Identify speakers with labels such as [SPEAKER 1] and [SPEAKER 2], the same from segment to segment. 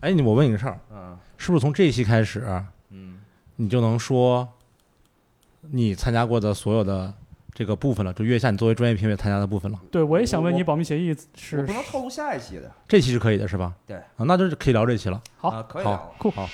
[SPEAKER 1] 哎，你我问你个事儿，
[SPEAKER 2] 嗯
[SPEAKER 1] 是不是从这一期开始，
[SPEAKER 2] 嗯，
[SPEAKER 1] 你就能说你参加过的所有的这个部分了？就月下你作为专业评委参加的部分了，
[SPEAKER 3] 对，我也想问
[SPEAKER 2] 我
[SPEAKER 3] 你，保密协议
[SPEAKER 2] 我
[SPEAKER 3] 是
[SPEAKER 2] 不能透露下一期的，
[SPEAKER 1] 这期是可以的，是吧？
[SPEAKER 2] 对
[SPEAKER 1] 啊，那就是可以聊这期了。
[SPEAKER 3] 好
[SPEAKER 2] 啊可以
[SPEAKER 1] 好
[SPEAKER 2] 聊了。
[SPEAKER 3] 酷
[SPEAKER 1] 好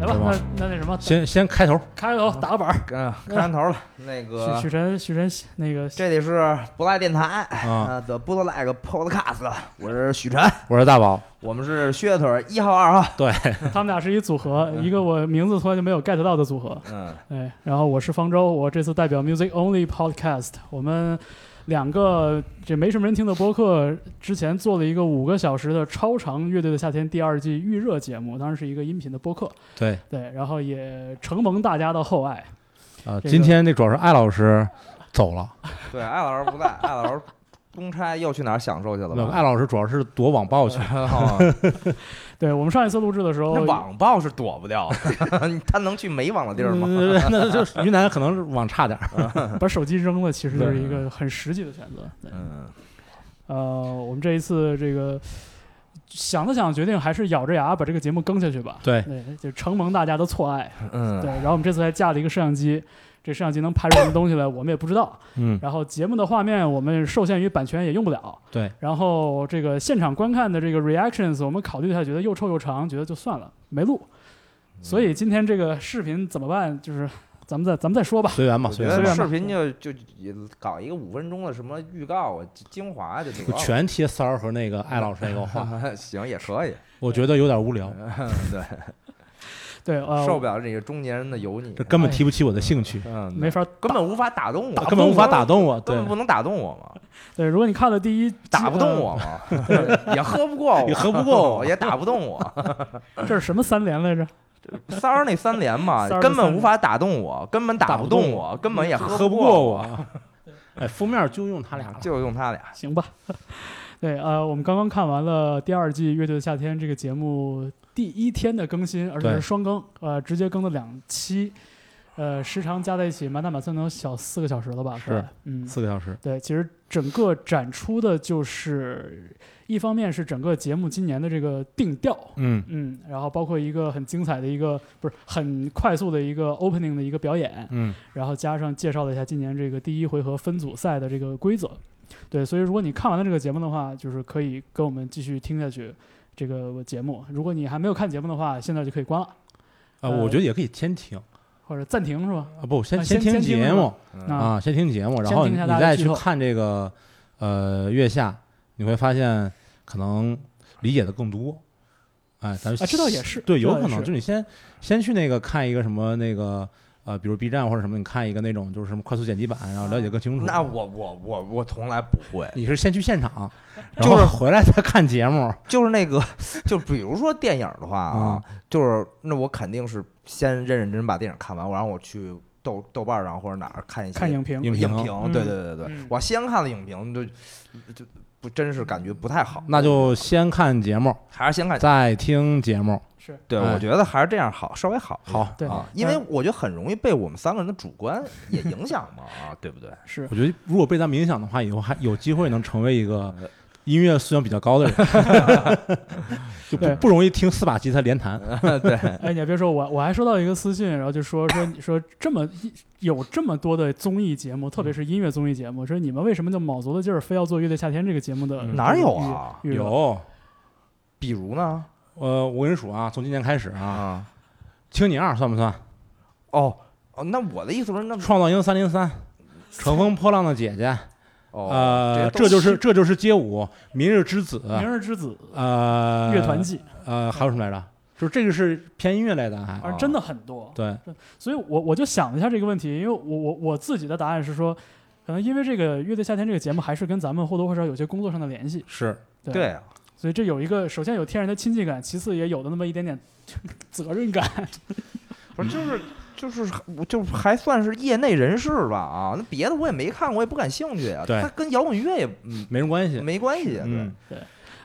[SPEAKER 3] 来吧
[SPEAKER 1] 是？吗
[SPEAKER 3] 那那那什么，
[SPEAKER 1] 先先开头，
[SPEAKER 3] 开头打个板儿。
[SPEAKER 2] 嗯，看头了，那个
[SPEAKER 3] 许许晨，许晨，那个
[SPEAKER 2] 这里是不赖电台
[SPEAKER 1] 啊
[SPEAKER 2] 的不赖个 Podcast，我是许晨，
[SPEAKER 1] 我是大 宝，
[SPEAKER 2] 我们是靴腿一号二号，
[SPEAKER 1] 对，
[SPEAKER 3] 他们俩是一 组合，一个我名字从来就没有 get 到的组合。
[SPEAKER 2] 嗯，
[SPEAKER 3] 哎，然后我是方舟，我这次代表 Music Only Podcast，我们两个这没什么人听的播客，之前做了一个五个小时的超长《乐队的夏天》第二季预热节目，当然是一个音频的播客，
[SPEAKER 1] 对，
[SPEAKER 3] 对，然后也承蒙大家的厚爱。
[SPEAKER 1] 啊，
[SPEAKER 3] 这个
[SPEAKER 1] 今天这主要是艾老师走了，
[SPEAKER 2] 对，艾老师不在，艾老师公差又去哪儿享受去了
[SPEAKER 1] 没有
[SPEAKER 2] 吧？
[SPEAKER 1] 艾老师主要是躲网暴去了，
[SPEAKER 2] 哦
[SPEAKER 3] 对我们上一次录制的时候
[SPEAKER 2] 那，网暴是躲不掉的， 他能去没网的地儿吗？
[SPEAKER 1] 嗯那就是云南可能是网差 点儿。
[SPEAKER 3] 把手机扔了，其实就是一个很实际的选择。对，
[SPEAKER 2] 嗯，
[SPEAKER 3] 呃，我们这一次这个想了想，决定还是咬着牙把这个节目更下去吧。
[SPEAKER 1] 对
[SPEAKER 3] 对，就承蒙大家的错爱。对，
[SPEAKER 2] 嗯，
[SPEAKER 3] 然后我们这次还架了一个摄像机，这摄像机能拍出什么东西来，我们也不知道。
[SPEAKER 1] 嗯，
[SPEAKER 3] 然后节目的画面我们受限于版权也用不了。
[SPEAKER 1] 对，
[SPEAKER 3] 然后这个现场观看的这个 reactions，我们考虑了一下，觉得又臭又长，觉得就算了，没录。
[SPEAKER 2] 嗯
[SPEAKER 3] 所以今天这个视频怎么办？就是咱们再咱们再说吧。
[SPEAKER 1] 随缘吧，
[SPEAKER 2] 我
[SPEAKER 1] 随
[SPEAKER 2] 觉
[SPEAKER 1] 缘
[SPEAKER 2] 得
[SPEAKER 1] 吧。
[SPEAKER 2] 视频就就也搞一个五分钟的什么预告啊、精华就得
[SPEAKER 1] 就
[SPEAKER 2] 了。
[SPEAKER 1] 全贴三儿和那个艾老师那个话，
[SPEAKER 2] 行也可以，嗯
[SPEAKER 1] 我觉得有点无聊，
[SPEAKER 2] 哎对，
[SPEAKER 3] 对，呃，
[SPEAKER 2] 受不了这个中年人的油腻
[SPEAKER 1] 啊这，根本提不起我的兴趣，
[SPEAKER 2] 嗯，
[SPEAKER 3] 没法
[SPEAKER 2] 根本无法打动我，
[SPEAKER 1] 打根本无法打动我，
[SPEAKER 2] 根
[SPEAKER 1] 对
[SPEAKER 2] 本，不能打动我嘛，
[SPEAKER 3] 对，如果你看了第一，
[SPEAKER 2] 打不动
[SPEAKER 3] 呃
[SPEAKER 2] 我嘛， 也喝不过我，
[SPEAKER 1] 也喝不过我
[SPEAKER 2] 也打不动我。
[SPEAKER 3] 呃这是什么三连来着？
[SPEAKER 2] 三儿那三连嘛
[SPEAKER 3] 三，儿那
[SPEAKER 2] 根
[SPEAKER 3] 三
[SPEAKER 2] 本
[SPEAKER 3] 连
[SPEAKER 2] 无法打动我，根本打
[SPEAKER 1] 打不
[SPEAKER 2] 动
[SPEAKER 1] 动
[SPEAKER 2] 我，根本也
[SPEAKER 1] 喝
[SPEAKER 2] 不
[SPEAKER 1] 过
[SPEAKER 2] 我，
[SPEAKER 1] 我。哎，封面就用他俩了，
[SPEAKER 2] 就用他俩。
[SPEAKER 3] 行吧。 对，呃，我们刚刚看完了第二季《乐队的夏天》这个节目第一天的更新，而且
[SPEAKER 1] 对
[SPEAKER 3] 是双更，呃，直接更了两期，呃，时长加在一起满打满算能有小四个小时了吧？
[SPEAKER 1] 是
[SPEAKER 3] 快嗯，
[SPEAKER 1] 四个小时，
[SPEAKER 3] 对，其实整个展出的就是，一方面是整个节目今年的这个定调，
[SPEAKER 1] 嗯，
[SPEAKER 3] 嗯，然后包括一个很精彩的一个，不是很快速的一个 opening 的一个表演，
[SPEAKER 1] 嗯，
[SPEAKER 3] 然后加上介绍了一下今年这个第一回合分组赛的这个规则。对，所以如果你看完了这个节目的话，就是可以跟我们继续听下去这个节目。如果你还没有看节目的话，现在就可以关了，
[SPEAKER 1] 啊，
[SPEAKER 3] 呃
[SPEAKER 1] 我觉得也可以先听
[SPEAKER 3] 或者暂停是吧？
[SPEAKER 1] 啊，不，
[SPEAKER 3] 啊
[SPEAKER 1] 先
[SPEAKER 3] 先
[SPEAKER 1] 听
[SPEAKER 3] 先听
[SPEAKER 1] 节
[SPEAKER 3] 是
[SPEAKER 1] 目
[SPEAKER 3] 吧
[SPEAKER 2] 嗯
[SPEAKER 3] 啊
[SPEAKER 1] 啊，先听节目，然
[SPEAKER 3] 先
[SPEAKER 1] 后
[SPEAKER 3] 听
[SPEAKER 1] 你
[SPEAKER 3] 一下
[SPEAKER 1] 你
[SPEAKER 3] 大家的
[SPEAKER 1] 再
[SPEAKER 3] 剧
[SPEAKER 1] 去
[SPEAKER 3] 透
[SPEAKER 1] 看这个呃月下，你会发现可能理解的更多。哎，咱们
[SPEAKER 3] 啊这倒也是
[SPEAKER 1] 对，
[SPEAKER 3] 这
[SPEAKER 1] 有
[SPEAKER 3] 倒也
[SPEAKER 1] 可能
[SPEAKER 3] 是
[SPEAKER 1] 就你先先去那个看一个什么那个呃，比如 B 站或者什么，你看一个那种就是什么快速剪辑版，然后了解更清楚。
[SPEAKER 2] 那我我我我从来不会，
[SPEAKER 1] 你是先去现场，然
[SPEAKER 2] 就是
[SPEAKER 1] 后回来再看节目，
[SPEAKER 2] 就是那个， 就比如说电影的话啊，
[SPEAKER 1] 嗯
[SPEAKER 2] 就是那我肯定是先认认真真把电影看完，然后我去豆豆瓣儿上或者哪儿看一些
[SPEAKER 3] 看影评。
[SPEAKER 1] 影
[SPEAKER 2] 影
[SPEAKER 1] 评
[SPEAKER 2] 评，对对对对
[SPEAKER 3] 嗯
[SPEAKER 2] 我先看了影评，就就不真是感觉不太好，
[SPEAKER 1] 那就先看节目，
[SPEAKER 2] 还是先看。
[SPEAKER 1] 再听节目。
[SPEAKER 3] 是
[SPEAKER 2] 对，
[SPEAKER 1] 哎
[SPEAKER 2] 我觉得还是这样好，稍微好一点
[SPEAKER 1] 好哎
[SPEAKER 3] 对
[SPEAKER 2] 啊，
[SPEAKER 3] 嗯
[SPEAKER 2] 因为我觉得很容易被我们三个人的主观也影响嘛，啊，对不对？
[SPEAKER 3] 是，
[SPEAKER 1] 我觉得如果被咱们影响的话，以后还有机会能成为一个
[SPEAKER 3] 呃
[SPEAKER 1] 音乐素养比较高的人， 就不
[SPEAKER 3] 对
[SPEAKER 1] 不容易听四把吉他连弹。
[SPEAKER 2] 对，
[SPEAKER 3] 哎，你还别说，我我还收到一个私信，然后就说说你说这么一有这么多的综艺节目，特别是音乐综艺节目，说你们为什么就卯足了劲儿非要做《乐队夏天》这个节目的
[SPEAKER 1] 嗯
[SPEAKER 2] 哪有啊？
[SPEAKER 3] 预？预热
[SPEAKER 1] 有，
[SPEAKER 2] 比如呢？
[SPEAKER 1] 呃，我跟你数啊，从今年开始啊，
[SPEAKER 2] 啊，
[SPEAKER 1] 青你二算不算？
[SPEAKER 2] 哦哦，那我的意思是，那
[SPEAKER 1] 创造营三零三，乘风破浪的姐姐，
[SPEAKER 2] 哦，
[SPEAKER 1] 呃，这
[SPEAKER 2] 这都
[SPEAKER 1] 就是这就是街舞，明日之子，
[SPEAKER 3] 明日之子》
[SPEAKER 1] 呃，
[SPEAKER 3] 乐团，季，
[SPEAKER 1] 呃，还有什么来着？就是这个是偏音乐类的，啊还
[SPEAKER 3] 而真的很多。
[SPEAKER 1] 对，
[SPEAKER 3] 所以我我就想了一下这个问题，因为我我我自己的答案是说，可能因为这个《乐队夏天》这个节目还是跟咱们或多或少有些工作上的联系，
[SPEAKER 1] 是
[SPEAKER 3] 对，
[SPEAKER 2] 对啊，
[SPEAKER 3] 所以这有一个首先有天然的亲近感，其次也有的那么一点 点责任感。
[SPEAKER 2] 不
[SPEAKER 1] 嗯
[SPEAKER 2] 是就是就是我就是还算是业内人士吧啊，那别的我也没看过，我也不感兴趣啊。
[SPEAKER 1] 对
[SPEAKER 2] 它跟摇滚乐也嗯
[SPEAKER 1] 没什么关系。
[SPEAKER 2] 没关系啊，对
[SPEAKER 1] 嗯，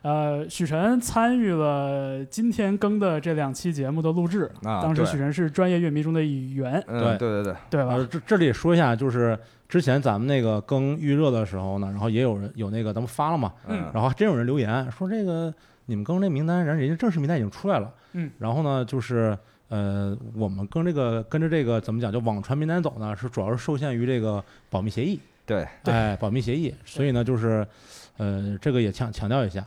[SPEAKER 3] 呃，许晨参与了今天更的这两期节目的录制，
[SPEAKER 2] 啊
[SPEAKER 3] 当时
[SPEAKER 2] 对
[SPEAKER 3] 许晨是专业乐迷中的一员，
[SPEAKER 1] 对
[SPEAKER 2] 嗯，对对对，
[SPEAKER 3] 对吧？
[SPEAKER 1] 呃，这这里说一下，就是之前咱们那个更预热的时候呢，然后也有人有那个咱们发了嘛，
[SPEAKER 2] 嗯，
[SPEAKER 1] 然后还真有人留言说这个你们更这名单，然后人家正式名单已经出来了，
[SPEAKER 3] 嗯，
[SPEAKER 1] 然后呢就是呃我们跟这个跟着这个怎么讲，就网传名单走呢，是主要是受限于这个保密协议，
[SPEAKER 2] 对，
[SPEAKER 3] 对
[SPEAKER 1] 哎，保密协议，所以呢就是呃这个也强强调一下，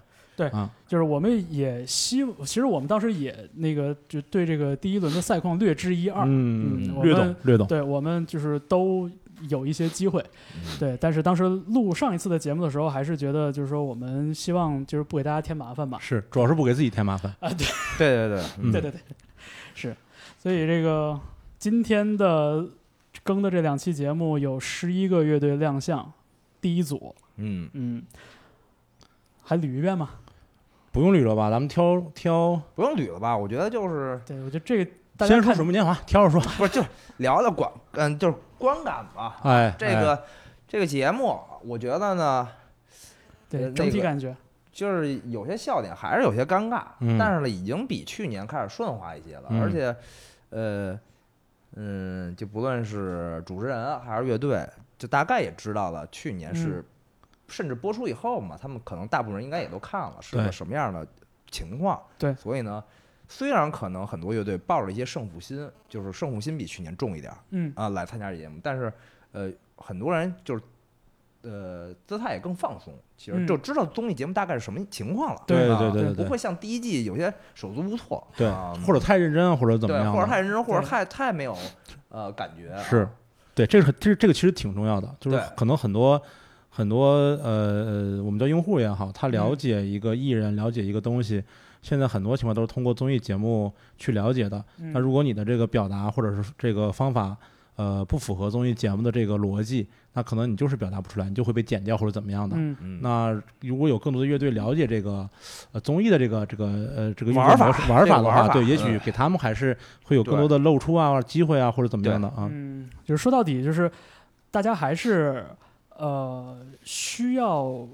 [SPEAKER 3] 就是我们也希，其实我们当时也那个就对这个第一轮的赛况略知一二，嗯我
[SPEAKER 1] 略
[SPEAKER 3] 们
[SPEAKER 1] 懂略懂，
[SPEAKER 3] 对我们就是都有一些机会，
[SPEAKER 1] 嗯
[SPEAKER 3] 对，但是当时录上一次的节目的时候，还是觉得就是说我们希望就是不给大家添麻烦吧，
[SPEAKER 1] 是主要是不给自己添麻烦，
[SPEAKER 2] 对对对，
[SPEAKER 1] 嗯
[SPEAKER 3] 对对对，是，所以这个今天的更的这两期节目有十一个乐队亮相，第一组，
[SPEAKER 2] 嗯，
[SPEAKER 3] 嗯，还捋一遍吗？
[SPEAKER 1] 不用捋了吧，咱们挑挑，
[SPEAKER 2] 不用捋了吧？我觉得就是
[SPEAKER 3] 对，我觉得这个大家
[SPEAKER 1] 先说
[SPEAKER 3] 看
[SPEAKER 1] 水木年华，挑着说，
[SPEAKER 2] 不是就是聊聊观，嗯，就是观感吧。
[SPEAKER 1] 哎，
[SPEAKER 2] 这
[SPEAKER 1] 哎
[SPEAKER 2] 个、这个节目，我觉得呢，
[SPEAKER 3] 对
[SPEAKER 2] 呃
[SPEAKER 3] 整
[SPEAKER 2] 那
[SPEAKER 3] 体
[SPEAKER 2] 个
[SPEAKER 3] 感觉，
[SPEAKER 2] 就是有些笑点还是有些尴尬，
[SPEAKER 1] 嗯
[SPEAKER 2] 但是呢，已经比去年开始顺滑一些了，
[SPEAKER 1] 嗯
[SPEAKER 2] 而且，呃，嗯，就不论是主持人啊还是乐队，就大概也知道了去年是，
[SPEAKER 1] 嗯
[SPEAKER 2] 甚至播出以后嘛，他们可能大部分人应该也都看了是
[SPEAKER 1] 对
[SPEAKER 2] 个什么样的情况，
[SPEAKER 3] 对
[SPEAKER 2] 所以呢，虽然可能很多乐队抱着一些胜负心，就是胜负心比去年重一点儿
[SPEAKER 3] 嗯，
[SPEAKER 2] 啊来参加这节目，但是，呃，很多人就是。呃，姿态也更放松，其实
[SPEAKER 3] 嗯
[SPEAKER 2] 就知道综艺节目大概是什么情况了。
[SPEAKER 3] 对
[SPEAKER 1] 对
[SPEAKER 2] 啊
[SPEAKER 1] 对对
[SPEAKER 2] 不
[SPEAKER 1] 对
[SPEAKER 2] 会像第一季有些手足无措，
[SPEAKER 1] 对
[SPEAKER 2] 啊
[SPEAKER 1] 或者太认真或者怎么
[SPEAKER 2] 对，
[SPEAKER 1] 样
[SPEAKER 2] 或
[SPEAKER 1] 的
[SPEAKER 2] 者太认真，或者
[SPEAKER 3] 对
[SPEAKER 2] 太太没有呃感觉啊，
[SPEAKER 1] 是，对，这个这这个其实挺重要的，就是
[SPEAKER 2] 对
[SPEAKER 1] 可能很多很多呃呃，我们叫用户也好，
[SPEAKER 2] 嗯
[SPEAKER 1] 他了解一个艺人，了解一个东西，现在很多情况都是通过综艺节目去了解的。
[SPEAKER 3] 嗯
[SPEAKER 1] 那如果你的这个表达或者是这个方法，呃，不符合综艺节目的这个逻辑，那可能你就是表达不出来，你就会被剪掉或者怎么样的。
[SPEAKER 3] 嗯
[SPEAKER 2] 嗯，
[SPEAKER 1] 那如果有更多的乐队了解这个，呃，综艺的这个这个呃这个运作
[SPEAKER 2] 玩法
[SPEAKER 1] 模式玩
[SPEAKER 2] 这个
[SPEAKER 1] 法的
[SPEAKER 2] 玩
[SPEAKER 1] 话，
[SPEAKER 2] 法
[SPEAKER 1] 对，也
[SPEAKER 2] 对
[SPEAKER 1] 许给他们还是会有更
[SPEAKER 2] 对
[SPEAKER 1] 多的露出啊、机会啊，或者怎么样的啊。
[SPEAKER 3] 嗯，就是说到底就是大家还是呃需要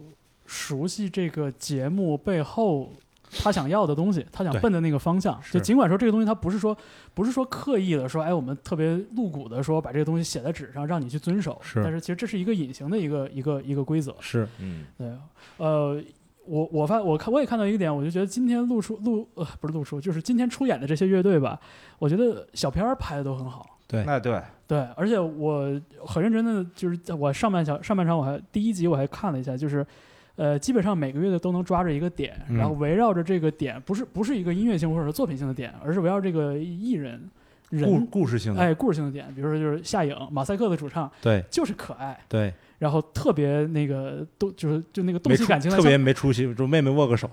[SPEAKER 3] 熟悉这个节目背后。他想要的东西，他想
[SPEAKER 1] 对
[SPEAKER 3] 奔的那个方向，就是尽管说这个东西，他不是说不是说刻意的说，哎，我们特别露骨的说把这个东西写在纸上让你去遵守，
[SPEAKER 1] 是
[SPEAKER 3] 但是其实这是一个隐形的一个一个一个规则，
[SPEAKER 1] 是，
[SPEAKER 2] 嗯
[SPEAKER 3] 对，呃，我我发我看我也看到一个点，我就觉得今天露出露呃不是露出，就是今天出演的这些乐队吧，我觉得小片儿拍的都很好。
[SPEAKER 1] 对
[SPEAKER 2] 那对，
[SPEAKER 3] 对，而且我很认真的，就是在我上半场上半场我还第一集我还看了一下，就是，呃，基本上每个乐队都能抓着一个点，
[SPEAKER 1] 嗯
[SPEAKER 3] 然后围绕着这个点，不是不是一个音乐性或者是作品性的点，而是围绕这个艺人
[SPEAKER 1] 故
[SPEAKER 3] 人
[SPEAKER 1] 故事性的，
[SPEAKER 3] 哎故事性的点，比如说就是夏颖马赛克的主唱
[SPEAKER 1] 对
[SPEAKER 3] 就是可爱，
[SPEAKER 1] 对，
[SPEAKER 3] 然后特别那个动就是就那个动
[SPEAKER 1] 没
[SPEAKER 3] 起
[SPEAKER 1] 出
[SPEAKER 3] 感情来
[SPEAKER 1] 特
[SPEAKER 3] 像
[SPEAKER 1] 别没出息，就妹妹握个手，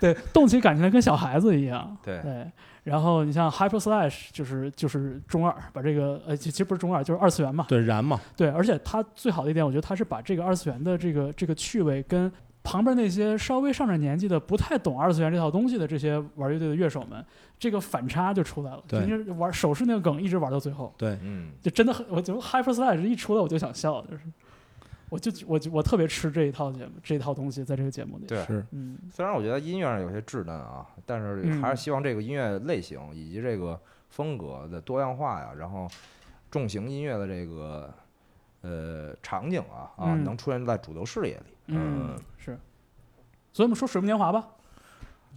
[SPEAKER 3] 对，动起感情来跟小孩子一样。
[SPEAKER 2] 对
[SPEAKER 3] 对，然后你像 Hyper Slash 就是就是中二，把这个呃其其实不是中二，就是二次元嘛。
[SPEAKER 1] 对燃嘛，
[SPEAKER 3] 对，而且它最好的一点，我觉得它是把这个二次元的这个这个趣味跟旁边那些稍微上点年纪的不太懂二次元这套东西的这些玩乐队的乐手们，这个反差就出来了。
[SPEAKER 1] 对
[SPEAKER 3] 就是玩手势那个梗一直玩到最后，
[SPEAKER 1] 对，
[SPEAKER 2] 嗯，
[SPEAKER 3] 就真的很，我就 Hyper Slash 一出来我就想笑，就是我就我就我特别吃这一套节目这一套东西在这个节目里。
[SPEAKER 2] 对
[SPEAKER 1] 是，
[SPEAKER 3] 嗯
[SPEAKER 2] 虽然我觉得音乐上有些稚嫩啊，但是
[SPEAKER 3] 嗯
[SPEAKER 2] 还是希望这个音乐类型以及这个风格的多样化呀，然后重型音乐的这个呃场景啊啊，
[SPEAKER 3] 嗯
[SPEAKER 2] 能出现在主流视野里，
[SPEAKER 3] 嗯，是。所以我们说《水木年华》吧，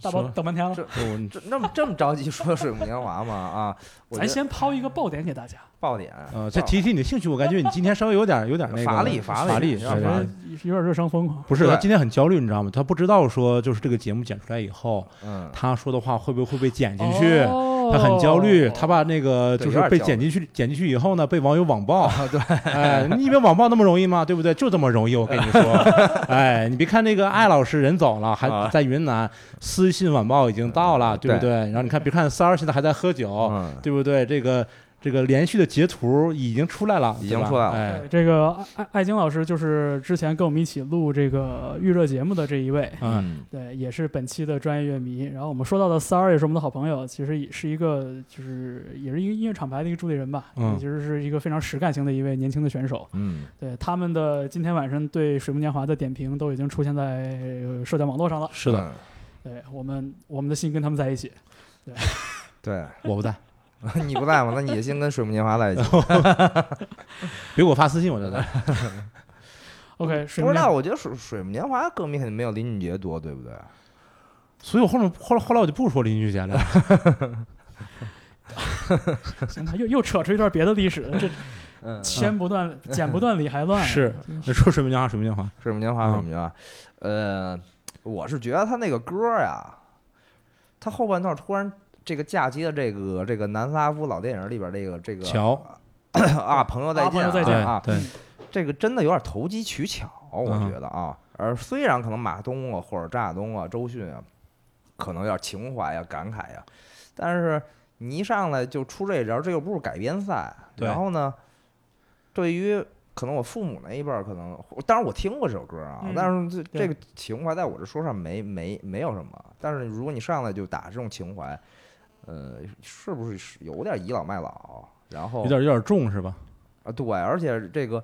[SPEAKER 3] 大宝
[SPEAKER 1] 说
[SPEAKER 3] 等半天了，
[SPEAKER 2] 这
[SPEAKER 1] 就 我
[SPEAKER 2] 这那么这么着急说水木年华嘛啊，我觉
[SPEAKER 3] 咱
[SPEAKER 2] 得
[SPEAKER 3] 先抛一个爆点给大家，
[SPEAKER 2] 爆点
[SPEAKER 1] 呃，这提提你兴趣，我感觉你今天稍微有点有点那个
[SPEAKER 2] 乏力乏
[SPEAKER 1] 乏
[SPEAKER 2] 力有点
[SPEAKER 1] 对
[SPEAKER 2] 乏
[SPEAKER 1] 对
[SPEAKER 2] 力
[SPEAKER 1] 对
[SPEAKER 3] 有点热伤啊疯狂。
[SPEAKER 1] 不是他
[SPEAKER 2] 对
[SPEAKER 1] 今天很焦虑，你知道吗？他不知道说就是这个节目剪出来以后，
[SPEAKER 2] 嗯，
[SPEAKER 1] 他说的话会不会被剪进去。
[SPEAKER 3] 哦
[SPEAKER 1] 他很焦虑，他把那个
[SPEAKER 2] 对
[SPEAKER 1] 就
[SPEAKER 2] 有
[SPEAKER 1] 是
[SPEAKER 2] 点
[SPEAKER 1] 被
[SPEAKER 2] 焦
[SPEAKER 1] 剪
[SPEAKER 2] 虑
[SPEAKER 1] 进去，剪进去以后呢，被网友网 暴。
[SPEAKER 2] 啊对，
[SPEAKER 1] 哎，你以为网暴那么容易吗？对不对？就这么容易，我跟你 说。哎，你别看那个艾老师人走了，还
[SPEAKER 2] 啊
[SPEAKER 1] 在云南，私信晚报已经到了，对不
[SPEAKER 2] 对
[SPEAKER 1] 对？然后你看，别看三儿现在还在喝酒，
[SPEAKER 2] 嗯
[SPEAKER 1] 对不对？这个这个连续的截图已经出来了，
[SPEAKER 2] 已
[SPEAKER 1] 对吧
[SPEAKER 2] 经出来了
[SPEAKER 1] 哎，
[SPEAKER 3] 这个艾艾艾晶老师就是之前跟我们一起录这个预热节目的这一位，
[SPEAKER 1] 嗯，
[SPEAKER 2] 嗯，
[SPEAKER 3] 对，也是本期的专业乐迷。然后我们说到的三儿也是我们的好朋友，其实也是一个就是也是一个音乐厂牌的一个主理人吧，
[SPEAKER 1] 嗯
[SPEAKER 3] 也就是一个非常实干型的一位年轻的选手。
[SPEAKER 2] 嗯，
[SPEAKER 3] 对他们的今天晚上对《水木年华》的点评都已经出现在呃社交网络上了。
[SPEAKER 1] 是的，
[SPEAKER 2] 嗯，
[SPEAKER 3] 对我们我们的心跟他们在一起。
[SPEAKER 2] 对，
[SPEAKER 1] 我不在，
[SPEAKER 2] 你不在吗？那你也先跟水木年华在一起。
[SPEAKER 1] 别给我发私信，我就在。
[SPEAKER 3] OK，水
[SPEAKER 2] 不知
[SPEAKER 3] 木年
[SPEAKER 2] 道，
[SPEAKER 3] 华
[SPEAKER 2] 我觉得水水木年华歌迷肯定没有林俊杰多，对不对？
[SPEAKER 1] 所以我后面后来后来我就不说林俊杰了，
[SPEAKER 3] 行吧，又又扯出一段别的历史，这
[SPEAKER 2] 嗯，
[SPEAKER 3] 牵不断、剪不断理还乱。
[SPEAKER 1] 是那说水木年华，水木年华，
[SPEAKER 2] 水木年华，
[SPEAKER 1] 嗯
[SPEAKER 2] 水木年华，啊呃，我是觉得他那个歌呀，他后半段突然这个嫁接的这个这个南斯拉夫老电影里边这个这个
[SPEAKER 1] 乔，
[SPEAKER 2] 啊，朋友再
[SPEAKER 3] 啊朋
[SPEAKER 2] 见
[SPEAKER 3] 友
[SPEAKER 2] 啊，
[SPEAKER 3] 再
[SPEAKER 1] 对
[SPEAKER 3] 见
[SPEAKER 2] 啊，
[SPEAKER 1] 对，
[SPEAKER 2] 这个真的有点投机取巧，我
[SPEAKER 1] 嗯
[SPEAKER 2] 觉得啊。而虽然可能马东啊或者张亚东啊、周迅啊，可能有点情怀呀、感慨呀，但是你一上来就出这招，这又不是改编赛。
[SPEAKER 1] 对
[SPEAKER 2] 然后呢，对于可能我父母那一辈儿，可能当然我听过这首歌啊，
[SPEAKER 3] 嗯
[SPEAKER 2] 但是这
[SPEAKER 3] 对
[SPEAKER 2] 这个情怀在我这说上没没没有什么。但是如果你上来就打这种情怀，呃，是不是有点倚老卖老？然后
[SPEAKER 1] 有点有点重是吧？
[SPEAKER 2] 啊，对，而且这个，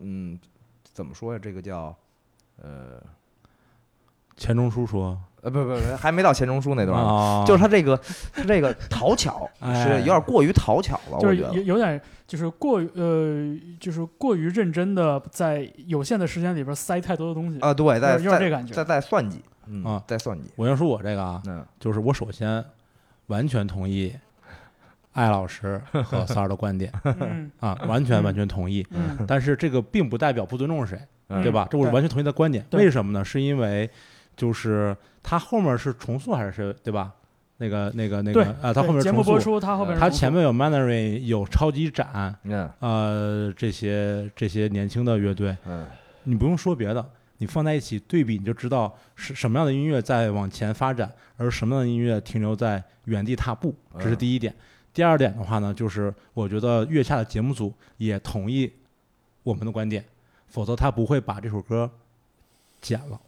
[SPEAKER 2] 嗯，怎么说呀？这个叫，呃，
[SPEAKER 1] 钱钟书说
[SPEAKER 2] 呃，不不不，还没到钱钟书那段儿呢，
[SPEAKER 1] 啊，
[SPEAKER 2] 就是他这个，他这个讨巧 是
[SPEAKER 1] 哎
[SPEAKER 2] 有点过于讨巧了，
[SPEAKER 3] 就
[SPEAKER 2] 我
[SPEAKER 3] 是
[SPEAKER 2] 觉
[SPEAKER 3] 有
[SPEAKER 2] 得。
[SPEAKER 3] 有点就是过于呃，就是过于认真的在有限的时间里边塞太多的东西。
[SPEAKER 2] 啊，对，在
[SPEAKER 3] 有点这
[SPEAKER 2] 在
[SPEAKER 3] 感觉
[SPEAKER 2] 在在算计，嗯，
[SPEAKER 1] 啊
[SPEAKER 2] 在算计，
[SPEAKER 1] 我要说我这个啊，
[SPEAKER 2] 嗯，
[SPEAKER 1] 就是我首先完全同意艾老师 和三儿的观点
[SPEAKER 3] 嗯
[SPEAKER 1] 啊，完全完全同意。
[SPEAKER 3] 嗯
[SPEAKER 1] 但是这个并不代表不尊重谁，
[SPEAKER 2] 嗯
[SPEAKER 1] 对吧？这我是
[SPEAKER 3] 对
[SPEAKER 1] 完全同意他的观点。
[SPEAKER 3] 对
[SPEAKER 1] 为什么呢？是因为就是他后面是重塑还是谁对吧？那个那个那个
[SPEAKER 3] 对
[SPEAKER 1] 啊， 他后面
[SPEAKER 3] 对
[SPEAKER 1] 是
[SPEAKER 3] 节目
[SPEAKER 1] 重
[SPEAKER 3] 播
[SPEAKER 1] 塑，
[SPEAKER 3] 出，他后边是
[SPEAKER 1] 他
[SPEAKER 3] 重
[SPEAKER 1] 前
[SPEAKER 3] 复
[SPEAKER 1] 面有 Mandarin，有超级展，
[SPEAKER 2] 嗯
[SPEAKER 1] 呃，这些这些年轻的乐队，
[SPEAKER 2] 嗯，
[SPEAKER 1] 你不用说别的，你放在一起对比，你就知道是什么样的音乐在往前发展，而什么样的音乐停留在原地踏步，这是第一点。第二点的话呢，就是我觉得月下的节目组也同意我们的观点，否则他不会把这首歌剪了。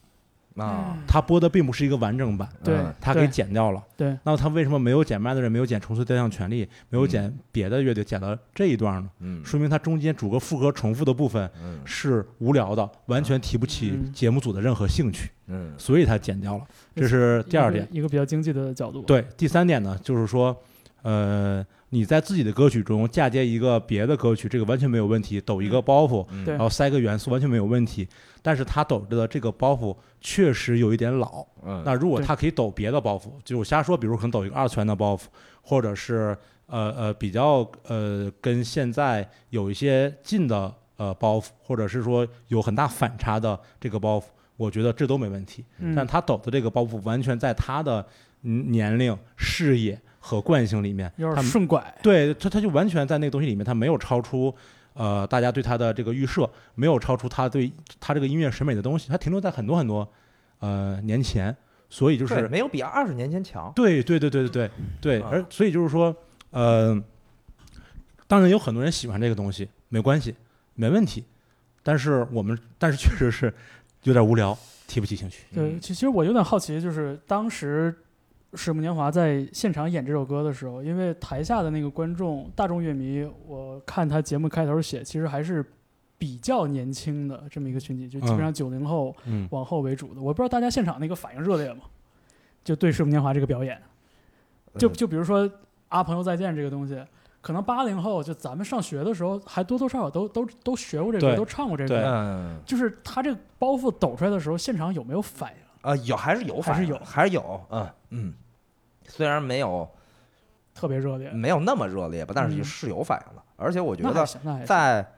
[SPEAKER 2] 啊，
[SPEAKER 3] 嗯
[SPEAKER 1] 他播的并不是一个完整版，
[SPEAKER 3] 对
[SPEAKER 2] 嗯
[SPEAKER 1] 他给剪掉了。
[SPEAKER 3] 对，
[SPEAKER 1] 那他为什么没有剪《麦的人》，没有剪《重塑雕像权利》，没有剪别的乐队，剪了这一段呢？
[SPEAKER 2] 嗯
[SPEAKER 1] 说明他中间主歌副歌重复的部分
[SPEAKER 2] 嗯
[SPEAKER 1] 是无聊的，完全提不起
[SPEAKER 3] 嗯
[SPEAKER 1] 节目组的任何兴趣，
[SPEAKER 2] 嗯
[SPEAKER 1] 所以他剪掉了。这是第二点。
[SPEAKER 3] 一个，一个比较经济的角度。，
[SPEAKER 1] 对，第三点呢，就是说，呃，你在自己的歌曲中嫁接一个别的歌曲，这个完全没有问题，抖一个包袱，
[SPEAKER 2] 嗯，
[SPEAKER 3] 对
[SPEAKER 1] 然后塞个元素完全没有问题。但是他抖着的这个包袱确实有一点老。
[SPEAKER 2] 嗯，
[SPEAKER 1] 那如果
[SPEAKER 3] 对
[SPEAKER 1] 他可以抖别的包袱，就是我瞎说，比如可能抖一个二次元的包袱，或者是呃呃比较呃跟现在有一些近的呃包袱，或者是说有很大反差的这个包袱，我觉得这都没问题。
[SPEAKER 3] 嗯
[SPEAKER 1] 但他抖的这个包袱完全在他的嗯年龄、视野和惯性里面，
[SPEAKER 3] 有
[SPEAKER 1] 他
[SPEAKER 3] 点顺拐。
[SPEAKER 1] 对他，他就完全在那个东西里面，他没有超出，呃，大家对他的这个预设，没有超出他对他这个音乐审美的东西，他停留在很多很多，呃，年前，所以就
[SPEAKER 2] 对，
[SPEAKER 1] 是
[SPEAKER 2] 没有比二十年前强，
[SPEAKER 1] 对对对对对对对，
[SPEAKER 2] 啊
[SPEAKER 1] 而所以就是说，呃，当然有很多人喜欢这个东西，没关系，没问题，但是我们但是确实是有点无聊，提不起兴趣。
[SPEAKER 3] 对，
[SPEAKER 2] 嗯
[SPEAKER 3] 其其实我有点好奇，就是当时《水木年华》在现场演这首歌的时候，因为台下的那个观众大众乐迷，我看他节目开头写，其实还是比较年轻的这么一个群体，就基本上九零后
[SPEAKER 1] 嗯，
[SPEAKER 3] 往后为主的。我不知道大家现场那个反应热烈吗？就对《水木年华》这个表演，就
[SPEAKER 2] 嗯
[SPEAKER 3] 就比如说《啊朋友再见》这个东西。可能八零后就咱们上学的时候，还多多少少都都都学过这个，
[SPEAKER 1] 对
[SPEAKER 3] 都唱过这
[SPEAKER 1] 对
[SPEAKER 3] 个。
[SPEAKER 2] 嗯
[SPEAKER 3] 就是他这个包袱抖出来的时候，现场有没有反应？
[SPEAKER 2] 啊，有还是有
[SPEAKER 3] 还
[SPEAKER 2] 反
[SPEAKER 3] 是
[SPEAKER 2] 应
[SPEAKER 3] 有
[SPEAKER 2] 的，还是有，嗯嗯，虽然没有
[SPEAKER 3] 特别热烈。
[SPEAKER 2] 没有那么热烈吧，但是
[SPEAKER 3] 嗯
[SPEAKER 2] 是有反应的，而且嗯我觉
[SPEAKER 3] 那
[SPEAKER 2] 得
[SPEAKER 3] 还行，那还行
[SPEAKER 2] 在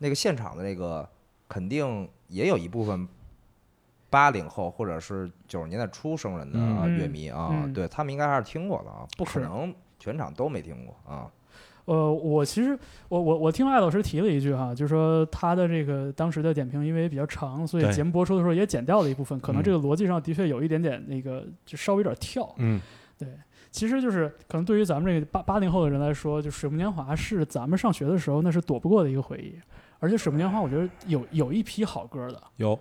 [SPEAKER 2] 那个现场的那个，肯定也有一部分八零后或者是九十年代初生人的啊
[SPEAKER 3] 嗯
[SPEAKER 2] 乐迷啊，
[SPEAKER 3] 嗯
[SPEAKER 2] 对他们应该还是听过的啊，不可
[SPEAKER 3] 是
[SPEAKER 2] 能全场都没听过啊。
[SPEAKER 3] 呃，我其实我我我听艾老师提了一句哈，就说他的这个当时的点评因为比较长，所以
[SPEAKER 1] 对
[SPEAKER 3] 节目播出的时候也剪掉了一部分，可能
[SPEAKER 1] 嗯
[SPEAKER 3] 这个逻辑上的确有一点点那个就稍微有点跳。
[SPEAKER 1] 嗯，
[SPEAKER 3] 对，其实就是可能对于咱们这个八八零后的人来说，就《水木年华》是咱们上学的时候那是躲不过的一个回忆。而且《水木年华》我觉得有有一批好歌的，
[SPEAKER 1] 有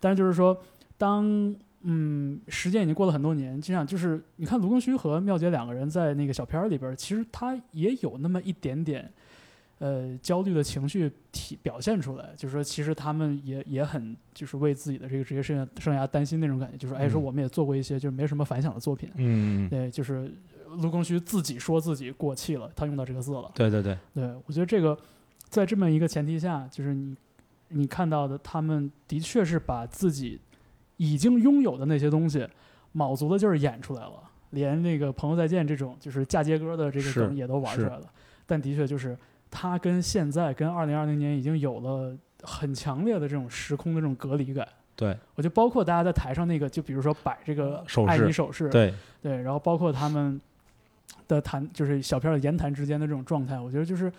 [SPEAKER 3] 但是就是说，当嗯时间已经过了很多年，就像就是你看卢庚戌和妙姐两个人在那个小片儿里边儿，其实他也有那么一点点。呃，焦虑的情绪体表现出来，就是说，其实他们也也很，就是为自己的这个职业生涯生涯担心那种感觉，就是哎，说
[SPEAKER 1] 嗯
[SPEAKER 3] 我们也做过一些就是没什么反响的作品，
[SPEAKER 1] 嗯，
[SPEAKER 3] 对，就是卢庚戌自己说自己过气了，他用到这个字了。
[SPEAKER 1] 对对对，
[SPEAKER 3] 对，我觉得这个在这么一个前提下，就是你你看到的，他们的确是把自己已经拥有的那些东西，卯足了劲儿演出来了，连那个《朋友再见》这种就是嫁接歌的这个
[SPEAKER 1] 是
[SPEAKER 3] 梗也都玩出
[SPEAKER 1] 是
[SPEAKER 3] 来了。但的确就是它跟现在跟二零二零年已经有了很强烈的这种时空的这种隔离感。
[SPEAKER 1] 对
[SPEAKER 3] 我就包括大家在台上那个，就比如说摆这个
[SPEAKER 1] 手
[SPEAKER 3] 爱
[SPEAKER 1] 势
[SPEAKER 3] 你手势，
[SPEAKER 1] 对，
[SPEAKER 3] 对，然后包括他们的谈，就是小片儿的言谈之间的这种状态，我觉得就是，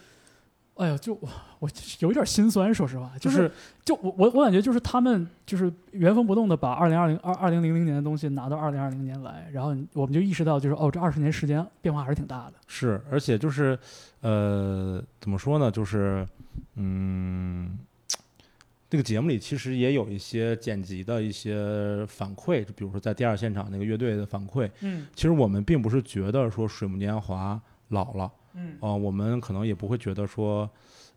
[SPEAKER 3] 哎呀，就我我有一点心酸，说实话，就
[SPEAKER 1] 就是是
[SPEAKER 3] 就我我我感觉就是他们就是原封不动的把二零二零二二零零零年的东西拿到二零二零年来，然后我们就意识到就是哦，这二十年时间变化还是挺大的，
[SPEAKER 1] 是，而且就是，呃，怎么说呢？就是，嗯，这个节目里其实也有一些剪辑的一些反馈，就比如说在第二现场那个乐队的反馈，
[SPEAKER 3] 嗯
[SPEAKER 1] 其实我们并不是觉得说水木年华老了
[SPEAKER 3] 嗯
[SPEAKER 1] 啊、我们可能也不会觉得说。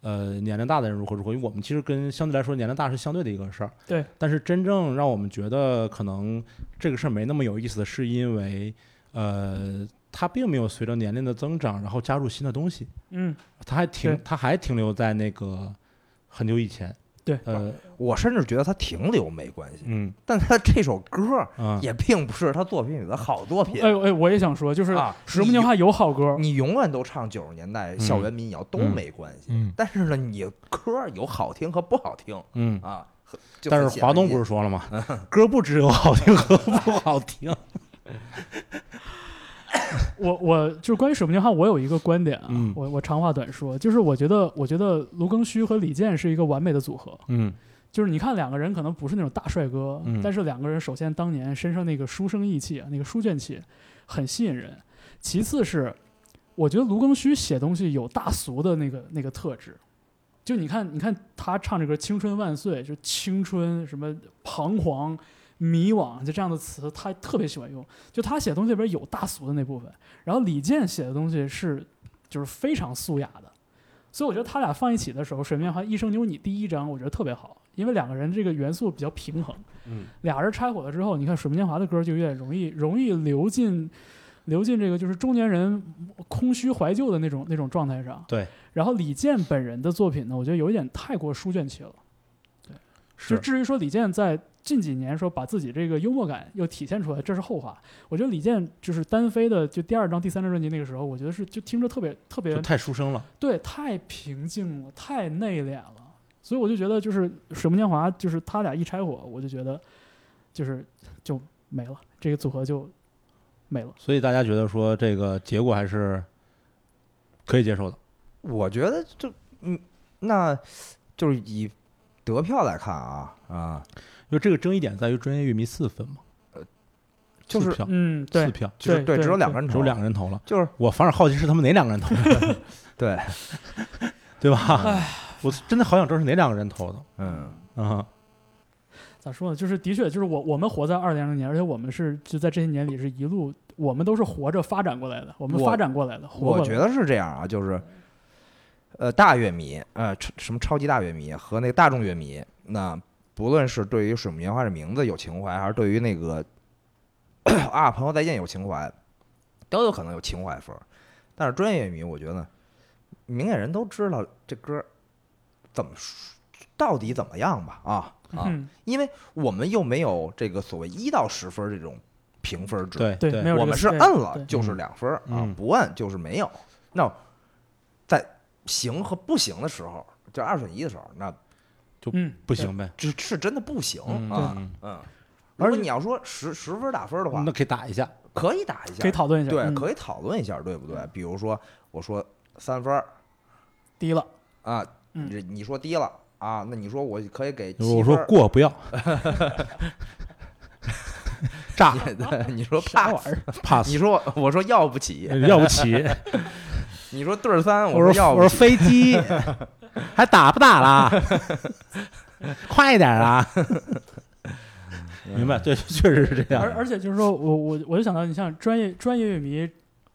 [SPEAKER 1] 呃，年龄大的人如何如何？因为我们其实跟相对来说年龄大是相对的一个事儿。
[SPEAKER 3] 对。
[SPEAKER 1] 但是真正让我们觉得可能这个事儿没那么有意思的是，因为呃，它并没有随着年龄的增长，然后加入新的东西，
[SPEAKER 3] 嗯，
[SPEAKER 1] 它还停
[SPEAKER 3] 对，
[SPEAKER 1] 它还停留在那个很久以前。
[SPEAKER 3] 对
[SPEAKER 1] 呃，
[SPEAKER 2] 我甚至觉得他停留没关系，
[SPEAKER 1] 嗯
[SPEAKER 2] 但他这首歌
[SPEAKER 1] 啊，
[SPEAKER 2] 也并不是他作品里的好作品
[SPEAKER 3] 哎呦哎，我也想说，就是《
[SPEAKER 2] 啊。嗯
[SPEAKER 3] 水木年华》有好歌，
[SPEAKER 2] 你永远都唱九十年代校园民谣都
[SPEAKER 1] 嗯
[SPEAKER 2] 没关系，
[SPEAKER 1] 嗯
[SPEAKER 2] 但是呢，你歌儿有好听和不好听
[SPEAKER 1] 嗯。
[SPEAKER 2] 啊。和就
[SPEAKER 1] 但
[SPEAKER 2] 很
[SPEAKER 1] 是
[SPEAKER 2] 显
[SPEAKER 1] 华
[SPEAKER 2] 而
[SPEAKER 1] 东
[SPEAKER 2] 易
[SPEAKER 1] 不是说了 吗？歌不只有好听和不好听。
[SPEAKER 3] 我我就是关于水木年华，我有一个观点啊，
[SPEAKER 1] 嗯
[SPEAKER 3] 我我长话短说，就是我觉得我觉得卢庚戌和李健是一个完美的组合，
[SPEAKER 1] 嗯
[SPEAKER 3] 就是你看两个人可能不是那种大帅哥，
[SPEAKER 1] 嗯
[SPEAKER 3] 但是两个人首先当年身上那个书生意气啊，那个书卷气很吸引人。其次是，我觉得卢庚戌写东西有大俗的那个那个特质。就你看，你看他唱这个“青春万岁”，就青春什么彷徨、迷惘，就这样的词，他特别喜欢用。就他写东西里边有大俗的那部分，然后李健写的东西是就是非常素雅的。所以我觉得他俩放一起的时候，《水面花一生有你》第一章我觉得特别好，因为两个人这个元素比较平衡。
[SPEAKER 1] 嗯，
[SPEAKER 3] 俩人拆伙了之后，你看水木年华的歌就有点容易容易流进流进这个就是中年人空虚怀旧的那种那种状态上。
[SPEAKER 1] 对。
[SPEAKER 3] 然后李健本人的作品呢，我觉得有一点太过书卷气了。就是至于说李健在近几年说把自己这个幽默感又体现出来，这是后话。我觉得李健就是单飞的，就第二张、第三张专辑那个时候，我觉得是就听着特别特别
[SPEAKER 1] 就太书生了。
[SPEAKER 3] 对，太平静了，太内敛了，所以我就觉得就是《水木年华》，就是他俩一拆伙，我就觉得就是就没了，这个组合就没了。
[SPEAKER 1] 所以大家觉得说这个结果还是可以接受的。
[SPEAKER 2] 我觉得就嗯，那就是以得票来看啊啊，
[SPEAKER 1] 因为这个争议点在于专业乐迷四分嘛，
[SPEAKER 2] 就是
[SPEAKER 1] 四票，
[SPEAKER 3] 嗯，
[SPEAKER 1] 四
[SPEAKER 3] 对，
[SPEAKER 1] 票，
[SPEAKER 2] 就是
[SPEAKER 3] 对
[SPEAKER 2] 对，只有
[SPEAKER 3] 对
[SPEAKER 2] 两个人
[SPEAKER 1] 只
[SPEAKER 2] 投，
[SPEAKER 1] 有两个人投了。
[SPEAKER 2] 就是
[SPEAKER 1] 我反而好奇是他们哪两个人投的，
[SPEAKER 2] 对，
[SPEAKER 1] 对吧？我真的好想知道是哪两个人投的
[SPEAKER 2] 嗯，
[SPEAKER 1] 啊、
[SPEAKER 3] 咋说呢？就是的确，就是我我们活在二零零年，而且我们是就在这些年里是一路，我们都是活着发展过来的，我们
[SPEAKER 2] 我
[SPEAKER 3] 发展过来的，活过
[SPEAKER 2] 我
[SPEAKER 3] 来
[SPEAKER 2] 觉
[SPEAKER 3] 的
[SPEAKER 2] 得是这样啊，就是呃大乐迷呃超什么超级大乐迷和那个大众乐迷，那不论是对于水木年华这名字有情怀，还是对于那个啊朋友再见有情怀，都有可能有情怀分儿。但是专业乐迷，我觉得明眼人都知道这歌儿怎么说到底怎么样吧啊啊，
[SPEAKER 3] 嗯，
[SPEAKER 2] 因为我们又没有这个所谓一到十分儿这种评分制，
[SPEAKER 1] 对
[SPEAKER 3] 对，没有这
[SPEAKER 2] 我
[SPEAKER 3] 个
[SPEAKER 2] 们是
[SPEAKER 3] 对
[SPEAKER 2] 摁了
[SPEAKER 3] 对
[SPEAKER 2] 就是
[SPEAKER 1] 嗯
[SPEAKER 2] 两分儿啊
[SPEAKER 1] 嗯，
[SPEAKER 2] 不摁就是没有。那在行和不行的时候，就二选一的时候，那
[SPEAKER 3] 嗯，
[SPEAKER 1] 不行呗。
[SPEAKER 2] 这是真的不行
[SPEAKER 1] 嗯
[SPEAKER 2] 啊。
[SPEAKER 1] 嗯
[SPEAKER 2] 嗯，
[SPEAKER 3] 而
[SPEAKER 2] 而
[SPEAKER 3] 且
[SPEAKER 2] 你要说十十分儿打分儿的话
[SPEAKER 1] 那，可以打一下。
[SPEAKER 2] 可以打一
[SPEAKER 3] 对，可以
[SPEAKER 2] 下，
[SPEAKER 3] 讨论一下，
[SPEAKER 2] 对，
[SPEAKER 3] 嗯
[SPEAKER 2] 可以讨论一下，对不对？比如说，我说三分儿
[SPEAKER 3] 低了，
[SPEAKER 2] 啊，
[SPEAKER 3] 嗯
[SPEAKER 2] 你你说低了啊， 那你说我可以给七
[SPEAKER 1] 我
[SPEAKER 2] 分
[SPEAKER 1] 说
[SPEAKER 2] 儿
[SPEAKER 1] 过不要， 炸，
[SPEAKER 2] 你你说
[SPEAKER 3] 啥
[SPEAKER 2] 怕
[SPEAKER 3] 玩意儿？哎
[SPEAKER 1] 怕死
[SPEAKER 2] 你，说我说要不起，
[SPEAKER 1] 要不起。
[SPEAKER 2] 你说对儿三，
[SPEAKER 1] 我说
[SPEAKER 2] 要
[SPEAKER 1] 我
[SPEAKER 2] 不
[SPEAKER 1] 说
[SPEAKER 2] 起，
[SPEAKER 1] 飞 机还打不打啦？快一点啊！
[SPEAKER 2] 嗯
[SPEAKER 1] 明白，对，啊确实是这样
[SPEAKER 3] 而。而且就是说我我我就想到，你像专业专业乐迷，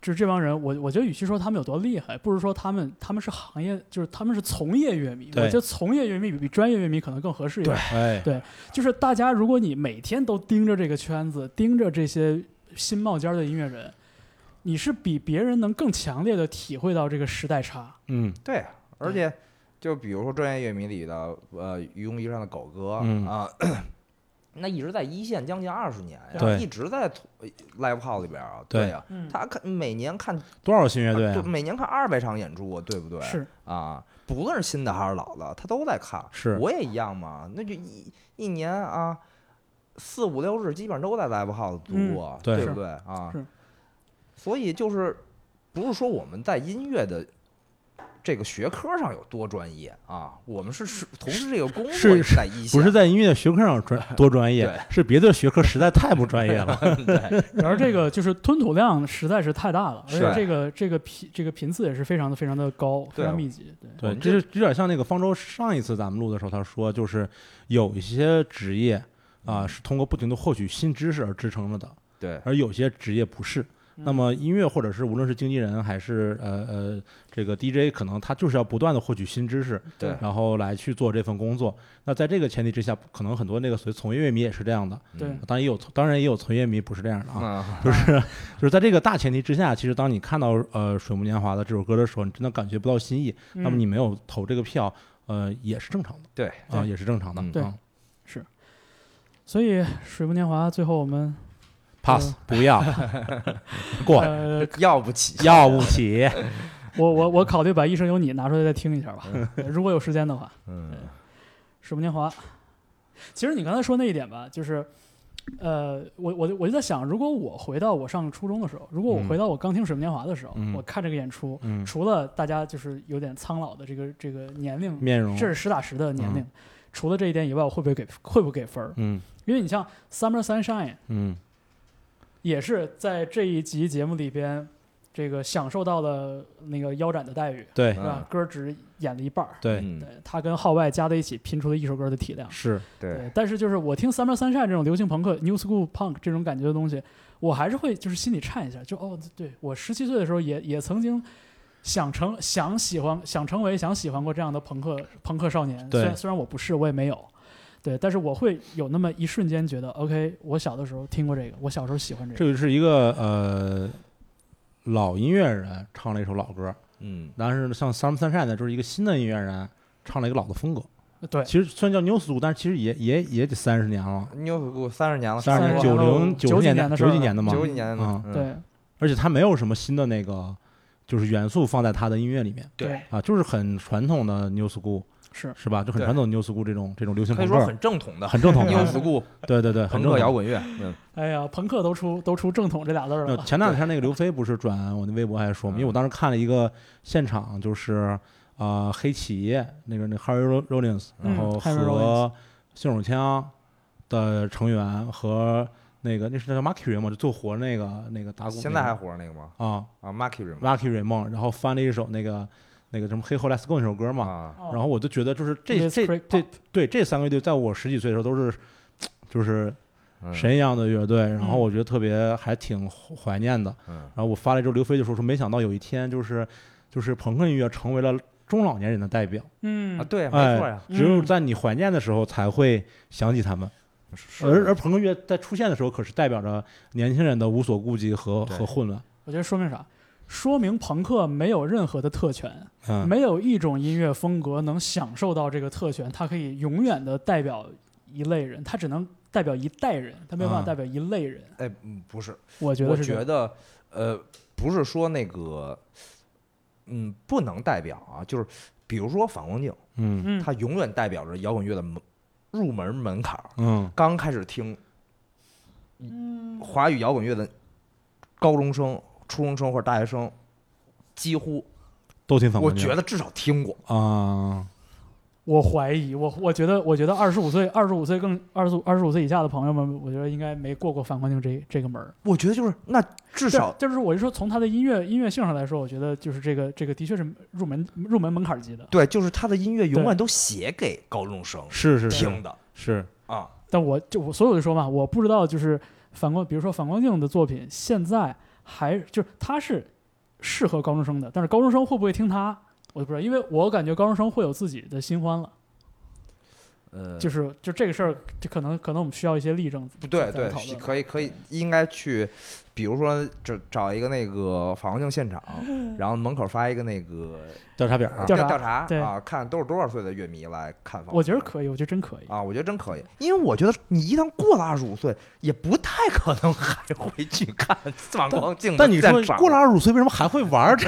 [SPEAKER 3] 就是这帮人，我我觉得与其说他们有多厉害，不如说他们他们是行业，就是他们是从业乐迷。我
[SPEAKER 1] 对
[SPEAKER 3] 觉得从业乐迷比比专业乐迷可能更合适一点。
[SPEAKER 1] 哎，
[SPEAKER 3] 就是大家，如果你每天都盯着这个圈子，盯着这些新冒尖儿的音乐人，你是比别人能更强烈的体会到这个时代差。
[SPEAKER 1] 嗯，
[SPEAKER 2] 对，啊而且就比如说专业乐迷里的呃愚公移山的狗哥
[SPEAKER 1] 嗯
[SPEAKER 2] 啊。 那一直在一线将近二十年呀，
[SPEAKER 1] 对
[SPEAKER 2] 一直在呃 live house 里边啊，
[SPEAKER 1] 对
[SPEAKER 2] 呀，
[SPEAKER 3] 嗯
[SPEAKER 2] 他看每年看
[SPEAKER 1] 多少新乐队
[SPEAKER 2] 就
[SPEAKER 1] 啊？
[SPEAKER 2] 每年看二百场演出啊，对不对？
[SPEAKER 3] 是，
[SPEAKER 2] 啊，不论是新的还是老的，他都在看。
[SPEAKER 1] 是
[SPEAKER 2] 我也一样嘛，那就一一年啊，四五六日基本上都在 live house 度
[SPEAKER 3] 嗯
[SPEAKER 2] 过，
[SPEAKER 1] 对
[SPEAKER 2] 对
[SPEAKER 3] 是
[SPEAKER 2] 不对啊
[SPEAKER 3] 是？
[SPEAKER 2] 所以就是不是说我们在音乐的。这个学科上有多专业啊？我们是是从事这个工作
[SPEAKER 1] 是
[SPEAKER 2] 也在一线，
[SPEAKER 1] 不是在音乐学科上 专多专业
[SPEAKER 2] 对，
[SPEAKER 1] 是别的学科实在太不专业 了。 啊
[SPEAKER 2] 对
[SPEAKER 3] 然而这个就是吞吐量实在是太大了，而
[SPEAKER 2] 是
[SPEAKER 3] 且这个这个频这个频次也是非常的非常的高，非
[SPEAKER 2] 对
[SPEAKER 3] 常密集。对，
[SPEAKER 1] 对，
[SPEAKER 2] 们
[SPEAKER 1] 这
[SPEAKER 2] 就
[SPEAKER 1] 就有点像那个方舟上一次咱们录的时候，他说就是有一些职业啊、是通过不停的获取新知识而支撑着的，
[SPEAKER 2] 嗯对，
[SPEAKER 1] 而有些职业不是。
[SPEAKER 3] 嗯
[SPEAKER 1] 那么音乐或者是无论是经纪人还是呃呃这个 DJ，可能他就是要不断的获取新知识，
[SPEAKER 2] 对
[SPEAKER 1] 然后来去做这份工作。那在这个前提之下，可能很多那个所谓从业乐迷也是这样的，
[SPEAKER 3] 对
[SPEAKER 2] 嗯
[SPEAKER 1] 当然也有当然也有从业迷不是这样的啊。
[SPEAKER 2] 啊，
[SPEAKER 1] 就是 就是在这个大前提之下，其实当你看到呃《水木年华》的这首歌的时候，你真的感觉不到新意。那么
[SPEAKER 3] 嗯
[SPEAKER 1] 你没有投这个票，呃，也是正常的
[SPEAKER 2] 对，
[SPEAKER 1] 啊，也是正常的。
[SPEAKER 2] 嗯
[SPEAKER 3] 对
[SPEAKER 1] 啊
[SPEAKER 3] 所以《水木年华》最后 我们
[SPEAKER 1] ，pass 不要 过，
[SPEAKER 3] 呃，
[SPEAKER 2] 要不起，
[SPEAKER 1] 要不起。
[SPEAKER 3] 我我我考虑把《一生有你》拿出来再听一下吧，
[SPEAKER 1] 嗯
[SPEAKER 3] 如果有时间的话。
[SPEAKER 2] 嗯，
[SPEAKER 3] 水木年华。其实你刚才说那一点吧，就是，呃，我我就我就在想，如果我回到我上初中的时候，如果我
[SPEAKER 1] 嗯
[SPEAKER 3] 回到我刚听水木年华的时候，
[SPEAKER 1] 嗯
[SPEAKER 3] 我看这个演出，
[SPEAKER 1] 嗯，
[SPEAKER 3] 除了大家就是有点苍老的这个这个年龄，
[SPEAKER 1] 面容，
[SPEAKER 3] 这是实打实的年龄。除了这一点以外，我会不会给会不会给分儿？
[SPEAKER 1] 嗯
[SPEAKER 3] 因为你像《Summer Sunshine》
[SPEAKER 1] 嗯
[SPEAKER 3] 也是在这一集节目里边，这个享受到了那个腰斩的待遇，
[SPEAKER 1] 对
[SPEAKER 3] 是吧
[SPEAKER 2] 嗯？
[SPEAKER 3] 歌只演了一半儿，
[SPEAKER 1] 对
[SPEAKER 2] 嗯，
[SPEAKER 3] 对他跟号外加在一起拼出了一首歌的体量。
[SPEAKER 1] 是，
[SPEAKER 2] 对，
[SPEAKER 3] 但是就是我听 Summer Sunshine 这种流行朋克、New School Punk 这种感觉的东西，我还是会就是心里颤一下，就哦，对我十七岁的时候也也曾经想成想喜欢想成为想喜欢过这样的朋克朋克少年，虽
[SPEAKER 1] 对
[SPEAKER 3] 然虽然我不是，我也没有。对，但是我会有那么一瞬间觉得，OK，我小的时候听过这个，我小时候喜欢这个，
[SPEAKER 1] 这就是一个呃老音乐人唱了一首老歌，
[SPEAKER 2] 嗯，
[SPEAKER 1] 但是像 Sam 三善呢，就是一个新的音乐人唱了一个老的风格。
[SPEAKER 3] 对，
[SPEAKER 1] 其实虽然叫 New School，但是其实也也也得三十年了。
[SPEAKER 2] 牛仔裤啊三十年了，
[SPEAKER 1] 三
[SPEAKER 3] 十
[SPEAKER 1] 十
[SPEAKER 3] 年
[SPEAKER 1] 年
[SPEAKER 3] 了
[SPEAKER 1] 九零
[SPEAKER 3] 90
[SPEAKER 1] 九
[SPEAKER 3] 年
[SPEAKER 1] 代
[SPEAKER 3] 的事儿
[SPEAKER 1] 九
[SPEAKER 3] 了
[SPEAKER 1] 几年的嘛，
[SPEAKER 2] 九几年的
[SPEAKER 1] 啊，
[SPEAKER 2] 嗯
[SPEAKER 3] 对，
[SPEAKER 1] 而且他没有什么新的那个就是元素放在他的音乐里面
[SPEAKER 3] 对，
[SPEAKER 1] 啊，就是很传统的 new school
[SPEAKER 3] 是，
[SPEAKER 1] 是吧？就很
[SPEAKER 2] 对
[SPEAKER 1] 传统的 new school 这种这种流行
[SPEAKER 2] 可以
[SPEAKER 1] 朋
[SPEAKER 2] 说
[SPEAKER 1] 克，
[SPEAKER 2] 很正统的
[SPEAKER 1] 很正统
[SPEAKER 2] new
[SPEAKER 1] 的，
[SPEAKER 2] school
[SPEAKER 1] 对对对，很
[SPEAKER 2] 朋
[SPEAKER 1] 正
[SPEAKER 2] 克摇
[SPEAKER 1] 统。
[SPEAKER 2] 滚乐，嗯，
[SPEAKER 3] 哎呀，朋克都出都出正统这俩字儿
[SPEAKER 1] 呃
[SPEAKER 3] 了，
[SPEAKER 1] 前两天那个刘飞不是转我那微博还说嘛，
[SPEAKER 2] 嗯
[SPEAKER 1] 因为我当时看了一个现场，就是呃黑企业那个那 Harry Rollins，
[SPEAKER 3] 嗯
[SPEAKER 1] 然后
[SPEAKER 3] Harry
[SPEAKER 1] 和信手枪的成员和那个那是叫 Marky 嘛，就最活那个那个打鼓那个，
[SPEAKER 2] 现在还活着那个吗？
[SPEAKER 1] 啊
[SPEAKER 2] 啊，Marky r
[SPEAKER 1] Lucky Raymond，然后翻了一首那个那个什么《黑后 Let's Go》那首歌嘛，
[SPEAKER 2] 啊，
[SPEAKER 3] 哦
[SPEAKER 1] 然后我就觉得就是这
[SPEAKER 3] Let's
[SPEAKER 1] 这
[SPEAKER 3] break
[SPEAKER 1] 这
[SPEAKER 3] pop
[SPEAKER 1] 对这三个乐队，在我十几岁的时候都是就是
[SPEAKER 2] 嗯
[SPEAKER 1] 神一样的乐队，然后
[SPEAKER 3] 嗯
[SPEAKER 1] 我觉得特别还挺怀念的。
[SPEAKER 2] 嗯
[SPEAKER 1] 然后我发了之后，刘飞就说说没想到有一天就是就是朋克音乐成为了中老年人的代表，
[SPEAKER 3] 嗯
[SPEAKER 2] 啊，，对，没
[SPEAKER 1] 哎
[SPEAKER 2] 错呀，
[SPEAKER 1] 只有在你怀念的时候才会想起他们。
[SPEAKER 2] 是
[SPEAKER 1] 而而朋克乐在出现的时候，可是代表着年轻人的无所顾忌和
[SPEAKER 2] 对
[SPEAKER 1] 和混乱。
[SPEAKER 3] 我觉得说明啥？说明朋克没有任何的特权，
[SPEAKER 1] 嗯，
[SPEAKER 3] 没有一种音乐风格能享受到这个特权，它可以永远的代表一类人，它只能代表一代人，它没有办法
[SPEAKER 1] 啊
[SPEAKER 3] 代表一类人。
[SPEAKER 2] 哎，嗯不是，
[SPEAKER 3] 我觉
[SPEAKER 2] 我
[SPEAKER 3] 得是这
[SPEAKER 2] 觉
[SPEAKER 3] 样，
[SPEAKER 2] 得呃，不是说那个，嗯，不能代表啊，就是比如说反光镜，
[SPEAKER 1] 嗯
[SPEAKER 3] 嗯，
[SPEAKER 2] 它永远代表着摇滚乐的门入门门槛儿。
[SPEAKER 1] 嗯
[SPEAKER 2] 刚开始听
[SPEAKER 3] 嗯
[SPEAKER 2] 华语摇滚乐的高中生、初中生或者大学生，几乎
[SPEAKER 1] 都挺反
[SPEAKER 2] 我
[SPEAKER 1] 叛逆
[SPEAKER 2] 觉得至少听过。
[SPEAKER 1] 啊，
[SPEAKER 3] 我怀疑，我我觉得，我觉得二十五岁、二十五岁更二十二十五岁以下的朋友们，我觉得应该没过过反光镜这这个门儿。
[SPEAKER 2] 我觉得就是那至少
[SPEAKER 3] 对就是我就说从他的音乐音乐性上来说，我觉得就是这个这个的确是入门入门门槛级的。
[SPEAKER 2] 对，就是他的音乐永远都写给高中生
[SPEAKER 1] 是是是
[SPEAKER 2] 听的
[SPEAKER 1] 是，
[SPEAKER 2] 啊。
[SPEAKER 3] 但我就我所以我就说嘛，我不知道就是反光，比如说反光镜的作品，现在还就是它是适合高中生的，但是高中生会不会听它，我就不知道，因为我感觉高中生会有自己的新欢了，
[SPEAKER 2] 呃，
[SPEAKER 3] 就是就这个事儿，就可能可能我们需要一些例证
[SPEAKER 2] 不
[SPEAKER 3] 再，
[SPEAKER 2] 对
[SPEAKER 3] 再
[SPEAKER 2] 对
[SPEAKER 3] 讨，论
[SPEAKER 2] 是
[SPEAKER 3] 了
[SPEAKER 2] 可以可以，应该去，比如说找找一个那个反光镜现场，然后门口发一个那个
[SPEAKER 1] 嗯
[SPEAKER 2] 啊
[SPEAKER 1] 调查表儿
[SPEAKER 3] 调查
[SPEAKER 2] 调查
[SPEAKER 3] 对
[SPEAKER 2] 啊，看都是多少岁的乐迷来看房。
[SPEAKER 3] 我觉得可以，我觉得真可以。
[SPEAKER 2] 啊，我觉得真可以，因为我觉得你一旦过了二十五岁，也不太可能还会去看 反光镜的
[SPEAKER 1] 但你说
[SPEAKER 2] 现场
[SPEAKER 1] 过了二十五岁，为什么还会玩儿这？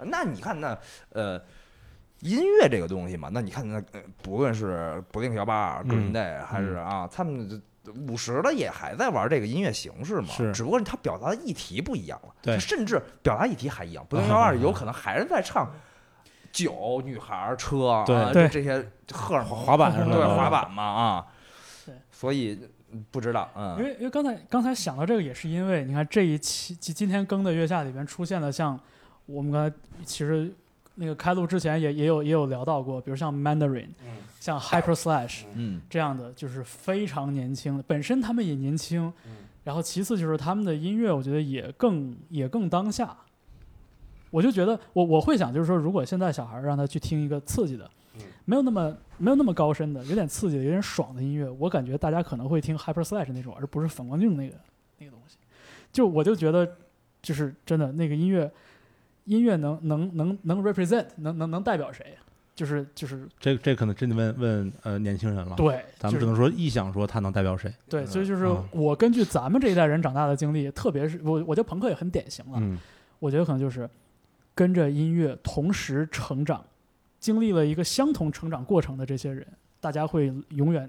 [SPEAKER 2] 那你看那呃，音乐这个东西嘛，那你看那、呃不论是 Blink 幺八二、格林
[SPEAKER 1] 嗯
[SPEAKER 2] 队还是啊，他们五十了也还在玩这个音乐形式嘛，
[SPEAKER 1] 是
[SPEAKER 2] 只不过他表达的议题不一样了，
[SPEAKER 1] 对
[SPEAKER 2] 就甚至表达议题还一样，Blink
[SPEAKER 1] 啊
[SPEAKER 2] 幺
[SPEAKER 1] 啊
[SPEAKER 2] 二有可能还是在唱酒、女孩、车啊，
[SPEAKER 1] 对
[SPEAKER 2] 这
[SPEAKER 3] 对
[SPEAKER 2] 这些荷尔蒙
[SPEAKER 1] 滑板什么
[SPEAKER 2] 对
[SPEAKER 1] 的，
[SPEAKER 2] 滑板嘛啊
[SPEAKER 3] 对，
[SPEAKER 2] 所以不知道，嗯，
[SPEAKER 3] 因为因为刚才刚才想到这个，也是因为你看这一期今今天更的月下里边出现了像我们刚才其实那个开录之前也也有也有聊到过，比如像 Mandarin，、像 Hyper Slash，
[SPEAKER 2] 嗯
[SPEAKER 3] 这样的就是非常年轻的，本身他们也年轻，
[SPEAKER 1] 嗯
[SPEAKER 3] 然后其次就是他们的音乐，我觉得也更也更当下。我就觉得我我会想，就是说，如果现在小孩儿让他去听一个刺激的，
[SPEAKER 1] 嗯
[SPEAKER 3] 没有那么没有那么高深的，有点刺激的，有点爽的音乐，我感觉大家可能会听 Hyper Slash 那种，而不是反光镜那个那个东西。就我就觉得，就是真的那个音乐，音乐能能能能 represent 能能能代表谁？就是就是
[SPEAKER 1] 这这可能真得问问呃年轻人了。
[SPEAKER 3] 对，
[SPEAKER 1] 咱们
[SPEAKER 3] 就是
[SPEAKER 1] 只能说臆想说它能代表谁。
[SPEAKER 3] 对，
[SPEAKER 2] 嗯
[SPEAKER 3] 所以就是
[SPEAKER 1] 嗯
[SPEAKER 3] 我根据咱们这一代人长大的经历，特别是我，我觉得朋克也很典型了。
[SPEAKER 1] 嗯，
[SPEAKER 3] 我觉得可能就是跟着音乐同时成长，经历了一个相同成长过程的这些人，大家会永远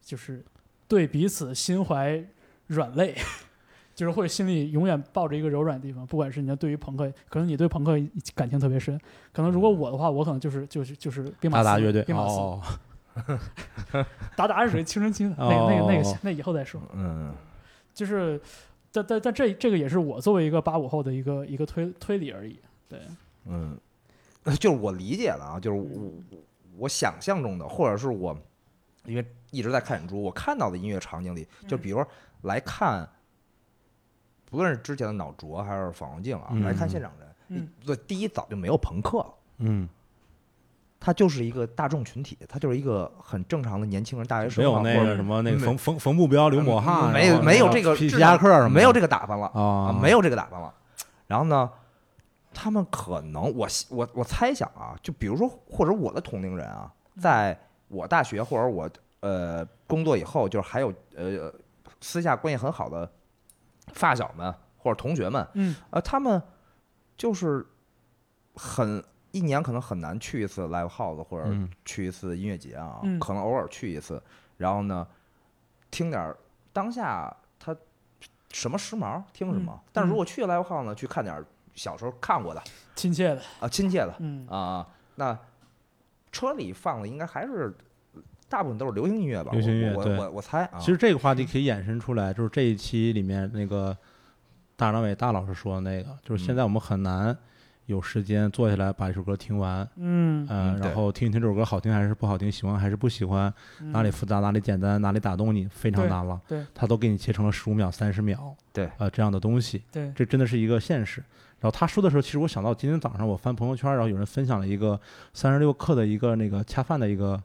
[SPEAKER 3] 就是对彼此心怀软肋， 就是会心里永远抱着一个柔软的地方。不管是你的对于朋克，可能你对朋克感情特别深，可能如果我的话，我可能就是就是就是兵马
[SPEAKER 1] 嗯达
[SPEAKER 3] 司
[SPEAKER 1] 嗯达乐队
[SPEAKER 3] 兵马司
[SPEAKER 1] 哦，
[SPEAKER 3] 达达是属于青春期的，那个那个那
[SPEAKER 1] 哦
[SPEAKER 3] 个那以后再说。
[SPEAKER 2] 嗯
[SPEAKER 3] 就是，但但但这这个也是我作为一个八五后的一个一个推推理而已。对，
[SPEAKER 2] 嗯， 就是我理解了啊，就是我我想象中的，或者是我因为一直在看演出，我看到的音乐场景里，就比如说来看，不论是之前的脑浊还是反光镜啊，
[SPEAKER 1] 嗯
[SPEAKER 2] 来看现场人，
[SPEAKER 3] 嗯
[SPEAKER 2] 一对，第一早就没有朋克了。
[SPEAKER 1] 嗯，
[SPEAKER 2] 他就是一个大众群体，他就是一个很正常的年轻人，大学
[SPEAKER 1] 没
[SPEAKER 2] 生
[SPEAKER 1] 有
[SPEAKER 2] 啊
[SPEAKER 1] 那
[SPEAKER 2] 或
[SPEAKER 1] 个
[SPEAKER 2] 者
[SPEAKER 1] 什么那个
[SPEAKER 2] 没嗯
[SPEAKER 1] 冯冯冯目标、刘抹汗，然
[SPEAKER 2] 没有
[SPEAKER 1] 后
[SPEAKER 2] 没有这个
[SPEAKER 1] 皮皮
[SPEAKER 2] 质量
[SPEAKER 1] 夹克什么的
[SPEAKER 2] 没有这个打扮了，
[SPEAKER 1] 啊
[SPEAKER 2] 啊，，没有这个打扮了。然后呢，他们可能我希我我猜想啊，就比如说或者我的同龄人啊，在我大学或者我呃工作以后，就是还有呃私下关系很好的发小们或者同学们，
[SPEAKER 3] 嗯，
[SPEAKER 2] 呃，他们就是很一年可能很难去一次 live house 或者
[SPEAKER 1] 嗯
[SPEAKER 2] 去一次音乐节啊，
[SPEAKER 3] 嗯
[SPEAKER 2] 可能偶尔去一次，然后呢，听点儿当下他什么时髦听什么，
[SPEAKER 3] 嗯
[SPEAKER 2] 但是如
[SPEAKER 3] 嗯
[SPEAKER 2] 果去 live house 呢，去看点儿小时候看过的
[SPEAKER 3] 亲切的，
[SPEAKER 2] 啊亲切的
[SPEAKER 3] 嗯，
[SPEAKER 2] 啊，那车里放的应该还是大部分都是流行音乐吧，
[SPEAKER 1] 流行音乐
[SPEAKER 2] 我
[SPEAKER 1] 对
[SPEAKER 2] 我我我猜啊，
[SPEAKER 1] 其实这个话题可以衍生出来，就是这一期里面那个大张伟大老师说的那个，就是
[SPEAKER 2] 嗯
[SPEAKER 1] 现在我们很难有时间坐下来把一首歌听完，
[SPEAKER 3] 嗯，
[SPEAKER 1] 呃
[SPEAKER 2] 嗯，对
[SPEAKER 1] 然后听一听这首歌好听还是不好听，喜欢还是不喜欢，
[SPEAKER 3] 嗯
[SPEAKER 1] 哪里复杂哪里简单哪里打动你，非常
[SPEAKER 3] 对
[SPEAKER 1] 难了。
[SPEAKER 3] 对，
[SPEAKER 1] 他都给你切成了十五秒、三十秒，
[SPEAKER 2] 对，
[SPEAKER 1] 呃，这样的东西，
[SPEAKER 3] 对，
[SPEAKER 1] 这真的是一个现实。然后他说的时候，其实我想到今天早上我翻朋友圈，然后有人分享了一个三十六氪的一个那个恰饭的一个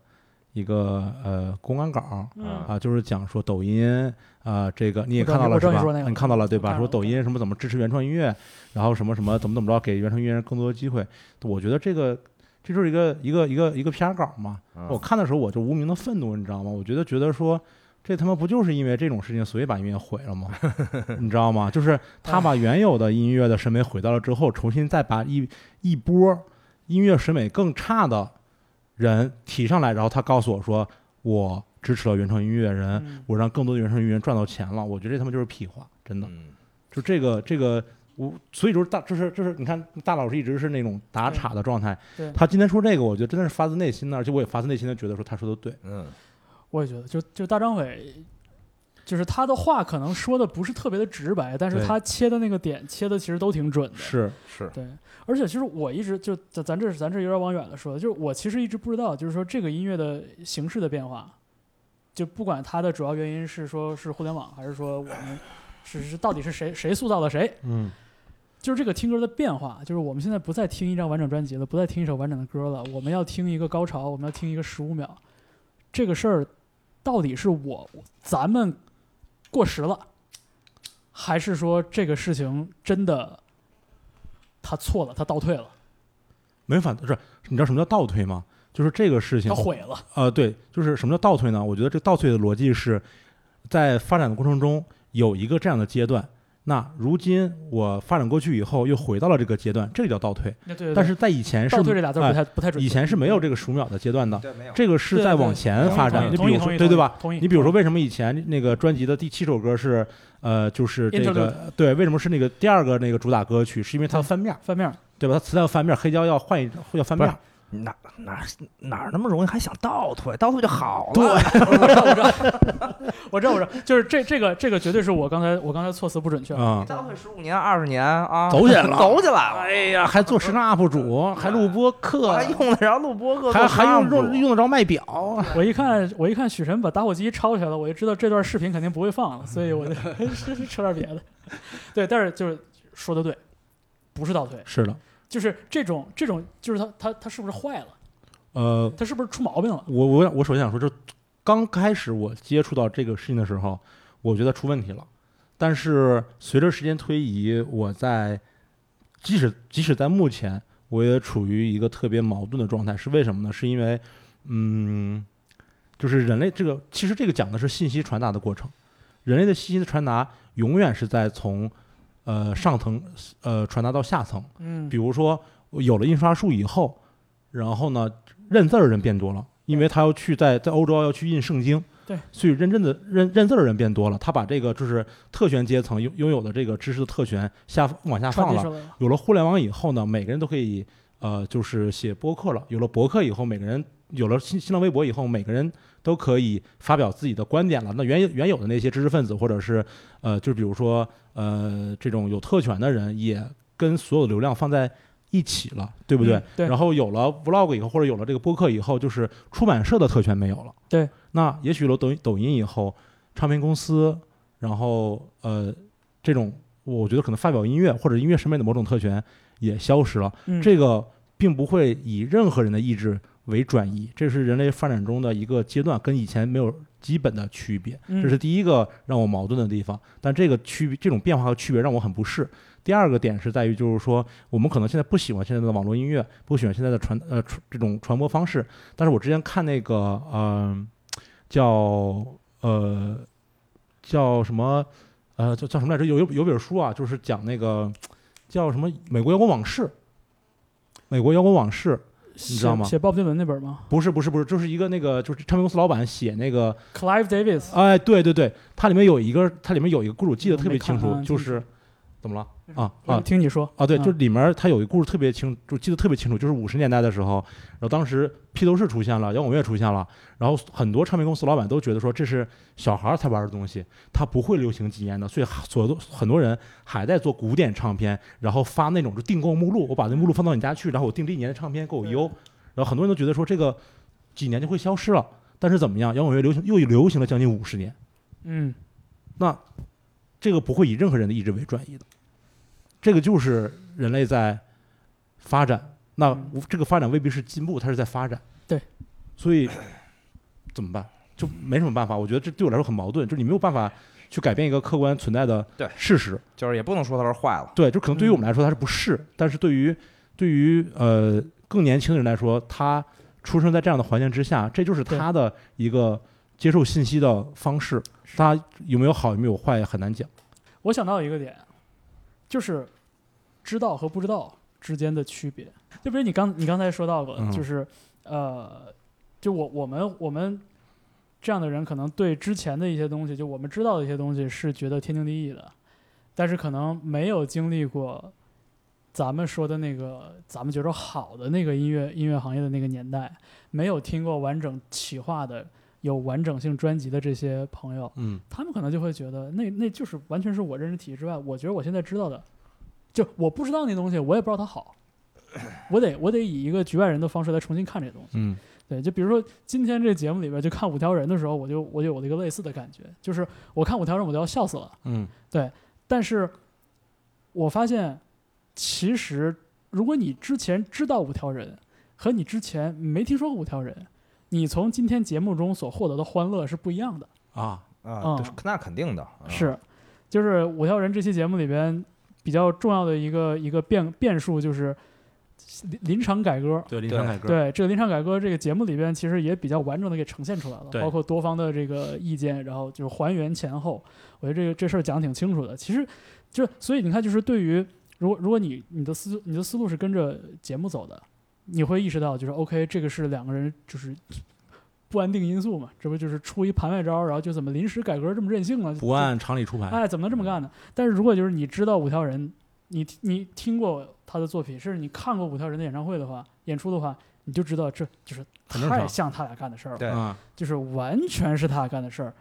[SPEAKER 1] 一个呃公关稿儿，
[SPEAKER 3] 嗯
[SPEAKER 1] 啊，就是讲说抖音啊、这个你也
[SPEAKER 3] 我知
[SPEAKER 1] 看
[SPEAKER 3] 道
[SPEAKER 1] 到了
[SPEAKER 3] 你我
[SPEAKER 1] 是
[SPEAKER 3] 知道
[SPEAKER 1] 吧
[SPEAKER 3] 你说那？个
[SPEAKER 1] 你看到了对
[SPEAKER 3] 我
[SPEAKER 1] 吧？
[SPEAKER 3] 看
[SPEAKER 1] 说
[SPEAKER 3] 了我
[SPEAKER 1] 抖
[SPEAKER 3] 看
[SPEAKER 1] 音什么怎么支持原创音乐，然后什么什么怎么怎么着给原创音乐人更多的机会。我觉得这个这就是一个一个一个一个 PR 稿嘛。
[SPEAKER 2] 嗯
[SPEAKER 1] 我看的时候我就无名的愤怒，你知道吗？我觉得觉得说。这他妈不就是因为这种事情，所以把音乐毁了吗？你知道吗？就是他把原有的音乐的审美毁掉了之后，重新再把一一波音乐审美更差的人提上来，然后他告诉我说，我支持了原创音乐人，
[SPEAKER 3] 嗯
[SPEAKER 1] 我让更多的原创音乐人赚到钱了。我觉得这他妈就是屁话，真的。
[SPEAKER 2] 嗯
[SPEAKER 1] 就这个这个，我所以就是大，这是这是你看大老师一直是那种打岔的状态
[SPEAKER 3] 对对。
[SPEAKER 1] 他今天说这个，我觉得真的是发自内心的，而且我也发自内心的觉得说他说的对。
[SPEAKER 2] 嗯，
[SPEAKER 3] 我也觉得，就就大张伟，就是他的话可能说的不是特别的直白，但是
[SPEAKER 1] 对
[SPEAKER 3] 他切的那个点切的其实都挺准的。
[SPEAKER 1] 是，
[SPEAKER 2] 是，
[SPEAKER 3] 对，而且其实我一直就咱咱这咱这有点往远了说，就是我其实一直不知道，就是说这个音乐的形式的变化，就不管它的主要原因是说是互联网，还是说我们是是到底是谁谁塑造了谁，
[SPEAKER 1] 嗯，
[SPEAKER 3] 就是这个听歌的变化，就是我们现在不再听一张完整专辑了，不再听一首完整的歌了，我们要听一个高潮，我们要听一个十五秒，这个事儿到底是我咱们过时了，还是说这个事情真的他错了，他倒退了，
[SPEAKER 1] 没法，是你知道什么叫倒退吗？就是这个事情
[SPEAKER 3] 他，毁了？
[SPEAKER 1] 呃，对，就是什么叫倒退呢？我觉得这倒退的逻辑是在发展的过程中有一个这样的阶段。那如今我发展过去以后，又回到了这个阶段，这个叫倒退。
[SPEAKER 3] 对对对
[SPEAKER 1] 但是在以前是哎
[SPEAKER 3] 倒退这俩字儿不太、不太准确，
[SPEAKER 1] 以前是没有这个数秒的阶段的，
[SPEAKER 2] 对，没有，
[SPEAKER 1] 这个是在往前发展。
[SPEAKER 3] 对
[SPEAKER 1] 你比
[SPEAKER 3] 同意
[SPEAKER 1] 如
[SPEAKER 3] 同
[SPEAKER 1] 说，
[SPEAKER 3] 意
[SPEAKER 1] 对对吧？？
[SPEAKER 3] 同意，
[SPEAKER 1] 你比如说，为什么以前那个专辑的第七首歌是呃，就是这
[SPEAKER 3] Interlude
[SPEAKER 1] 个对，为什么是那个第二个那个主打歌曲？是因为它的翻面儿，
[SPEAKER 3] 翻面儿，
[SPEAKER 1] 对吧？它磁带要翻面儿，黑胶要换一要翻面儿。
[SPEAKER 2] 哪哪哪那么容易，还想倒退，倒退就好了。
[SPEAKER 1] 啊
[SPEAKER 3] 我知道我知道，就是这这个这个绝对是我刚才我刚才措辞不准确，
[SPEAKER 1] 啊、
[SPEAKER 2] 倒退十五年、二十年啊，
[SPEAKER 1] 走起来了
[SPEAKER 2] 走起来了，
[SPEAKER 1] 哎呀，还做时尚 UP 主，还录播客，
[SPEAKER 2] 还用得着录播客，
[SPEAKER 1] 还还用
[SPEAKER 2] 录
[SPEAKER 1] 用用得着卖表。
[SPEAKER 3] 我一看，我一看许晨把打火机抄起来了，我就知道这段视频肯定不会 放了，所以我就 是是扯点别的。 对，但是就是说的对，不是倒退，
[SPEAKER 1] 是的，
[SPEAKER 3] 就是这种这种，就是他他他是不是坏了？
[SPEAKER 1] 呃，
[SPEAKER 3] 他是不是出毛病了？
[SPEAKER 1] 我我我首先想说，就刚开始我接触到这个事情的时候，我觉得出问题了。但是随着时间推移，我在即使即使在目前，我也处于一个特别矛盾的状态，是为什么呢？是因为，嗯，就是人类这个其实这个讲的是信息传达的过程，人类的信息的传达永远是在从呃上层呃传达到下层，
[SPEAKER 3] 嗯
[SPEAKER 1] 比，如说有了印刷术以后，然后呢，认字儿人变多了，因为他要去在在欧洲要去印圣经，
[SPEAKER 3] 对，
[SPEAKER 1] 所以认真的认认字儿的人变多了，他把这个就是特权阶层拥拥有的这个知识的特权下往下
[SPEAKER 3] 传
[SPEAKER 1] 放
[SPEAKER 3] 递
[SPEAKER 1] 了
[SPEAKER 3] 出。来了。
[SPEAKER 1] 有了互联网以后呢，每个人都可以呃就是写博客了，有了博客以后，每个人有了新新浪微博以后，每个人都可以发表自己的观点了。那原原有的那些知识分子或者是呃就比如说呃这种有特权的人也跟所有流量放在一起了，对不对？
[SPEAKER 3] 嗯对
[SPEAKER 1] 然后有了 vlog 以后，或者有了这个播客以后，就是出版社的特权没有了。
[SPEAKER 3] 对。
[SPEAKER 1] 那也许有了抖抖音以后，唱片公司，然后呃，这种我觉得可能发表音乐或者音乐审美的某种特权也消失了。
[SPEAKER 3] 嗯，
[SPEAKER 1] 这个并不会以任何人的意志为转移，这是人类发展中的一个阶段，跟以前没有基本的区别。
[SPEAKER 3] 嗯
[SPEAKER 1] 这是第一个让我矛盾的地方。但这个区别，这种变化和区别让我很不适。第二个点是在于，就是说我们可能现在不喜欢现在的网络音乐，不喜欢现在的传呃传这种传播方式。但是我之前看那个嗯、叫呃叫什么呃叫叫什么来着？有有有本书啊，就是讲那个叫什么《美国摇滚往事》。美国摇滚往事
[SPEAKER 3] 你
[SPEAKER 1] 知道吗
[SPEAKER 3] 写鲍勃迪伦那本吗
[SPEAKER 1] 不是不是不是，就是一个那个就是唱片公司老板写那个，
[SPEAKER 3] ？Clive Davis，
[SPEAKER 1] 哎，对对对，它里面有一个，它里面有一个故事，我记得特别清
[SPEAKER 3] 我没
[SPEAKER 1] 楚，
[SPEAKER 3] 看啊嗯
[SPEAKER 1] 就是怎么了啊
[SPEAKER 3] 我
[SPEAKER 1] 啊
[SPEAKER 3] 听你说
[SPEAKER 1] 啊，对，
[SPEAKER 3] 嗯
[SPEAKER 1] 就里面它有一个故事特别清，就记得特别清楚，就是五十年代的时候，然后当时披头士出现了，摇滚乐出现了，然后很多唱片公司老板都觉得说这是小孩儿才玩的东西，它不会流行几年的，所以所多很多人还在做古典唱片，然后发那种就订购目录，我把那目录放到你家去，然后我订这一年的唱片给我邮，然后很多人都觉得说这个几年就会消失了，但是怎么样，摇滚乐流行又流行了将近五十年。
[SPEAKER 3] 嗯，
[SPEAKER 1] 那这个不会以任何人的意志为转移的，这个就是人类在发展。那
[SPEAKER 3] 嗯
[SPEAKER 1] 无这个发展未必是进步，它是在发展。
[SPEAKER 3] 对，
[SPEAKER 1] 所以怎么办？就没什么办法。我觉得这对我来说很矛盾，就是你没有办法去改变一个客观存在的
[SPEAKER 2] 对
[SPEAKER 1] 事实。
[SPEAKER 2] 就是也不能说它是坏了，
[SPEAKER 1] 对，就可能对于我们来说它是不是，但是对于对于呃更年轻的人来说，他出生在这样的环境之下，这就是他的一个接受信息的方式。他有没有好，有没有坏，很难讲。
[SPEAKER 3] 我想到一个点，就是知道和不知道之间的区别。就比如你刚你刚才说到过，
[SPEAKER 1] 嗯
[SPEAKER 3] 就是呃，就我我们我们这样的人，可能对之前的一些东西，就我们知道的一些东西是觉得天经地义的，但是可能没有经历过咱们说的那个咱们觉得好的那个音乐音乐行业的那个年代，没有听过完整企划的有完整性专辑的这些朋友，
[SPEAKER 1] 嗯，
[SPEAKER 3] 他们可能就会觉得那那就是完全是我认识体系之外，我觉得我现在知道的，就我不知道那东西，我也不知道它好，我得我得以一个局外人的方式来重新看这东西。
[SPEAKER 1] 嗯
[SPEAKER 3] 对，就比如说今天这节目里边就看五条人的时候，我就我有了一个类似的感觉，就是我看五条人我都要笑死了，
[SPEAKER 1] 嗯
[SPEAKER 3] 但是我发现其实如果你之前知道五条人和你之前没听说过五条人，你从今天节目中所获得的欢乐是不一样的。
[SPEAKER 1] 啊，
[SPEAKER 2] 啊，
[SPEAKER 3] 嗯
[SPEAKER 2] 对那肯定的，啊
[SPEAKER 3] 是，就是五条人这期节目里边比较重要的一个一个变变数就是临临场改革。
[SPEAKER 1] 对，林场改革，
[SPEAKER 3] 对这个临场改革这个节目里边，其实也比较完整的给呈现出来了，
[SPEAKER 1] 对
[SPEAKER 3] 包括多方的这个意见，然后就是还原前后。我觉得这个这事儿讲得挺清楚的。其实就所以你看，就是对于如果如果你你的思你的思路是跟着节目走的，你会意识到就是 OK，这个是两个人就是不安定因素嘛，这不就是出一盘外招，然后就怎么临时改革这么任性了？
[SPEAKER 1] 不按常理出牌，
[SPEAKER 3] 哎，怎么能这么干呢？但是如果就是你知道五条人，你你听过他的作品，甚至你看过五条人的演唱会的话，演出的话，你就知道这就是
[SPEAKER 1] 很正常
[SPEAKER 3] 太像他俩干的事儿了，
[SPEAKER 2] 对
[SPEAKER 1] 啊，
[SPEAKER 3] 就是完全是他俩干的事儿，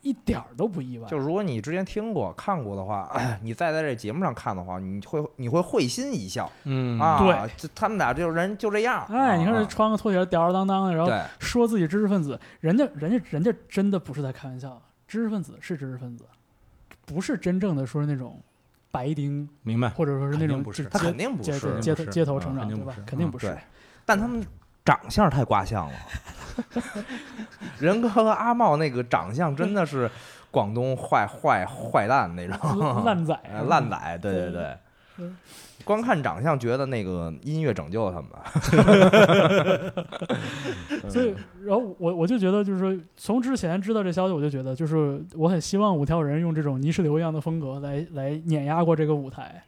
[SPEAKER 3] 一点儿都不意外。
[SPEAKER 2] 就如果你之前听过、看过的话， 你再在这节目上看的话，你会你会会心一笑
[SPEAKER 1] 嗯
[SPEAKER 2] 啊！
[SPEAKER 3] 对
[SPEAKER 2] 这他们俩就是人就这样。
[SPEAKER 3] 哎，你看这
[SPEAKER 2] 啊
[SPEAKER 3] 穿个拖鞋吊儿郎当的，然后
[SPEAKER 2] 对
[SPEAKER 3] 说自己知识分子，人家人家人家真的不是在开玩笑，啊知识分子是知识分子，不是真正的说那种白丁，
[SPEAKER 1] 明白，
[SPEAKER 3] 或者说是那
[SPEAKER 1] 肯定
[SPEAKER 3] 种
[SPEAKER 1] 不
[SPEAKER 3] 就是街
[SPEAKER 2] 他肯定不
[SPEAKER 3] 街
[SPEAKER 2] 是，
[SPEAKER 3] 街
[SPEAKER 1] 不
[SPEAKER 3] 头
[SPEAKER 1] 是
[SPEAKER 3] 街头
[SPEAKER 1] 啊
[SPEAKER 3] 成长
[SPEAKER 1] 肯定
[SPEAKER 3] 对
[SPEAKER 1] 不
[SPEAKER 3] 吧
[SPEAKER 1] 是？
[SPEAKER 3] 肯定
[SPEAKER 1] 嗯
[SPEAKER 3] 不是
[SPEAKER 2] 对，但他们长相太瓜相 了。仁哥和阿茂那个长相真的是广东坏坏坏蛋那 种
[SPEAKER 3] 烂仔啊
[SPEAKER 2] 哎烂仔，对对对
[SPEAKER 3] 嗯。
[SPEAKER 2] 光看长相，觉得那个音乐拯救了他们。
[SPEAKER 3] 所以，然后我我就觉得，就是说，从之前知道这消息，我就觉得，就是我很希望五条人用这种泥石流一样的风格来来碾压过这个舞台。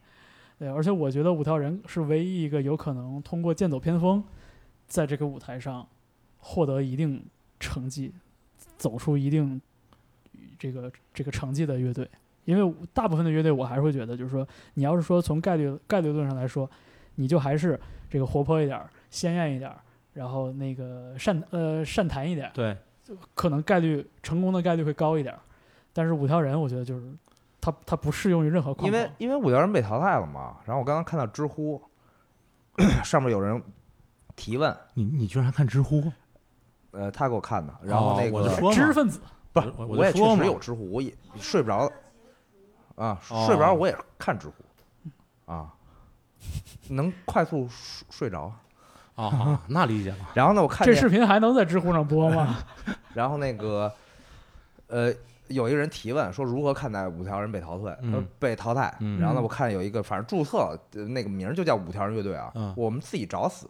[SPEAKER 3] 对，而且我觉得五条人是唯一一个有可能通过剑走偏锋，在这个舞台上获得一定成绩，走出一定这个这个成绩的乐队。因为大部分的乐队，我还是会觉得，就是说，你要是说从概率概率论上来说，你就还是这个活泼一点儿、鲜艳一点儿，然后那个善呃善谈一点儿，
[SPEAKER 1] 对，
[SPEAKER 3] 可能概率成功的概率会高一点儿。但是五条人，我觉得就是它它不适用于任何框
[SPEAKER 2] 因
[SPEAKER 3] 框。
[SPEAKER 2] 为因为五条人被淘汰了嘛。然后我刚刚看到知乎 上面有人提问，
[SPEAKER 1] 你你居然还看知乎，
[SPEAKER 2] 呃，他给我看的。然后
[SPEAKER 1] 哦
[SPEAKER 2] 那个、
[SPEAKER 1] 我就说嘛
[SPEAKER 3] 知识分子
[SPEAKER 2] 不
[SPEAKER 1] 我
[SPEAKER 2] 是，
[SPEAKER 1] 我
[SPEAKER 2] 我
[SPEAKER 1] 就
[SPEAKER 2] 也
[SPEAKER 1] 说
[SPEAKER 2] 确
[SPEAKER 1] 嘛
[SPEAKER 2] 实有知乎，我也睡不着啊，
[SPEAKER 1] 哦
[SPEAKER 2] 睡不着我也看知乎啊，能快速睡睡着。
[SPEAKER 1] 啊啊，那理解了，
[SPEAKER 2] 然后呢，我看
[SPEAKER 3] 这
[SPEAKER 2] 见，啊
[SPEAKER 3] 视频还能在知乎上 播吗？
[SPEAKER 2] 然后那个呃，有一个人提问说如何看待五条人被淘汰，呃
[SPEAKER 1] 嗯
[SPEAKER 2] 被淘汰。
[SPEAKER 1] 嗯
[SPEAKER 2] 然后呢，
[SPEAKER 3] 嗯
[SPEAKER 2] 我看有一个反正注册呃那个名儿就叫五条人乐队啊，
[SPEAKER 1] 嗯
[SPEAKER 2] 我们自己找死。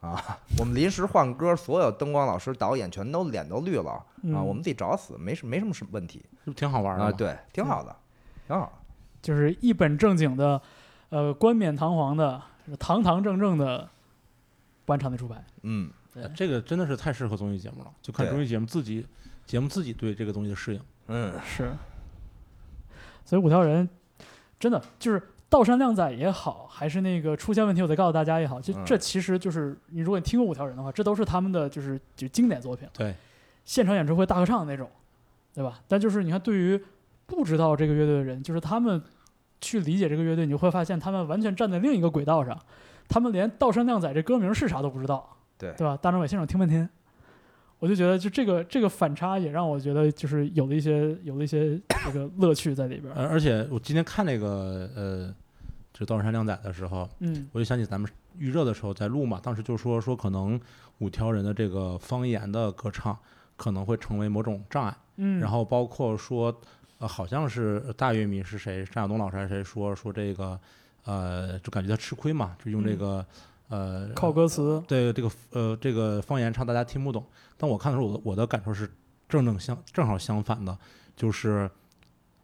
[SPEAKER 2] 啊，我们临时换歌，所有灯光老师、导演全都脸都绿了啊！
[SPEAKER 3] 嗯
[SPEAKER 2] 我们自己找死，没什没什么什么问题
[SPEAKER 1] 这不挺好玩的
[SPEAKER 2] 啊，
[SPEAKER 1] 吗？
[SPEAKER 2] 对，挺好的，挺好的。
[SPEAKER 3] 就是一本正经的，呃，冠冕堂皇的，堂堂正正的完场内出牌。
[SPEAKER 2] 嗯，
[SPEAKER 1] 呃这个真的是太适合综艺节目了，就看
[SPEAKER 2] 对
[SPEAKER 1] 综艺节目自己节目自己对这个东西的适应，
[SPEAKER 2] 嗯，
[SPEAKER 3] 是，所以五条人真的就是道山靓仔也好，还是那个出现问题我再告诉大家也好，就
[SPEAKER 2] 嗯
[SPEAKER 3] 这其实就是你如果你听过五条人的话，这都是他们的就是就经典作品，
[SPEAKER 1] 对，
[SPEAKER 3] 现场演出会大合唱的那种，对吧？但就是你看，对于不知道这个乐队的人，就是他们去理解这个乐队，你会发现他们完全站在另一个轨道上，他们连道山靓仔这歌名是啥都不知道，
[SPEAKER 2] 对
[SPEAKER 3] 对吧？大张伟现场听半天。我就觉得，就这个这个反差也让我觉得，就是有了一些有了一些这个乐趣在里边儿。
[SPEAKER 1] 而而且我今天看那个呃，就道山靓仔的时候，
[SPEAKER 3] 嗯
[SPEAKER 1] 我就想起咱们预热的时候在录嘛，当时就说说可能五条人的这个方言的歌唱可能会成为某种障碍，
[SPEAKER 3] 嗯，
[SPEAKER 1] 然后包括说，呃，好像是大乐迷是谁，单晓东老师还是谁说说这个，呃，就感觉他吃亏嘛，就用这
[SPEAKER 3] 嗯
[SPEAKER 1] 个、呃
[SPEAKER 3] 靠歌词，
[SPEAKER 1] 对这个呃这个方言唱大家听不懂，但我看的时候，我的我的感受是正正相正好相反的，就是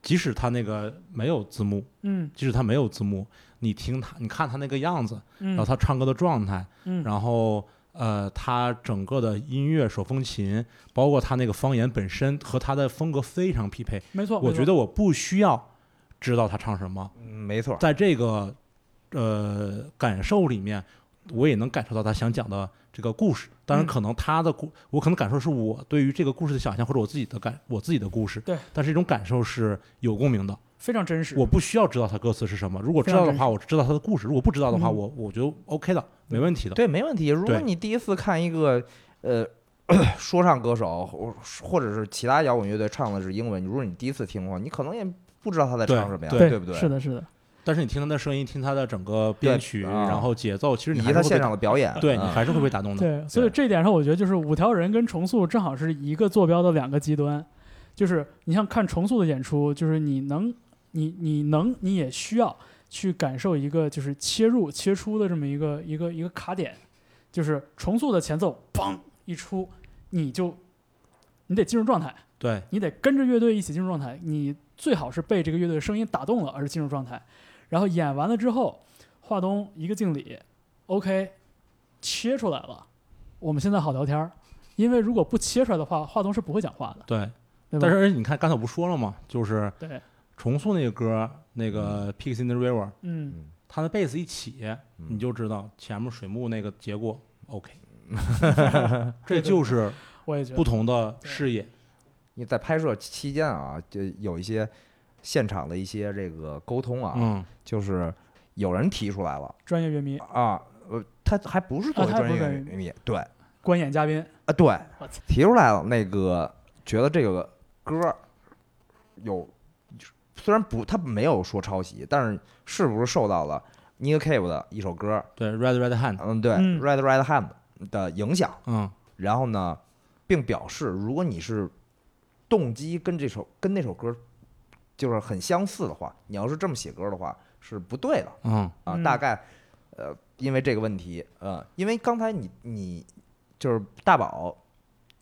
[SPEAKER 1] 即使他那个没有字幕，
[SPEAKER 3] 嗯
[SPEAKER 1] 即使他没有字幕，你听他你看他那个样子，
[SPEAKER 3] 嗯，
[SPEAKER 1] 然后他唱歌的状态，
[SPEAKER 3] 嗯
[SPEAKER 1] 然后呃他整个的音乐手风琴，包括他那个方言本身和他的风格非常匹配，
[SPEAKER 3] 哦没错，
[SPEAKER 1] 我
[SPEAKER 3] 没错
[SPEAKER 1] 觉得我不需要知道他唱什么。
[SPEAKER 2] 嗯没错，
[SPEAKER 1] 在这个呃感受里面，我也能感受到他想讲的这个故事。当然，
[SPEAKER 3] 嗯
[SPEAKER 1] 可能他的故，我可能感受是我对于这个故事的想象，或者我自己的感，我自己的故事。
[SPEAKER 3] 对，
[SPEAKER 1] 但是这种感受是有共鸣的。
[SPEAKER 3] 非常真实。
[SPEAKER 1] 我不需要知道他歌词是什么，如果知
[SPEAKER 3] 非常
[SPEAKER 1] 道的
[SPEAKER 3] 真
[SPEAKER 1] 话，我知道他的故事；如果不知道的话，
[SPEAKER 3] 嗯
[SPEAKER 1] 我我觉得 OK 的，没问题的。
[SPEAKER 2] 对，没问题。如果
[SPEAKER 1] 对
[SPEAKER 2] 你第一次看一个呃 说唱歌手或或者是其他摇滚乐队唱的是英文，如果你第一次听的话，你可能也不知道他在
[SPEAKER 1] 对
[SPEAKER 2] 唱什么呀，
[SPEAKER 1] 对
[SPEAKER 2] 对不对？
[SPEAKER 3] 是的，是的，
[SPEAKER 1] 但是你听他的声音，听他的整个编曲，
[SPEAKER 2] 对啊
[SPEAKER 1] 然后节奏，其实
[SPEAKER 2] 以
[SPEAKER 1] 你
[SPEAKER 2] 及
[SPEAKER 1] 还
[SPEAKER 2] 他
[SPEAKER 1] 是会
[SPEAKER 2] 现
[SPEAKER 1] 被
[SPEAKER 2] 场的表演，
[SPEAKER 1] 对你
[SPEAKER 2] 嗯
[SPEAKER 1] 还是会被打动的。
[SPEAKER 3] 对，所以这一点上，我觉得就是五条人跟重塑正好是一个坐标的两个极端，就是你像看重塑的演出，就是你能，你你能，你也需要去感受一个就是切入切出的这么一个一个一个卡点，就是重塑的前奏砰一出，你就你得进入状态，
[SPEAKER 1] 对
[SPEAKER 3] 你得跟着乐队一起进入状态，你最好是被这个乐队的声音打动了而进入状态。然后演完了之后，华东一个敬礼，OK，切出来了，我们现在好聊天儿。因为如果不切出来的话，华东是不会讲话的，
[SPEAKER 1] 对，
[SPEAKER 3] 对
[SPEAKER 1] 但
[SPEAKER 3] 吧？
[SPEAKER 1] 是你看刚才我不说了吗？就是
[SPEAKER 3] 对，
[SPEAKER 1] 重塑那个歌，那个《Pigs in the River》，
[SPEAKER 3] 嗯，
[SPEAKER 1] 他的贝斯一起，
[SPEAKER 2] 嗯
[SPEAKER 1] 你就知道前面水幕那个结果 OK。这就是
[SPEAKER 3] 我也觉
[SPEAKER 1] 不
[SPEAKER 3] 得
[SPEAKER 1] 同的视野，
[SPEAKER 2] 你在拍摄期间啊，就有一些现场的一些这个沟通啊，
[SPEAKER 1] 嗯，
[SPEAKER 2] 就是有人提出来了
[SPEAKER 3] 专业乐迷
[SPEAKER 2] 啊，呃，他还不是作为
[SPEAKER 3] 啊他还
[SPEAKER 2] 专
[SPEAKER 3] 不
[SPEAKER 2] 业
[SPEAKER 3] 是
[SPEAKER 2] 乐迷，对啊，
[SPEAKER 3] 观演嘉宾，
[SPEAKER 2] 对
[SPEAKER 3] 我操，
[SPEAKER 2] 提出来了，那个觉得这个歌儿有虽然不他没有说抄袭，但是是不是受到了 Nick Cave 的一首歌儿，
[SPEAKER 1] 对，Red Red Hand，
[SPEAKER 2] 嗯，对
[SPEAKER 3] 嗯
[SPEAKER 2] ，Red Red Hand 的影响，
[SPEAKER 1] 嗯，
[SPEAKER 2] 然后呢，并表示如果你是动机跟这首跟那首歌就是很相似的话，你要是这么写歌的话是不对的
[SPEAKER 1] 嗯，
[SPEAKER 2] 啊。
[SPEAKER 3] 嗯
[SPEAKER 2] 大概呃，因为这个问题，呃，因为刚才你你就是大宝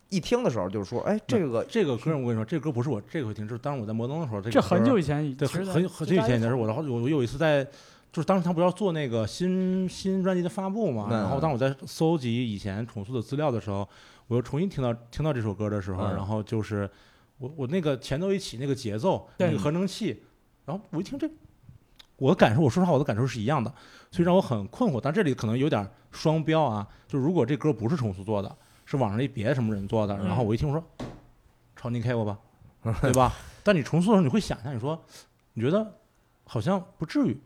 [SPEAKER 2] 一听的时候就是说，哎，这个
[SPEAKER 1] 这个歌我跟你说，这个歌不是我这回听，就是当时我在摩登的时候，这
[SPEAKER 3] 这
[SPEAKER 1] 个
[SPEAKER 3] 很
[SPEAKER 1] 歌
[SPEAKER 3] 久以前已，
[SPEAKER 1] 对，
[SPEAKER 3] 其实
[SPEAKER 1] 很
[SPEAKER 3] 在
[SPEAKER 1] 很很久以前的事。我然后我有一次在，就是当时他不是要做那个新新专辑的发布嘛，
[SPEAKER 2] 嗯
[SPEAKER 1] 然后当我在搜集以前重塑的资料的时候，我又重新听到听到这首歌的时候，
[SPEAKER 2] 嗯
[SPEAKER 1] 然后就是我我那个前奏一起那个节奏，
[SPEAKER 3] 对
[SPEAKER 1] 那个合成器，然后我一听这。我的感受，我说实话，我的感受是一样的，所以让我很困惑。但这里可能有点双标啊，就如果这歌不是重塑做的，是网上一别的什么人做的，然后我一听我说，抄 Nick Cave 吧，对吧？但你重塑的时候，你会想一下，你说，你觉得好像不至于，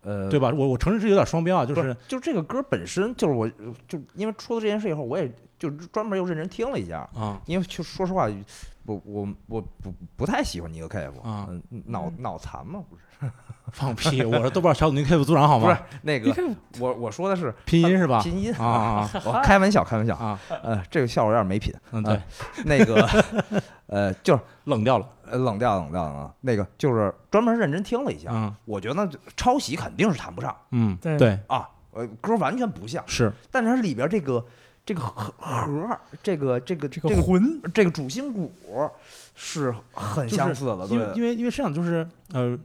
[SPEAKER 2] 呃，
[SPEAKER 1] 对吧？我我承认这有点双标啊，就
[SPEAKER 2] 不
[SPEAKER 1] 是
[SPEAKER 2] 是就这个歌本身就是我就因为出了这件事以后，我也就专门又认真听了一下，
[SPEAKER 1] 啊，
[SPEAKER 2] 因为就说实话，我我我不不太喜欢尼克凯夫
[SPEAKER 1] 啊，
[SPEAKER 2] 嗯脑
[SPEAKER 3] 嗯
[SPEAKER 2] 脑残嘛，不是
[SPEAKER 1] 放屁！我是豆瓣小组 Nick Cave 组长好
[SPEAKER 2] 不
[SPEAKER 1] 吗
[SPEAKER 2] 是？那
[SPEAKER 3] 你
[SPEAKER 2] 个，
[SPEAKER 3] 看
[SPEAKER 2] 我我说的是
[SPEAKER 1] 拼音是吧？
[SPEAKER 2] 拼音
[SPEAKER 1] 啊 啊
[SPEAKER 2] 我开玩笑开玩笑，
[SPEAKER 1] 啊！
[SPEAKER 2] 呃，这个笑话有点没品，
[SPEAKER 1] 嗯，对，
[SPEAKER 2] 那个呃就是
[SPEAKER 1] 冷掉了。
[SPEAKER 2] 呃冷掉冷掉了啊，那个就是专门认真听了一下，
[SPEAKER 1] 嗯
[SPEAKER 2] 我觉得抄袭肯定是谈不上
[SPEAKER 1] 嗯，
[SPEAKER 3] 对
[SPEAKER 1] 对，
[SPEAKER 2] 啊，呃歌完全不像，
[SPEAKER 1] 是
[SPEAKER 2] 但是它里边这个这个盒盒儿这个这个
[SPEAKER 3] 这
[SPEAKER 2] 这
[SPEAKER 3] 个
[SPEAKER 2] 个
[SPEAKER 3] 魂，
[SPEAKER 2] 这个主心骨是很
[SPEAKER 1] 就是
[SPEAKER 2] 相似的，
[SPEAKER 1] 因
[SPEAKER 2] 对
[SPEAKER 1] 为因为因为是这样，就是呃，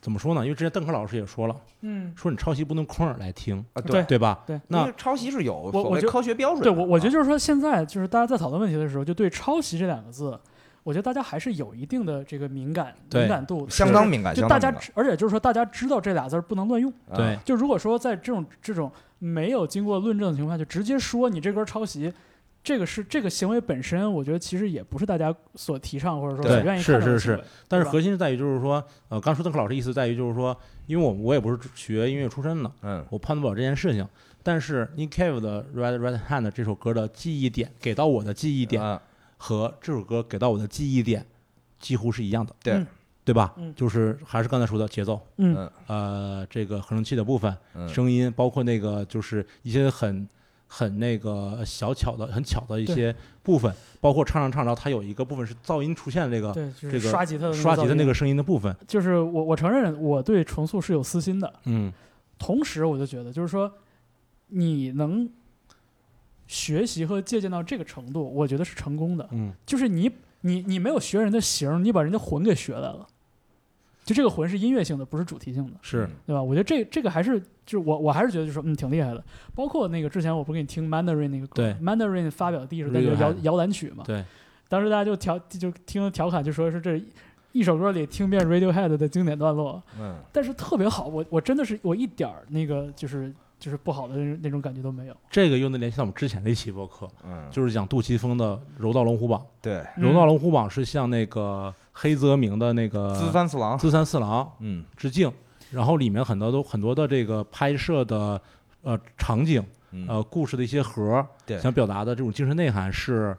[SPEAKER 1] 怎么说呢？因为之前邓肯老师也说了，
[SPEAKER 3] 嗯，
[SPEAKER 1] 说你抄袭不能空耳来听，
[SPEAKER 2] 啊
[SPEAKER 3] 对
[SPEAKER 1] 对吧？
[SPEAKER 3] 对
[SPEAKER 2] 因
[SPEAKER 1] 那
[SPEAKER 2] 为抄袭是有
[SPEAKER 3] 我
[SPEAKER 2] 所
[SPEAKER 3] 我
[SPEAKER 2] 谓
[SPEAKER 3] 觉得
[SPEAKER 2] 科学标准的
[SPEAKER 3] 对
[SPEAKER 2] 啊。
[SPEAKER 3] 我，我觉得就是说，现在就是大家在讨论问题的时候，就对“抄袭”这两个字，我觉得大家还是有一定的这个敏感
[SPEAKER 1] 对
[SPEAKER 3] 敏感度，
[SPEAKER 2] 相当敏感，
[SPEAKER 3] 就
[SPEAKER 2] 相
[SPEAKER 3] 大
[SPEAKER 2] 当
[SPEAKER 3] 家
[SPEAKER 2] 敏
[SPEAKER 3] 知，而且就是说，大家知道这俩字儿不能乱用。
[SPEAKER 2] 感
[SPEAKER 1] 对
[SPEAKER 2] 啊，
[SPEAKER 3] 就如果说在这种这种没有经过论证的情况下，就直接说你这歌抄袭，这个是这个行为本身，我觉得其实也不是大家所提倡或者说
[SPEAKER 1] 对
[SPEAKER 3] 所愿意
[SPEAKER 1] 是
[SPEAKER 3] 看到的
[SPEAKER 1] 是
[SPEAKER 3] 行为
[SPEAKER 1] 但是
[SPEAKER 3] 对吧
[SPEAKER 1] 核心是在于就是说，呃，刚说邓肯老师意思在于就是说，因为我我也不是学音乐出身的，
[SPEAKER 2] 嗯，
[SPEAKER 1] 我判断不了这件事情。但是 Nick Cave 的《Red Red Hand》这首歌的记忆点给到我的记忆
[SPEAKER 2] 一
[SPEAKER 3] 啊
[SPEAKER 1] 点和这首歌给到我的记忆点几乎是一样的，
[SPEAKER 2] 对
[SPEAKER 3] 嗯
[SPEAKER 1] 对吧？
[SPEAKER 3] 嗯
[SPEAKER 1] 就是还是刚才说的节奏，
[SPEAKER 3] 嗯
[SPEAKER 2] 嗯
[SPEAKER 1] 呃，这个合成器的部分、
[SPEAKER 2] 嗯
[SPEAKER 1] 声音，包括那个就是一些很很那个小巧的、很巧的一
[SPEAKER 3] 对
[SPEAKER 1] 些部分，包括唱唱唱，然后它有一个部分是噪音出现的这个
[SPEAKER 3] 对，就
[SPEAKER 1] 这
[SPEAKER 3] 是
[SPEAKER 1] 个
[SPEAKER 3] 刷吉他的
[SPEAKER 1] 刷吉的那
[SPEAKER 3] 嗯噪音，
[SPEAKER 1] 个声音的部分，
[SPEAKER 3] 就是我我承认我对重塑是有私心的，
[SPEAKER 1] 嗯，
[SPEAKER 3] 同时，我就觉得，就是说，你能学习和借鉴到这个程度，我觉得是成功的。
[SPEAKER 1] 嗯，
[SPEAKER 3] 就是你，你，你没有学人的形儿，你把人家魂给学来了。就这个魂是音乐性的，不是主题性的，
[SPEAKER 1] 是，
[SPEAKER 3] 对吧？我觉得这这个还是，就是我我还是觉得，就是说嗯，挺厉害的。包括那个之前我不是给你听 Mandarin 那个歌
[SPEAKER 1] 对
[SPEAKER 3] ，Mandarin 发表的第一首单曲叫摇
[SPEAKER 1] Radiohead
[SPEAKER 3] 摇篮曲嘛，
[SPEAKER 1] 对，
[SPEAKER 3] 当时大家就调就听调侃，就说是这一首歌里听遍 Radiohead 的经典段落，
[SPEAKER 2] 嗯，
[SPEAKER 3] 但是特别好，我我真的是我一点儿那个就是就是不好的那种那种感觉都没有。
[SPEAKER 1] 这个又能联系到我们之前的一期播客，
[SPEAKER 2] 嗯，
[SPEAKER 1] 就是讲杜琪峰的《柔道龙虎榜》。
[SPEAKER 2] 对，
[SPEAKER 3] 嗯
[SPEAKER 1] 《柔道龙虎榜》是向那个黑泽明的那个
[SPEAKER 2] 资三次郎，
[SPEAKER 1] 资三四郎
[SPEAKER 2] 嗯，
[SPEAKER 1] 致敬，然后里面很多都很多的这个拍摄的呃场景
[SPEAKER 2] 嗯
[SPEAKER 1] 呃故事的一些核儿，
[SPEAKER 2] 对
[SPEAKER 1] 想表达的这种精神内涵是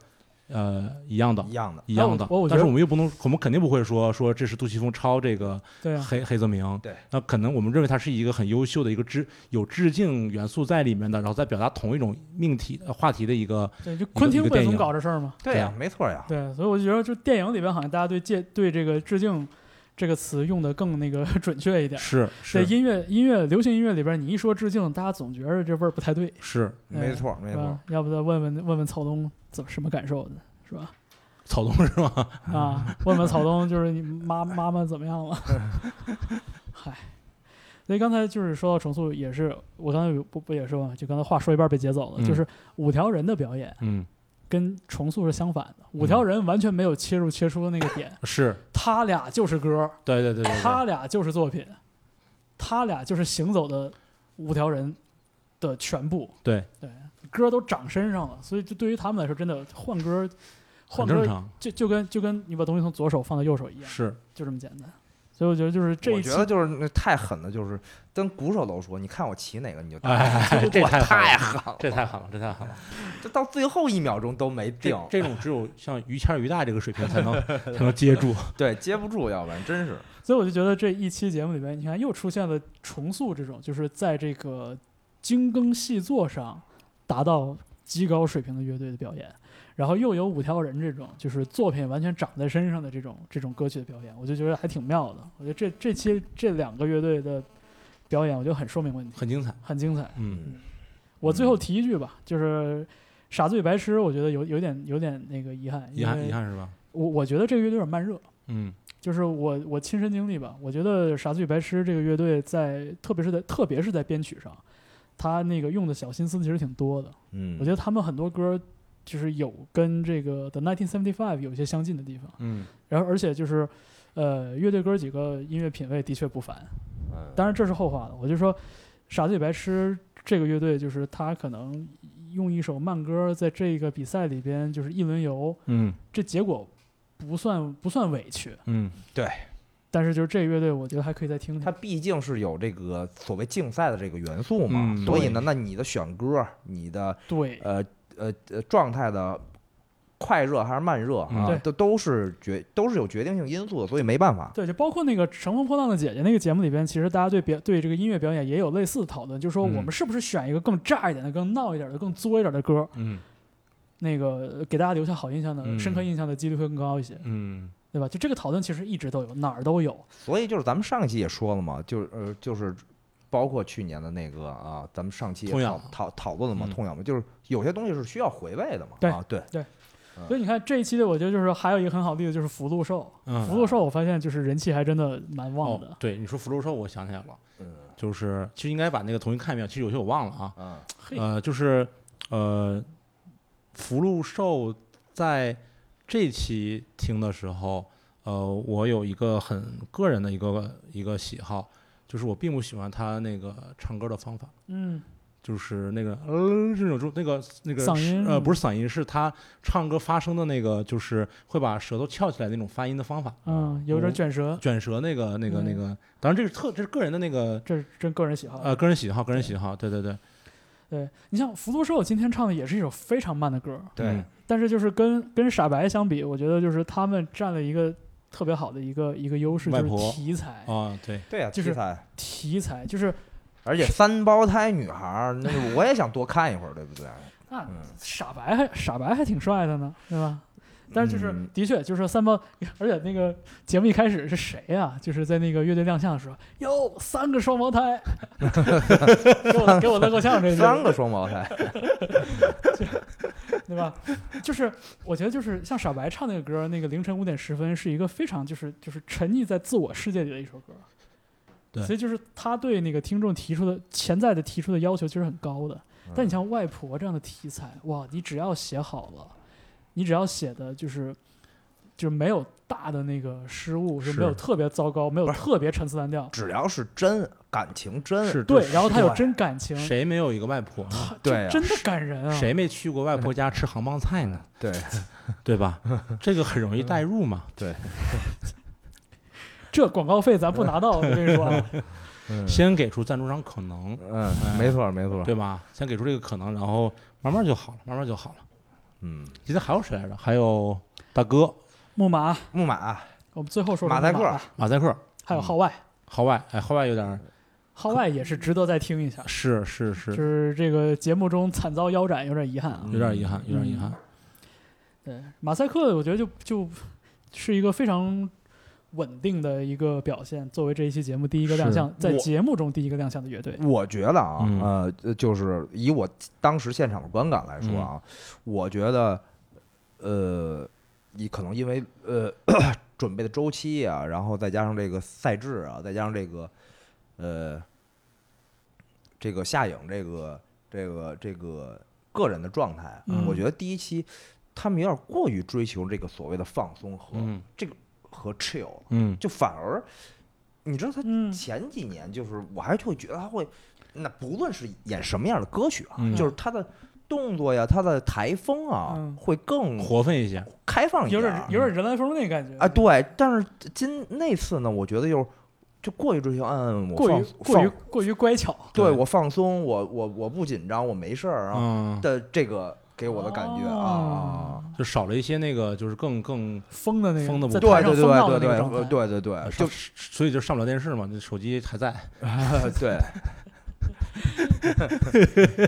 [SPEAKER 1] 呃一样的
[SPEAKER 2] 一。样的，
[SPEAKER 1] 一样的
[SPEAKER 3] 哎我我，觉
[SPEAKER 1] 但
[SPEAKER 3] 得
[SPEAKER 1] 是我们又不能，我们肯定不会说说这是杜琪峰抄这个
[SPEAKER 3] 对啊，
[SPEAKER 1] 黑黑泽明，
[SPEAKER 2] 对，
[SPEAKER 1] 那可能我们认为它是一个很优秀的一个致有致敬元素在里面的，然后再表达同一种命题、呃话题的一个，
[SPEAKER 3] 对，就昆汀
[SPEAKER 1] 一个
[SPEAKER 3] 不
[SPEAKER 1] 电
[SPEAKER 3] 也
[SPEAKER 1] 影
[SPEAKER 3] 总搞这事儿吗？
[SPEAKER 1] 啊
[SPEAKER 2] 对呀，没错呀，
[SPEAKER 3] 对，所以我就觉得，就电影里边好像大家对借对这个致敬这个词用的更那个 准确一点。
[SPEAKER 1] 是
[SPEAKER 3] 在
[SPEAKER 1] 是
[SPEAKER 3] 音乐音乐流行音乐里边，你一说致敬，大家总觉得这味儿不太对，
[SPEAKER 1] 是，
[SPEAKER 2] 没错没
[SPEAKER 3] 是
[SPEAKER 2] 错
[SPEAKER 3] 吧，？要不再问问问问曹东怎么什么感受的，是吧？
[SPEAKER 1] 草东是吗？
[SPEAKER 3] 啊，问问草东，就是你妈妈妈怎么样了？ 嗨，所以刚才就是说到重塑，也是我刚才有不不也说嘛，就刚才话说一半被截走了，
[SPEAKER 1] 嗯
[SPEAKER 3] 就是五条人的表演
[SPEAKER 1] 嗯，
[SPEAKER 3] 跟重塑是相反的，五条人完全没有切入切出的那个点，
[SPEAKER 1] 是，
[SPEAKER 3] 他俩就是歌，
[SPEAKER 1] 对对对对对，
[SPEAKER 3] 他俩就是作品，他俩就是行走的五条人的全部，
[SPEAKER 1] 对，
[SPEAKER 3] 歌都长身上了，所以就对于他们来说，真的换歌。换
[SPEAKER 1] 很
[SPEAKER 3] 歌
[SPEAKER 1] 正常，
[SPEAKER 3] 就就跟就跟你把东西从左手放到右手一样，
[SPEAKER 1] 是
[SPEAKER 3] 就这么简单。所以我觉得就是这
[SPEAKER 2] 我
[SPEAKER 3] 一期
[SPEAKER 2] 觉得就是那太狠了，就是跟鼓手都说，你看我骑哪个 你就打，
[SPEAKER 1] 哎这
[SPEAKER 2] 我
[SPEAKER 1] 太狠了
[SPEAKER 2] 太狠了，
[SPEAKER 1] 这太狠了，这太狠了，
[SPEAKER 2] 这到最后一秒钟都没
[SPEAKER 1] 这
[SPEAKER 2] 定，
[SPEAKER 1] 这 种只有像于谦儿于大这个水平才 能才能接 住，
[SPEAKER 2] 对，接不住，要不然真是，
[SPEAKER 3] 所以我就觉得这一期节目里边，你看又出现了重塑这种，就是在这个精耕细作上达到极高水平的乐队的表演，然后又有五条人这种就是作品完全长在身上的这种这种歌曲的表演，我就觉得还挺妙的。我觉得这这期这两个乐队的表演，我觉得很说明问题，
[SPEAKER 1] 很精彩，
[SPEAKER 3] 很精彩。
[SPEAKER 1] 嗯，
[SPEAKER 3] 我最后提一句吧，就是傻醉白痴，我觉得有有点有点那个遗憾，
[SPEAKER 1] 遗
[SPEAKER 3] 因
[SPEAKER 1] 憾
[SPEAKER 3] 为
[SPEAKER 1] 遗憾是吧？
[SPEAKER 3] 我我觉得这个乐队有点慢热，
[SPEAKER 1] 嗯
[SPEAKER 3] 就是我我亲身经历吧，我觉得傻子与白痴这个乐队在特别是在特别是在编曲上，他那个用的小心思其实挺多的。
[SPEAKER 2] 嗯
[SPEAKER 3] 我觉得他们很多歌就是有跟这个 The 1975有一些相近的地方，
[SPEAKER 1] 嗯，
[SPEAKER 3] 然后而且就是呃乐队哥几个音乐品味的确不凡，
[SPEAKER 2] 嗯
[SPEAKER 3] 当然这是后话了。我就说傻子与白痴这个乐队就是他可能用一首慢歌在这个比赛里边就是一轮游，
[SPEAKER 1] 嗯
[SPEAKER 3] 这结果不算不算委屈。
[SPEAKER 1] 嗯，
[SPEAKER 3] 但是就是这个乐队，我觉得还可以再听
[SPEAKER 2] 它
[SPEAKER 3] 听。
[SPEAKER 2] 毕竟是有这个所谓竞赛的这个元素嘛，
[SPEAKER 1] 嗯
[SPEAKER 2] 所以
[SPEAKER 1] 对
[SPEAKER 2] 呢，那你的选歌、你的
[SPEAKER 3] 对，
[SPEAKER 2] 呃呃呃状态的快热还是慢热
[SPEAKER 1] 嗯
[SPEAKER 2] 啊
[SPEAKER 3] 对，
[SPEAKER 2] 都、都是决都是有决定性因素的，所以没办法。
[SPEAKER 3] 对，就包括那个《乘风破浪的姐姐》那个节目里边，其实大家对表对这个音乐表演也有类似的讨论，就是说
[SPEAKER 1] 嗯
[SPEAKER 3] 我们是不是选一个更炸一点的、更闹一点的、更作一点的歌，
[SPEAKER 1] 嗯
[SPEAKER 3] 那个给大家留下好印象的、
[SPEAKER 1] 嗯
[SPEAKER 3] 深刻印象的几率会更高一些，
[SPEAKER 1] 嗯
[SPEAKER 3] 对吧？就这个讨论其实一直都有，哪儿都有。
[SPEAKER 2] 所以就是咱们上一期也说了嘛，就是呃就是包括去年的那个啊，咱们上期也
[SPEAKER 1] 痛
[SPEAKER 2] 讨
[SPEAKER 1] 痒
[SPEAKER 2] 讨讨论了嘛，
[SPEAKER 1] 嗯
[SPEAKER 2] 痛痒嘛，就是有些东西是需要回味的嘛。
[SPEAKER 3] 对
[SPEAKER 2] 啊，对，
[SPEAKER 3] 所以你看这一期的，我觉得就是还有一个很好的例子，就是福禄寿。
[SPEAKER 1] 嗯，
[SPEAKER 3] 福禄寿，我发现就是人气还真的蛮旺的
[SPEAKER 1] 哦。，对，你说福州兽，我想起来了，
[SPEAKER 2] 嗯
[SPEAKER 1] 就是其实应该把那个重新看一遍，其实有些我忘了啊，
[SPEAKER 2] 啊
[SPEAKER 3] 嘿，
[SPEAKER 1] 呃，就是呃，福禄寿在这期听的时候，呃，我有一个很个人的一个一个喜好，就是我并不喜欢他那个唱歌的方法，
[SPEAKER 3] 嗯，
[SPEAKER 1] 就是那个呃这种就那个那个
[SPEAKER 3] 嗓
[SPEAKER 1] 是
[SPEAKER 3] 音
[SPEAKER 1] 呃不是嗓音，是他唱歌发声的那个，就是会把舌头翘起来那种发音的方法，
[SPEAKER 3] 嗯，有点卷舌，
[SPEAKER 1] 卷舌那个那个那
[SPEAKER 3] 嗯
[SPEAKER 1] 个，当然这是特这是个人的那个
[SPEAKER 3] 这是真个人喜好。啊
[SPEAKER 1] 呃个人喜好，个人喜好，对对对，
[SPEAKER 3] 对你像福禄寿今天唱的也是一首非常慢的歌，
[SPEAKER 2] 对，
[SPEAKER 1] 嗯
[SPEAKER 3] 但是就是跟跟傻白相比，我觉得就是他们占了一个特别好的一个一个优势，
[SPEAKER 1] 外
[SPEAKER 3] 就是
[SPEAKER 1] 婆
[SPEAKER 3] 题材，
[SPEAKER 1] 啊对，
[SPEAKER 2] 对啊，
[SPEAKER 3] 就是
[SPEAKER 2] 题材
[SPEAKER 3] 题材就是
[SPEAKER 2] 而且三胞胎女孩儿，那个我也想多看一会儿，对不 对？
[SPEAKER 3] 那、
[SPEAKER 2] 嗯
[SPEAKER 3] 傻白还傻白还挺帅的呢，对吧？但是就是、
[SPEAKER 2] 嗯
[SPEAKER 3] 的确就是三胞， 而且那个节目一开始是谁呀、就是在那个乐队亮相的时候，哟，三个双胞胎， 给我给我乐够呛这一句
[SPEAKER 2] 三个双胞胎，
[SPEAKER 3] 对吧？ 就是我觉得就是像傻白唱那个歌，那个凌晨五点十分是一个非常就是就是沉溺在自我世界里的一首歌。
[SPEAKER 1] 对
[SPEAKER 3] 所以就是他对那个听众提出的潜在的提出的要求其实很高
[SPEAKER 2] 嗯
[SPEAKER 3] 的。但你像外婆这样的题材，哇，你只要写好了，你只要写的就是就是没有大的那个失误，是
[SPEAKER 1] 是
[SPEAKER 3] 没有特别糟糕，没有
[SPEAKER 2] 不是
[SPEAKER 3] 特别陈词滥调。
[SPEAKER 2] 只要是真感情真，
[SPEAKER 1] 是
[SPEAKER 3] 对
[SPEAKER 1] 这，
[SPEAKER 3] 然后他有
[SPEAKER 2] 对
[SPEAKER 3] 真感情，
[SPEAKER 1] 谁没有一个外婆呢？
[SPEAKER 3] 他
[SPEAKER 2] 对
[SPEAKER 3] 这
[SPEAKER 2] 啊
[SPEAKER 3] 真的感人啊！
[SPEAKER 1] 谁没去过外婆家吃杭帮菜呢？
[SPEAKER 2] 对，啊
[SPEAKER 1] 对吧？这个很容易代入嘛。
[SPEAKER 3] 这广告费咱不拿到，我跟你 说啊，
[SPEAKER 2] 嗯
[SPEAKER 1] 先给出赞助商可能，
[SPEAKER 2] 嗯，没错没错，
[SPEAKER 1] 对吧？先给出这个可能，然后慢慢就好了，慢慢就好了。
[SPEAKER 2] 嗯，
[SPEAKER 1] 今天还有谁来着？还有大哥
[SPEAKER 3] 木马，
[SPEAKER 2] 木马啊
[SPEAKER 3] 我们最后说说
[SPEAKER 2] 马赛
[SPEAKER 3] 木
[SPEAKER 2] 克
[SPEAKER 3] 马吧，啊
[SPEAKER 1] 马赛克、
[SPEAKER 2] 嗯
[SPEAKER 3] 还有号外，
[SPEAKER 1] 号外，哎，号外有点儿
[SPEAKER 3] 号外也是值得再听一下。
[SPEAKER 1] 是是，
[SPEAKER 3] 就是是这个节目中惨遭腰斩，有点遗憾
[SPEAKER 2] 嗯
[SPEAKER 3] 啊。
[SPEAKER 1] 有点遗憾，有点遗憾。
[SPEAKER 3] 对，马赛克我觉得就就是一个非常稳定的一个表现，作为这一期节目第一个亮相，在
[SPEAKER 2] 我
[SPEAKER 3] 节目中第一个亮相的乐队。
[SPEAKER 2] 我觉得啊，
[SPEAKER 1] 嗯
[SPEAKER 2] 呃呃，就是以我当时现场的观感来说
[SPEAKER 1] 嗯
[SPEAKER 2] 啊，我觉得，呃，你可能因为呃 准备的周期啊，然后再加上这个赛制啊，再加上这个呃这个夏颖这个这个这个个人的状态，
[SPEAKER 3] 嗯
[SPEAKER 2] 我觉得第一期他们有点过于追求这个所谓的放松和、
[SPEAKER 1] 嗯
[SPEAKER 2] 和 chill，
[SPEAKER 1] 嗯，
[SPEAKER 2] 就反而你知道他
[SPEAKER 3] 嗯，
[SPEAKER 2] 前几年就是我还是会觉得他会，那不论是演什么样的歌曲啊，
[SPEAKER 1] 嗯
[SPEAKER 2] 就是他的动作呀，他的台风啊，
[SPEAKER 3] 嗯
[SPEAKER 2] 会更
[SPEAKER 1] 活分一些，
[SPEAKER 2] 开放一
[SPEAKER 3] 有
[SPEAKER 2] 点
[SPEAKER 3] 点
[SPEAKER 2] 儿
[SPEAKER 3] 有点人来疯那感觉
[SPEAKER 2] 啊。，对，但是今那次呢，我觉得又就过于追求，嗯，我
[SPEAKER 3] 过
[SPEAKER 2] 放
[SPEAKER 3] 于过于
[SPEAKER 2] 放
[SPEAKER 3] 过于乖巧。
[SPEAKER 2] 对我放松，我我我不紧张，我没事儿啊、
[SPEAKER 1] 嗯，
[SPEAKER 2] 的这个给我的感觉啊
[SPEAKER 3] 哦。
[SPEAKER 1] 就少了一些那个，就是更更，
[SPEAKER 3] 疯的那个，
[SPEAKER 1] 疯的不
[SPEAKER 3] 在
[SPEAKER 2] 对
[SPEAKER 3] 台
[SPEAKER 2] 对
[SPEAKER 3] 上
[SPEAKER 2] 对
[SPEAKER 3] 疯到的
[SPEAKER 2] 对
[SPEAKER 3] 那个
[SPEAKER 2] 对
[SPEAKER 3] 状态
[SPEAKER 2] 呃对对对，就
[SPEAKER 1] 就所以就上不了电视嘛，那手机还在。
[SPEAKER 2] 对，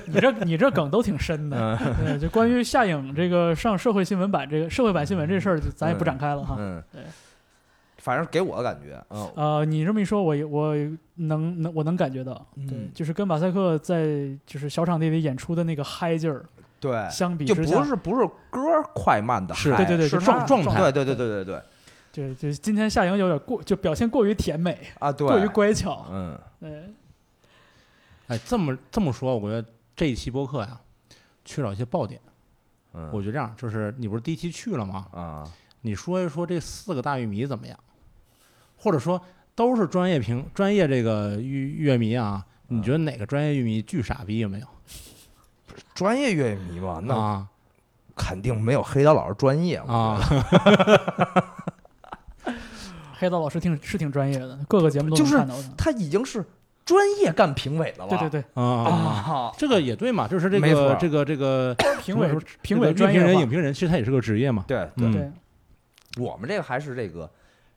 [SPEAKER 3] 你这你这梗都挺深的。
[SPEAKER 2] 嗯
[SPEAKER 3] 对，就关于夏颖这个上社会新闻版这个社会版新闻这事儿，就咱也不展开了哈。
[SPEAKER 2] 嗯
[SPEAKER 3] 对，
[SPEAKER 2] 反正给我的感觉，嗯，
[SPEAKER 3] 呃，你这么一说，我也我能能我能感觉到，对
[SPEAKER 2] 嗯，
[SPEAKER 3] 就是跟马赛克在就是小场地里演出的那个嗨劲儿
[SPEAKER 2] 对，
[SPEAKER 3] 相比
[SPEAKER 2] 就
[SPEAKER 3] 之
[SPEAKER 2] 不
[SPEAKER 3] 下，
[SPEAKER 2] 是不是歌儿快慢的嗨，
[SPEAKER 1] 是
[SPEAKER 3] 对对对，
[SPEAKER 2] 是
[SPEAKER 3] 就
[SPEAKER 2] 他
[SPEAKER 3] 状状态，
[SPEAKER 2] 对对对对对对
[SPEAKER 3] 对，就今天夏颖有点过，就表现过于甜美，
[SPEAKER 2] 啊，对，
[SPEAKER 3] 过于乖巧，
[SPEAKER 2] 嗯
[SPEAKER 3] 对，
[SPEAKER 1] 哎，这么这么说，我觉得这一期播客呀，缺少一些爆点。
[SPEAKER 2] 嗯，
[SPEAKER 1] 我觉得这样，就是你不是第一期去了吗？
[SPEAKER 2] 啊，
[SPEAKER 1] 你说一说这四个大玉米怎么样？或者说都是专业评专业这个玉乐迷啊，你觉得哪个专业玉迷巨傻逼有没有？
[SPEAKER 2] 专业乐迷嘛，那
[SPEAKER 1] 啊
[SPEAKER 2] 肯定没有黑刀老师专业嘛，
[SPEAKER 1] 啊，
[SPEAKER 3] 哎黑道老师挺是挺专业的，各个节目都能
[SPEAKER 2] 就是
[SPEAKER 3] 看到
[SPEAKER 2] 他
[SPEAKER 3] 他，
[SPEAKER 2] 已经是专业干评委的了，
[SPEAKER 3] 对对对，
[SPEAKER 1] 啊，
[SPEAKER 2] 啊，
[SPEAKER 1] 这个也对嘛，就是这
[SPEAKER 2] 没错
[SPEAKER 1] 个这个这个
[SPEAKER 3] 评委
[SPEAKER 1] 什么
[SPEAKER 3] 评委
[SPEAKER 1] 这个乐
[SPEAKER 3] 专
[SPEAKER 1] 评
[SPEAKER 3] 业
[SPEAKER 1] 人、
[SPEAKER 3] 化
[SPEAKER 1] 影评人，其实他也是个职业嘛。
[SPEAKER 2] 对对，
[SPEAKER 1] 嗯
[SPEAKER 3] 对，
[SPEAKER 2] 我们这个还是这个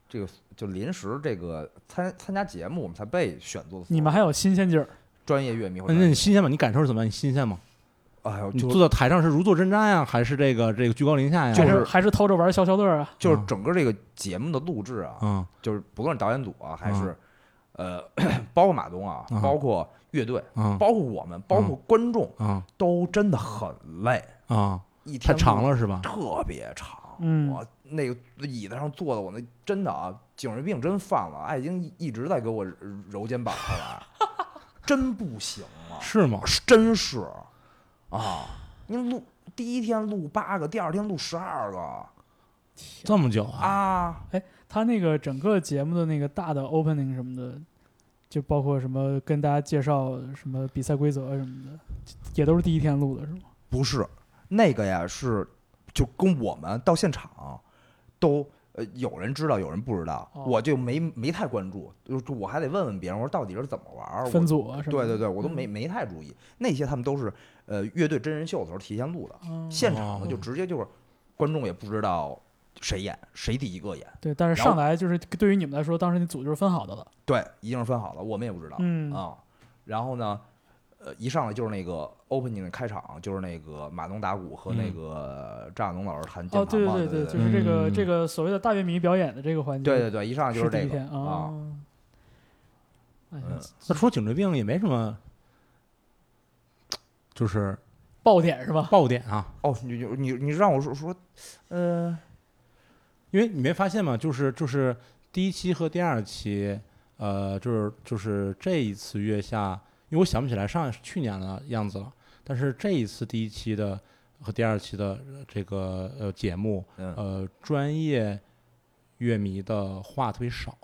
[SPEAKER 2] 这个就临时这个参参加节目，我们才被选做的，
[SPEAKER 3] 你们还有新鲜劲儿，
[SPEAKER 2] 专业乐迷会
[SPEAKER 1] 那
[SPEAKER 2] 专业，
[SPEAKER 1] 那你新鲜吗？你感受是怎么样？你新鲜吗？
[SPEAKER 2] 哎呦，
[SPEAKER 1] 你
[SPEAKER 2] 就
[SPEAKER 1] 坐到台上是如坐针毡呀，还是这个这个居高临下呀？
[SPEAKER 2] 就
[SPEAKER 3] 还
[SPEAKER 2] 是
[SPEAKER 3] 还是偷着玩消消乐啊，
[SPEAKER 2] 就是整个这个节目的录制啊，
[SPEAKER 1] 嗯
[SPEAKER 2] 就是不论是导演组啊，还是呃， 包括马东啊，
[SPEAKER 1] 嗯
[SPEAKER 2] 包括乐队，
[SPEAKER 1] 嗯
[SPEAKER 2] 包括我们，包括观众，
[SPEAKER 1] 嗯
[SPEAKER 2] 都真的很累，
[SPEAKER 1] 嗯，
[SPEAKER 2] 一
[SPEAKER 1] 太
[SPEAKER 2] 天
[SPEAKER 1] 长
[SPEAKER 2] 录，
[SPEAKER 1] 了是吧？
[SPEAKER 2] 特别长。
[SPEAKER 3] 嗯
[SPEAKER 2] 我那个椅子上坐的，我那真的啊，颈椎病真犯了，爱京一直在给我揉揉肩膀 后来，真不行了，
[SPEAKER 1] 是吗？
[SPEAKER 2] 是真是啊！您录第一天录八个，第二天录十二
[SPEAKER 1] 啊
[SPEAKER 2] 个
[SPEAKER 1] 这么久啊？
[SPEAKER 2] 啊，
[SPEAKER 3] 他那个整个节目的那个大的 opening 什么的，就包括什么跟大家介绍什么比赛规则什么的，也都是第一天录的，是吗？
[SPEAKER 2] 不是那个呀，是就跟我们到现场都呃有人知道，有人不知道，
[SPEAKER 3] 哦
[SPEAKER 2] 我就没没太关注，就我还得问问别人，我说到底是怎么玩儿，我
[SPEAKER 3] 分组啊什么
[SPEAKER 2] 对
[SPEAKER 3] 的。
[SPEAKER 2] 对对，我都没没太注意，那些他们都是呃乐队真人秀的时候提前录的，
[SPEAKER 3] 嗯。
[SPEAKER 2] 现场呢就
[SPEAKER 1] 哦
[SPEAKER 2] 直接就是观众也不知道谁演谁第一个演，
[SPEAKER 3] 对，但是
[SPEAKER 2] 然后
[SPEAKER 3] 上来就是对于你们来说，当时那组就是分好的了。
[SPEAKER 2] 对，一定是分好了，我们也不知道啊、
[SPEAKER 3] 嗯
[SPEAKER 2] 然后呢，呃，一上来就是那个 opening 的开场，就是那个马东打鼓和那
[SPEAKER 1] 嗯
[SPEAKER 2] 个张亚东老师弹键
[SPEAKER 3] 哦，
[SPEAKER 2] 盘
[SPEAKER 3] 对
[SPEAKER 2] 嘛，
[SPEAKER 3] 对
[SPEAKER 2] 对
[SPEAKER 3] 就
[SPEAKER 2] 对
[SPEAKER 3] 是这个、
[SPEAKER 1] 嗯
[SPEAKER 3] 这个所谓的大乐迷表演的这个环节，
[SPEAKER 2] 对对对，一上来就是是
[SPEAKER 3] 第
[SPEAKER 2] 这
[SPEAKER 3] 一
[SPEAKER 2] 个
[SPEAKER 3] 天
[SPEAKER 2] 啊，
[SPEAKER 3] 哦哎呀
[SPEAKER 2] 嗯，
[SPEAKER 1] 那除了颈椎病也没什么，就是
[SPEAKER 3] 爆点是吧？
[SPEAKER 1] 爆点啊，
[SPEAKER 2] 哦，你你你你让我说说，呃，
[SPEAKER 1] 因为你没发现吗？就是就是第一期和第二期，呃，就是就是这一次月下，因为我想不起来上去年的样子了，但是这一次第一期的和第二期的这个呃节目，
[SPEAKER 2] 嗯
[SPEAKER 1] 呃，专业乐迷的话特别少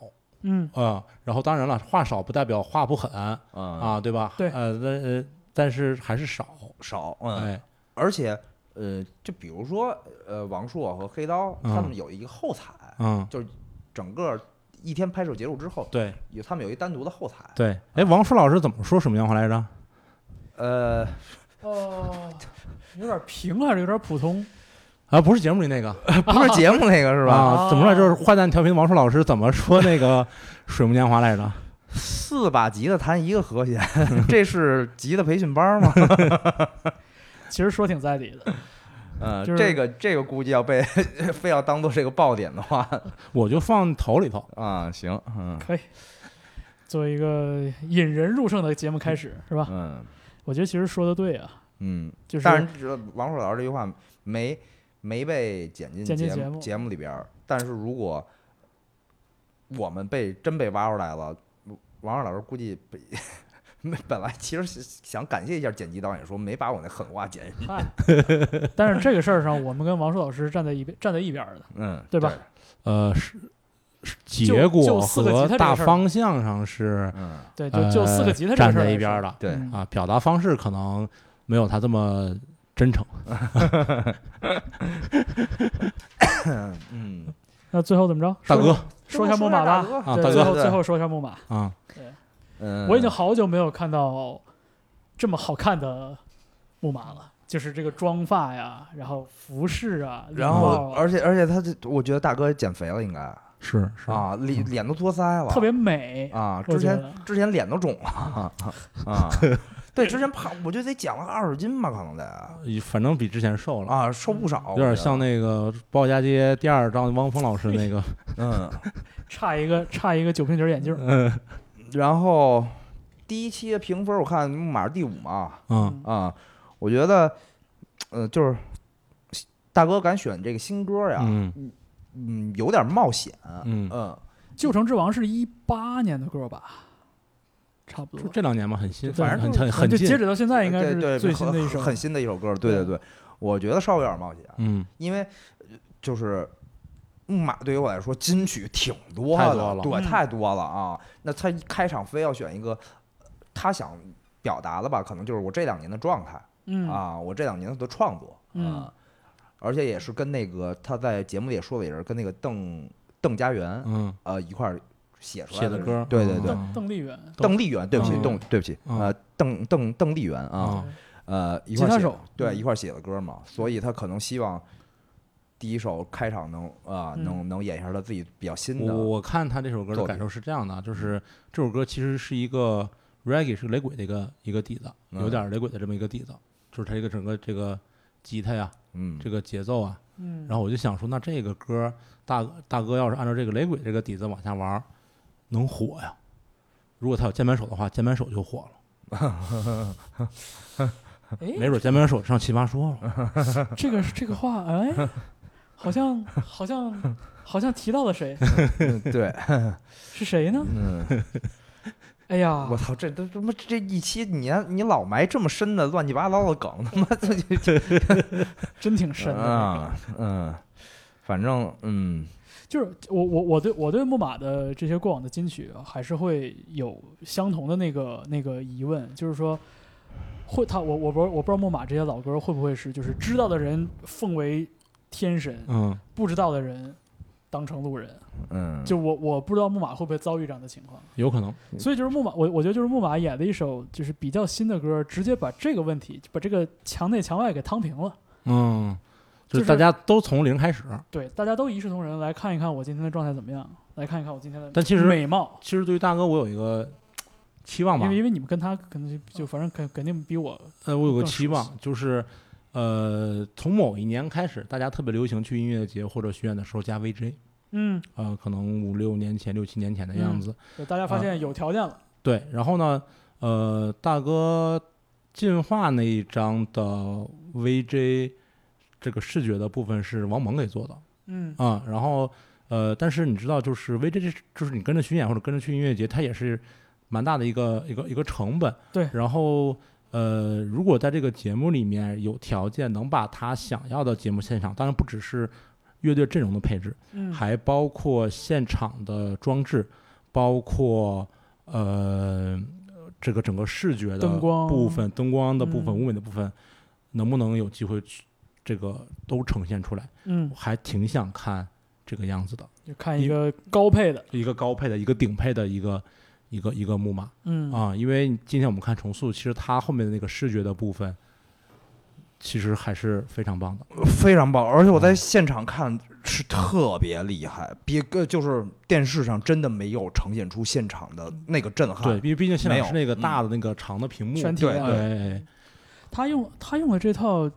[SPEAKER 3] 嗯，
[SPEAKER 1] 啊、然后当然了，话少不代表话不狠
[SPEAKER 2] 啊
[SPEAKER 1] 啊，对吧？
[SPEAKER 3] 对
[SPEAKER 1] 呃，那呃，但是还是少，
[SPEAKER 2] 少嗯，
[SPEAKER 1] 哎，
[SPEAKER 2] 而且呃，就比如说呃，王朔和黑刀
[SPEAKER 1] 嗯
[SPEAKER 2] 他们有一个后采，
[SPEAKER 1] 嗯，
[SPEAKER 2] 整个一天拍摄结束之后，
[SPEAKER 1] 对
[SPEAKER 2] 有他们有一单独的后采，
[SPEAKER 1] 对。哎，王舒老师怎么说什么样话来着？
[SPEAKER 2] 呃，
[SPEAKER 3] 哦， 有点平还是有点普通？
[SPEAKER 1] 啊，不是节目里那个
[SPEAKER 2] 不是节目那个是吧？
[SPEAKER 3] 哦
[SPEAKER 1] 啊，怎么说？就是坏蛋调皮的王舒老师怎么说那 个水木年华来着？
[SPEAKER 2] 四把吉他弹一个和弦， 这是吉他培训班吗？
[SPEAKER 3] 其实说挺在理的。
[SPEAKER 2] 嗯，
[SPEAKER 3] 就是
[SPEAKER 2] 这个这个估计要被 非要当做这个爆点的话
[SPEAKER 1] 我就放头里头。
[SPEAKER 2] 啊，行，嗯
[SPEAKER 3] 作为一个引人入胜的节目开始，是吧？
[SPEAKER 2] 嗯
[SPEAKER 3] 我觉得其实说的对啊，
[SPEAKER 2] 嗯，
[SPEAKER 3] 就是
[SPEAKER 2] 但是这王朔老师这句话没没被剪进
[SPEAKER 3] 剪进节
[SPEAKER 2] 目
[SPEAKER 3] 目
[SPEAKER 2] 节目里边儿，但是如果我们被真被挖出来了，王朔老师估计被。 本来其实是想感谢一下剪辑导演，说没把我那狠话剪进去，
[SPEAKER 3] 嗨，但是这个事儿上，我们跟王朔老师站在一边站在一边儿的，
[SPEAKER 2] 嗯，
[SPEAKER 3] 对吧？
[SPEAKER 1] 呃，是是
[SPEAKER 3] 就
[SPEAKER 1] 结果
[SPEAKER 3] 就四个吉他
[SPEAKER 1] 和
[SPEAKER 3] 这个
[SPEAKER 1] 大
[SPEAKER 3] 事儿
[SPEAKER 1] 方向上是
[SPEAKER 2] 嗯，
[SPEAKER 3] 对，就就四个吉他
[SPEAKER 1] 呃
[SPEAKER 3] 这个
[SPEAKER 1] 站
[SPEAKER 3] 事儿
[SPEAKER 1] 在
[SPEAKER 3] 来
[SPEAKER 1] 一边
[SPEAKER 3] 说
[SPEAKER 1] 儿了
[SPEAKER 2] 对，
[SPEAKER 3] 嗯
[SPEAKER 1] 啊，表达方式可能没有他这么真诚。
[SPEAKER 2] 嗯，
[SPEAKER 3] 那最后怎么着？
[SPEAKER 1] 大哥
[SPEAKER 3] 说一下木马吧
[SPEAKER 2] 说一下
[SPEAKER 1] 啊
[SPEAKER 3] 对
[SPEAKER 1] 大哥
[SPEAKER 3] 最后最后说一下木马，
[SPEAKER 1] 啊，
[SPEAKER 2] 嗯，
[SPEAKER 3] 我已经好久没有看到这么好看的木马了，就是这个妆发呀，然后服饰啊，礼
[SPEAKER 2] 然
[SPEAKER 3] 帽
[SPEAKER 2] 后，
[SPEAKER 3] 啊
[SPEAKER 2] 而且而且他这，我觉得大哥减肥了，应该
[SPEAKER 1] 是是，
[SPEAKER 2] 啊，脸脸都多腮了，
[SPEAKER 3] 嗯特别美。
[SPEAKER 2] 啊，
[SPEAKER 3] 我
[SPEAKER 2] 之
[SPEAKER 3] 觉
[SPEAKER 2] 前
[SPEAKER 3] 得
[SPEAKER 2] 之前脸都肿了 啊，对，之前胖，我觉得得减了二十斤吧，可能得
[SPEAKER 1] 反正比之前瘦了，
[SPEAKER 2] 啊，瘦不少，
[SPEAKER 1] 有点像那个《鲍家街》第二章汪峰老师那 个，
[SPEAKER 2] 我觉得嗯。
[SPEAKER 3] 差一个差一个酒瓶底儿眼镜儿。
[SPEAKER 1] 嗯
[SPEAKER 2] 然后第一期的评分我看木马是第五嘛
[SPEAKER 1] 嗯，
[SPEAKER 2] 啊，我觉得，呃，就是大哥敢选这个新歌
[SPEAKER 3] 啊
[SPEAKER 2] 呀，
[SPEAKER 1] 嗯
[SPEAKER 2] 嗯，有点冒险，
[SPEAKER 1] 嗯，
[SPEAKER 2] 嗯，
[SPEAKER 3] 旧城之王是一八年的歌吧，差不
[SPEAKER 1] 就
[SPEAKER 3] 多。
[SPEAKER 1] 这两年吧，很新，
[SPEAKER 3] 反正
[SPEAKER 1] 很
[SPEAKER 2] 就
[SPEAKER 1] 很很
[SPEAKER 3] 就截
[SPEAKER 1] 近，
[SPEAKER 3] 止到现在应该
[SPEAKER 2] 对对
[SPEAKER 3] 是最新的一
[SPEAKER 2] 很
[SPEAKER 3] 首。
[SPEAKER 2] 很新的一首歌，对对对，我觉得稍微有点冒险，
[SPEAKER 1] 嗯，
[SPEAKER 2] 因为呃就是木马对于我来说金曲挺多
[SPEAKER 1] 太
[SPEAKER 2] 的，
[SPEAKER 1] 多了
[SPEAKER 2] 对，
[SPEAKER 3] 嗯
[SPEAKER 2] 太多了啊。那他一开场非要选一个呃他想表达的吧，可能就是我这两年的状态、
[SPEAKER 3] 嗯
[SPEAKER 2] 啊，我这两年的创作啊，
[SPEAKER 3] 嗯
[SPEAKER 2] 而且也是跟那个他在节目里也说的，也是跟那个邓邓家园、
[SPEAKER 1] 嗯，
[SPEAKER 2] 呃一块儿写出来
[SPEAKER 1] 写的歌，
[SPEAKER 2] 对对对。
[SPEAKER 3] 邓邓丽媛，
[SPEAKER 2] 邓丽媛，对不起，
[SPEAKER 1] 邓
[SPEAKER 2] 邓，对不起，
[SPEAKER 1] 嗯
[SPEAKER 2] 呃，邓邓邓丽媛啊，
[SPEAKER 1] 啊，
[SPEAKER 2] 呃，一
[SPEAKER 3] 吉
[SPEAKER 2] 块儿
[SPEAKER 3] 他
[SPEAKER 2] 写
[SPEAKER 3] 手
[SPEAKER 2] 对
[SPEAKER 3] 嗯
[SPEAKER 2] 一块儿写的歌嘛，所以他可能希望第一首开场能啊、
[SPEAKER 3] 嗯
[SPEAKER 2] 能能演一下他自己比较新
[SPEAKER 1] 我
[SPEAKER 2] 的，
[SPEAKER 1] 我看他这首歌的
[SPEAKER 2] 作
[SPEAKER 1] 感
[SPEAKER 2] 品嗯
[SPEAKER 1] 受是这样的，就是这首歌其实是一个 reggae 是个雷鬼的一个一个底子，
[SPEAKER 2] 嗯
[SPEAKER 1] 有点儿雷鬼的这么一个底子，就是他这个整个这个吉他呀，
[SPEAKER 2] 嗯，
[SPEAKER 1] 这个节奏啊，
[SPEAKER 3] 嗯，
[SPEAKER 1] 然后我就想说，那这个歌大大哥要是按照这个雷鬼这个底子往下玩儿，能火呀？如果他有键盘手的话，键盘手就火了，
[SPEAKER 3] 哎，
[SPEAKER 1] 没准键盘手上奇葩说了。
[SPEAKER 3] 这个这个话，哎，好像好像好像提到了谁？
[SPEAKER 2] 嗯 对，
[SPEAKER 3] 是谁呢？
[SPEAKER 2] 嗯，
[SPEAKER 3] 哎呀，
[SPEAKER 2] 我操，这都他妈这一期你你老埋这么深的乱七八糟的梗，他妈这就这
[SPEAKER 3] 真挺深的。
[SPEAKER 2] 啊，嗯，反正嗯
[SPEAKER 3] 就是我我我对我对木马的这些过往的金曲啊还是会有相同的那个那个疑问，就是说会他我我不我不知道木马这些老歌会不会是就是知道的人奉为天神，
[SPEAKER 1] 嗯
[SPEAKER 3] 不知道的人当成路人。
[SPEAKER 2] 嗯，
[SPEAKER 3] 就我我不知道木马会不会遭遇这样的情况，
[SPEAKER 1] 有可能，
[SPEAKER 3] 所以就是木马我我觉得就是木马演的一首就是比较新的歌，直接把这个问题把这个墙内墙外给趟平了。
[SPEAKER 1] 嗯，就
[SPEAKER 3] 就是是
[SPEAKER 1] 大家都从零开始。
[SPEAKER 3] 对，大家都一视同仁，来看一看我今天的状态怎么样，来看一看我今天的
[SPEAKER 1] 但其实
[SPEAKER 3] 美貌。
[SPEAKER 1] 其实对于大哥，我有一个期望吧
[SPEAKER 3] 因为，因为你们跟他可能就就反正肯肯定比我
[SPEAKER 1] 呃，我有个
[SPEAKER 3] 更
[SPEAKER 1] 期
[SPEAKER 3] 熟
[SPEAKER 1] 望就是，呃，从某一年开始，大家特别流行去音乐节或者巡演的时候加 VJ，
[SPEAKER 3] 嗯，
[SPEAKER 1] 呃，可能五六年前、六七年前的样
[SPEAKER 3] 嗯
[SPEAKER 1] 子。
[SPEAKER 3] 对大家发现有条件了，
[SPEAKER 1] 对，然后呢，呃，大哥进化那一张的 VJ 这个视觉的部分是王蒙给做的
[SPEAKER 3] 嗯
[SPEAKER 1] 啊、然后呃，但是你知道，就是 VJ 这就是你跟着巡演或者跟着去音乐节，它也是蛮大的一个一个一个成本。
[SPEAKER 3] 对
[SPEAKER 1] 然后呃，如果在这个节目里面有条件能把他想要的节目现场，当然不只是乐队阵容的配置，
[SPEAKER 3] 嗯，
[SPEAKER 1] 还包括现场的装置，包括呃这个整个视觉的
[SPEAKER 3] 灯光
[SPEAKER 1] 部分、灯光的部分、
[SPEAKER 3] 嗯
[SPEAKER 1] 舞美的部分，能不能有机会去这个都呈现出来？
[SPEAKER 3] 嗯
[SPEAKER 1] 我，还挺想看这个样子的，
[SPEAKER 3] 就看一个高配的，
[SPEAKER 1] 一个高配的，一个顶配的，一个一个一个木马
[SPEAKER 3] 嗯，
[SPEAKER 1] 啊、因为今天我们看重塑，其实它后面的那个视觉的部分。其实还是非常棒的，
[SPEAKER 2] 非常棒，而且我在
[SPEAKER 1] 嗯
[SPEAKER 2] 现场看是特别厉害，比个就是电视上真的没有呈现出现场的那个震撼。
[SPEAKER 1] 对，因为毕竟现
[SPEAKER 2] 没
[SPEAKER 1] 场
[SPEAKER 2] 有
[SPEAKER 1] 是那个
[SPEAKER 2] 嗯
[SPEAKER 1] 大的那个长的屏幕，
[SPEAKER 3] 全
[SPEAKER 1] 对
[SPEAKER 3] 体呃
[SPEAKER 2] 对
[SPEAKER 3] 量
[SPEAKER 1] 哎哎哎
[SPEAKER 3] 他用他用的这套，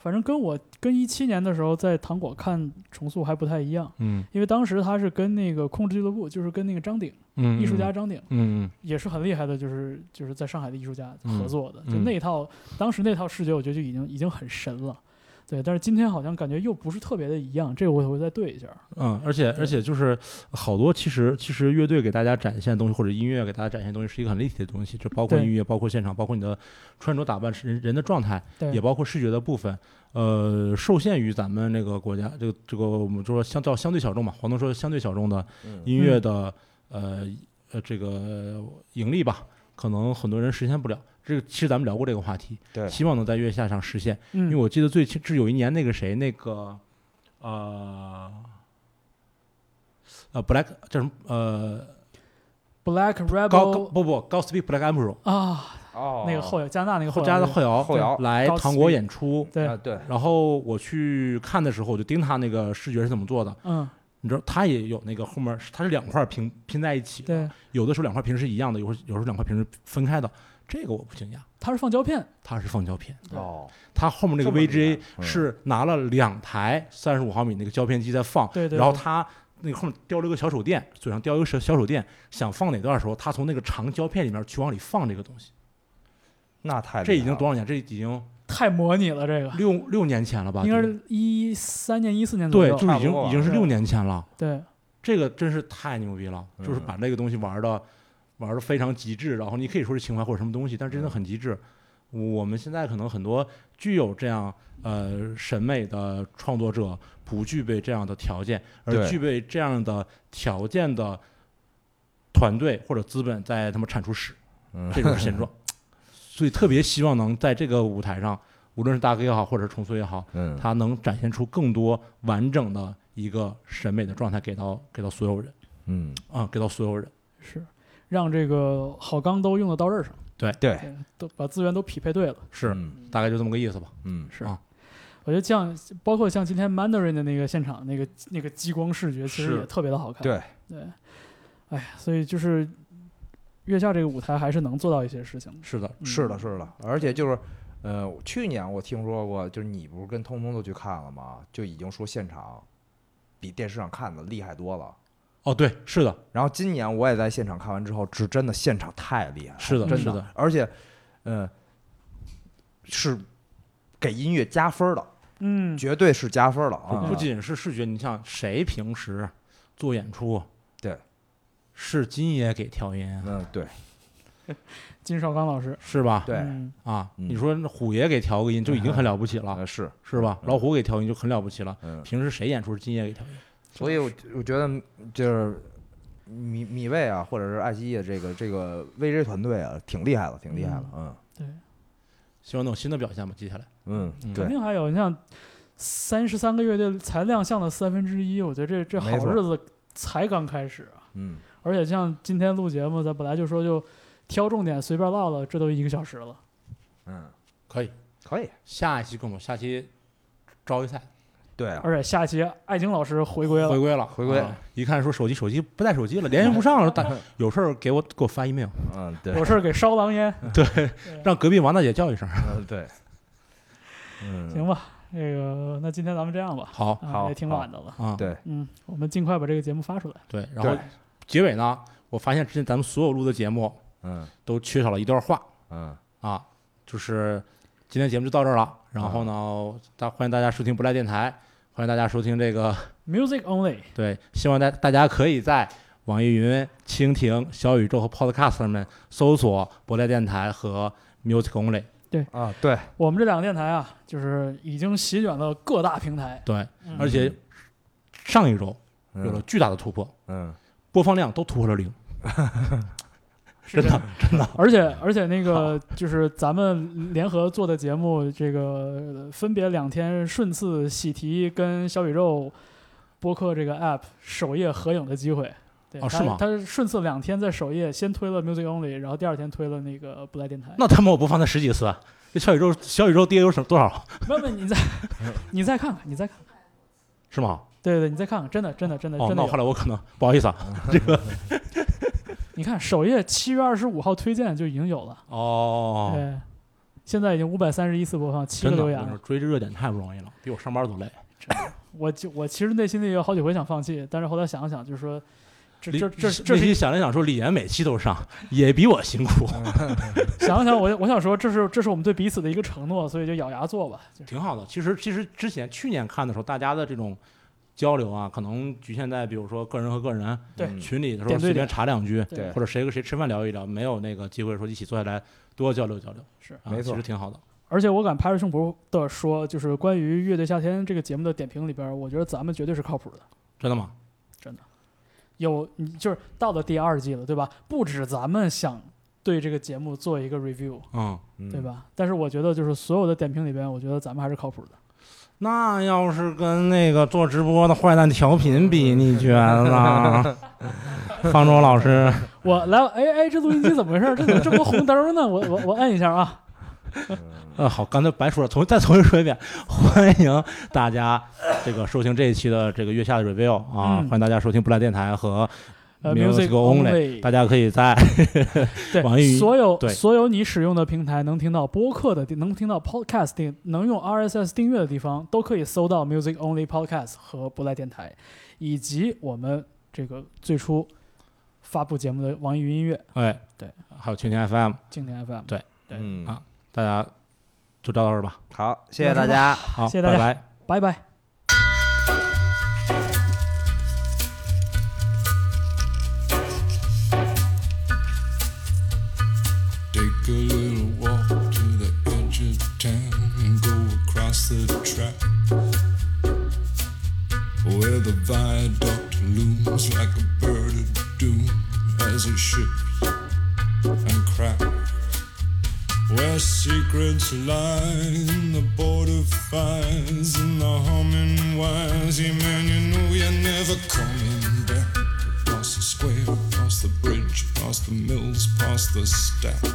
[SPEAKER 3] 反正跟我跟一七年的时候在糖果看重塑还不太一样，
[SPEAKER 1] 嗯
[SPEAKER 3] 因为当时他是跟那个控制俱乐部，就是跟那个张鼎、
[SPEAKER 1] 嗯，
[SPEAKER 3] 艺术家
[SPEAKER 1] 嗯，
[SPEAKER 3] 张鼎，
[SPEAKER 1] 嗯嗯
[SPEAKER 3] 也是很厉害的，就是就是在上海的艺术家合作的，
[SPEAKER 1] 嗯
[SPEAKER 3] 就
[SPEAKER 1] 嗯
[SPEAKER 3] 那套当时那套视觉，我觉得就已经已经很神了。对，但是今天好像感觉又不是特别的一样，这个我我再对一下。
[SPEAKER 1] 嗯，而且而且就是好多，其实其实乐队给大家展现的东西，或者音乐给大家展现的东西，是一个很立体的东西，就包括
[SPEAKER 3] 对
[SPEAKER 1] 音乐，包括现场，包括你的穿着打扮，是人人的状态，
[SPEAKER 3] 对，
[SPEAKER 1] 也包括视觉的部分。呃，受限于咱们那个国家，这个这个我们就说相叫相对小众嘛，黄东说相对小众的
[SPEAKER 2] 嗯，
[SPEAKER 1] 音乐的、呃呃这个呃盈利吧，可能很多人实现不了。这个其实咱们聊过这个话题，
[SPEAKER 2] 对
[SPEAKER 1] 希望能在月下上实现。
[SPEAKER 3] 嗯，
[SPEAKER 1] 因为我记得最清，是有一年那个谁，那个呃呃 Black 叫什么呃
[SPEAKER 3] Black
[SPEAKER 1] 高高
[SPEAKER 3] Rebel
[SPEAKER 1] 不不高 Speed Black Emperor
[SPEAKER 3] 啊，
[SPEAKER 2] 哦
[SPEAKER 3] 那个后摇加拿大那个
[SPEAKER 1] 后
[SPEAKER 3] 摇
[SPEAKER 1] 加的
[SPEAKER 3] 乐
[SPEAKER 1] 后摇
[SPEAKER 2] 后摇
[SPEAKER 1] 来
[SPEAKER 3] 高
[SPEAKER 1] 糖果
[SPEAKER 3] Speed
[SPEAKER 1] 演出，
[SPEAKER 3] 对
[SPEAKER 2] 啊，对，
[SPEAKER 1] 然后我去看的时候，我就盯他那个视觉是怎么做的。
[SPEAKER 3] 嗯，
[SPEAKER 1] 你知道他也有那个后面，它是两块屏拼在一起，
[SPEAKER 3] 对，
[SPEAKER 1] 有的时候两块屏是一样的，有时候有时候两块屏是分开的，这个我不惊讶。
[SPEAKER 3] 他是放胶片，
[SPEAKER 1] 它是放胶片，
[SPEAKER 2] 哦，
[SPEAKER 1] 它后面那个
[SPEAKER 2] 这么厉害
[SPEAKER 1] VGA
[SPEAKER 2] 嗯
[SPEAKER 1] 是拿了两台三十五毫米那个胶片机在放，
[SPEAKER 3] 对对
[SPEAKER 1] 然后
[SPEAKER 3] 对
[SPEAKER 1] 他那个后面叼了一个小手电，嘴上叼一个小小手电，想放哪段的时候，他从那个长胶片里面去往里放这个东西。
[SPEAKER 2] 那太
[SPEAKER 1] 这
[SPEAKER 2] 厉
[SPEAKER 1] 已经
[SPEAKER 2] 害
[SPEAKER 1] 多少年？这已经
[SPEAKER 3] 太模拟了这个，
[SPEAKER 1] 六六年前了吧？
[SPEAKER 3] 应该
[SPEAKER 1] 这个
[SPEAKER 3] 是一三年、一四年左
[SPEAKER 1] 对，
[SPEAKER 3] 右。
[SPEAKER 1] 就是已
[SPEAKER 2] 差不多
[SPEAKER 1] 经
[SPEAKER 2] 吧
[SPEAKER 1] 已经是
[SPEAKER 3] 对
[SPEAKER 1] 六年前了。
[SPEAKER 3] 对
[SPEAKER 1] 这个真是太牛逼了，就是
[SPEAKER 2] 嗯
[SPEAKER 1] 把这个东西玩的玩的非常极致，然后你可以说是情怀或者什么东西，但是
[SPEAKER 2] 嗯
[SPEAKER 1] 真的很极致。我们现在可能很多具有这样呃审美的创作者不具备这样的条件，而
[SPEAKER 2] 对
[SPEAKER 1] 具备这样的条件的团队或者资本在他们产出史，
[SPEAKER 2] 了，
[SPEAKER 1] 这种现 状。所以特别希望能在这个舞台上，无论是大哥也好，或者是重塑也好，
[SPEAKER 2] 嗯，
[SPEAKER 1] 它能展现出更多完整的一个审美的状态给到给到所有人。
[SPEAKER 2] 嗯，
[SPEAKER 1] 啊、给到所有人。
[SPEAKER 3] 是让这个好钢都用得到刃上，
[SPEAKER 1] 哎
[SPEAKER 2] 对，
[SPEAKER 3] 对，都把资源都匹配对了。
[SPEAKER 1] 是，
[SPEAKER 2] 嗯
[SPEAKER 1] 大概就这么个意思吧。
[SPEAKER 2] 嗯，
[SPEAKER 3] 是
[SPEAKER 1] 啊
[SPEAKER 3] 我觉得像包括像今天 Mandarin 的那个现场那个那个激光视觉，其实
[SPEAKER 1] 是
[SPEAKER 3] 也特别的好看。
[SPEAKER 2] 对
[SPEAKER 3] 对，哎呀，所以就是月下这个舞台还是能做到一些事情的。
[SPEAKER 1] 是的，
[SPEAKER 3] 嗯
[SPEAKER 2] 是的，，是的，而且就是，呃，去年我听说过，就是你不是跟通通都去看了吗？就已经说现场比电视上看的厉害多了。
[SPEAKER 1] 哦，对，是的，
[SPEAKER 2] 然后今年我也在现场看完之后，是真的现场太厉害了，
[SPEAKER 1] 是的，
[SPEAKER 3] 真
[SPEAKER 1] 是
[SPEAKER 2] 哦的
[SPEAKER 1] 的，
[SPEAKER 2] 而且，呃，是给音乐加分的，
[SPEAKER 3] 嗯，
[SPEAKER 2] 绝对是加分的啊！
[SPEAKER 1] 不仅是视觉，你像谁平时做演出，
[SPEAKER 2] 对，
[SPEAKER 1] 是金爷给调音啊，
[SPEAKER 2] 嗯，对
[SPEAKER 3] 金少刚老师，
[SPEAKER 1] 是吧？
[SPEAKER 2] 对，
[SPEAKER 3] 嗯
[SPEAKER 1] 啊，
[SPEAKER 2] 嗯
[SPEAKER 1] 你说虎爷给调个音就已经很了不起了，
[SPEAKER 2] 呃是，
[SPEAKER 1] 是吧？
[SPEAKER 2] 嗯
[SPEAKER 1] 老虎给调音就很了不起了。
[SPEAKER 2] 嗯，
[SPEAKER 1] 平时谁演出是金爷给调音？
[SPEAKER 2] 所以我我觉得就是米米未啊，或者是爱奇艺的这个这个 VJ 团队啊，挺厉害的，挺厉害的，嗯
[SPEAKER 3] 对，
[SPEAKER 1] 希望能有新的表现吧。接下来，
[SPEAKER 2] 嗯，
[SPEAKER 3] 肯
[SPEAKER 2] 对，
[SPEAKER 3] 定还有你像三十三个乐队才亮相了三分之一，我觉得这这好
[SPEAKER 2] 没错
[SPEAKER 3] 日子才刚开始啊。
[SPEAKER 2] 嗯，
[SPEAKER 3] 而且像今天录节目，咱本来就说就挑重点随便唠唠，这都一个小时了。
[SPEAKER 2] 嗯，
[SPEAKER 1] 可以，
[SPEAKER 2] 可以，
[SPEAKER 1] 下一期更多，下期招一赛
[SPEAKER 2] 对啊，
[SPEAKER 3] 而且下期艾晶老师回归了
[SPEAKER 1] 回，归了，
[SPEAKER 2] 回归
[SPEAKER 1] 啊一看说手机手机不带手机了，联系不上了，但有事儿给我给我发 email，
[SPEAKER 2] 嗯，对，
[SPEAKER 3] 有事儿给烧狼烟，
[SPEAKER 1] 让隔壁王大姐叫一声。
[SPEAKER 2] 嗯对，嗯，
[SPEAKER 3] 行吧？那个，那今天咱们这样吧，
[SPEAKER 1] 好
[SPEAKER 3] 啊，
[SPEAKER 2] 好
[SPEAKER 3] 也挺晚的了，
[SPEAKER 1] 啊，
[SPEAKER 2] 对，
[SPEAKER 3] 嗯，我们尽快把这个节目发出来。
[SPEAKER 1] 对，然后结尾呢，我发现之前咱们所有录的节目
[SPEAKER 2] 嗯
[SPEAKER 1] 都缺少了一段话
[SPEAKER 2] 嗯，
[SPEAKER 1] 啊，就是今天节目就到这儿了。然后呢，大欢迎大家收听不赖电台，欢迎大家收听这个
[SPEAKER 3] Music only，
[SPEAKER 1] 对，希望大大家可以在网易云、蜻蜓、小宇宙和 Podcast 上面搜索“不赖电台”和 Music Only。
[SPEAKER 2] 啊，对，
[SPEAKER 3] 我们这两个电台啊，就是已经席卷了各大平台，
[SPEAKER 1] 对，
[SPEAKER 3] 嗯
[SPEAKER 1] 而且上一周
[SPEAKER 2] 嗯
[SPEAKER 1] 有了巨大的突破，
[SPEAKER 2] 嗯，
[SPEAKER 1] 播放量都突破了 零，
[SPEAKER 3] 是
[SPEAKER 1] 真
[SPEAKER 3] 这样
[SPEAKER 1] 的真的。
[SPEAKER 3] 而且而且那个就是咱们联合做的节目，这个分别两天顺次喜提跟小宇宙播客这个 app 首页合影的机会。对，
[SPEAKER 1] 哦
[SPEAKER 3] 它
[SPEAKER 1] 是吗
[SPEAKER 3] 它是顺次两天在首页先推了 Music Only，然后第二天推了那个不来电台。
[SPEAKER 1] 那他妈我播放才十几次啊，这小宇宙小宇宙跌有什多少
[SPEAKER 3] 没有没有， 你再你再看看，你再看看，
[SPEAKER 1] 是吗？
[SPEAKER 3] 对对，你再看看，真的真的呃真的
[SPEAKER 1] 哦，
[SPEAKER 3] 真
[SPEAKER 1] 那
[SPEAKER 3] 的
[SPEAKER 1] 我后
[SPEAKER 3] 有。
[SPEAKER 1] 来我可能不好意思啊。
[SPEAKER 3] 你看首页七月二十五号推荐就已经有了，
[SPEAKER 1] 哦，
[SPEAKER 3] 对，现在已经五百三十啊一次播放，七个
[SPEAKER 1] 真的，
[SPEAKER 3] 留
[SPEAKER 1] 我
[SPEAKER 3] 言了
[SPEAKER 1] 说。追这热点太不容易了，比我上班都累。
[SPEAKER 3] 我就我其实内心里有好几回想放弃，但是后来想了想，就是说，这
[SPEAKER 1] 李
[SPEAKER 3] 这这
[SPEAKER 1] 李
[SPEAKER 3] 这
[SPEAKER 1] 那
[SPEAKER 3] 是
[SPEAKER 1] 天想了想说，李岩每期都上，也比我辛苦，
[SPEAKER 3] 想了想，我我想说，这是这是我们对彼此的一个承诺，所以就咬牙做吧。就是
[SPEAKER 1] 挺好的。其实其实之前去年看的时候，大家的这种交流啊，可能局限在比如说个人和个人，
[SPEAKER 3] 对
[SPEAKER 2] 嗯
[SPEAKER 1] 群里的时候
[SPEAKER 3] 点对
[SPEAKER 1] 随便
[SPEAKER 3] 点
[SPEAKER 1] 查两句，
[SPEAKER 3] 对
[SPEAKER 1] 或者谁跟谁吃饭聊一聊，没有那个机会说一起坐下来多交流交流。
[SPEAKER 3] 是
[SPEAKER 1] 啊、
[SPEAKER 2] 没错
[SPEAKER 1] 其实挺好的。
[SPEAKER 3] 而且我敢拍着胸脯的说，就是关于《乐队夏天》这个节目的点评里边，我觉得咱们绝对是靠谱的。
[SPEAKER 1] 真的吗？
[SPEAKER 3] 有你就是到了第二季了，对吧？不止咱们想对这个节目做一个 review，
[SPEAKER 1] 嗯，
[SPEAKER 2] 嗯
[SPEAKER 3] 对？吧？但是我觉得就是所有的点评里边，我觉得咱们还是靠谱的。
[SPEAKER 1] 那要是跟那个做直播的坏蛋调频比，你觉得呢？ 方舟老师，
[SPEAKER 3] 我来，哎哎，这录音机怎么回事？这怎么这么红灯呢？我我我按一下啊。
[SPEAKER 2] 嗯
[SPEAKER 1] 呃，好，刚才白说了，重再重新说一遍，欢迎大家这个收听这一期的这个月下的 review 啊，
[SPEAKER 3] 嗯
[SPEAKER 1] 欢迎大家收听不来电台和
[SPEAKER 3] 呃
[SPEAKER 1] Music
[SPEAKER 3] ，Music
[SPEAKER 1] Only，
[SPEAKER 3] Only，
[SPEAKER 1] 大家可以在
[SPEAKER 3] 对，
[SPEAKER 1] 网易云
[SPEAKER 3] 所有
[SPEAKER 1] 对
[SPEAKER 3] 所有你使用的平台能听到播客的地，能听到 Podcast 订，能用 RSS 订阅的地方，都可以搜到 Music Only Podcast 和不赖电台，以及我们这个最初发布节目的网易云音乐、
[SPEAKER 1] 哎
[SPEAKER 3] 对，
[SPEAKER 1] 还有蜻蜓 FM，
[SPEAKER 3] 蜻蜓 FM。
[SPEAKER 1] 对
[SPEAKER 3] 对
[SPEAKER 2] 嗯
[SPEAKER 1] 啊，大家就到这儿吧，
[SPEAKER 2] 好，谢谢大家。
[SPEAKER 1] 好，
[SPEAKER 3] 谢谢大家
[SPEAKER 1] 拜拜。
[SPEAKER 3] 拜拜。
[SPEAKER 4] Take a little walk to the edge of town and go across the track where the viaduct looms like a bird of doom as it ships and cracks. Where secrets lie in the border fires and the humming wires. Yeah, man, you know you're never coming back. Across the square, across the bridge, past the mills, past the stacks.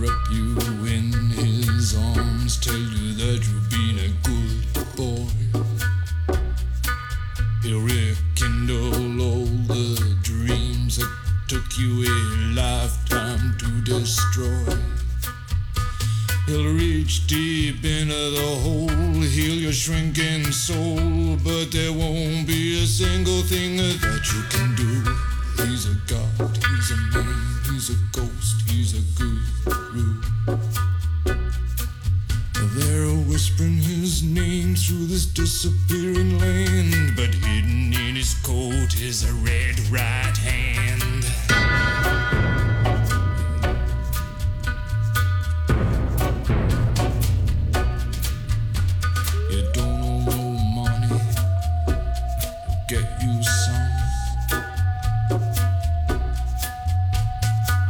[SPEAKER 4] wrap you in his arms, tell you that you've been a good boy. He'll rekindle all the dreams that took you a lifetime to destroy. He'll reach deep into the hole, heal your shrinking soul, but there won't be a single thing that you can do. He's a god, he's a man, he's a ghost, he's a guru. They're whispering his name through this disappearing land, but hidden in his coat is a red right hand. You don't owe no money. He'll get you some.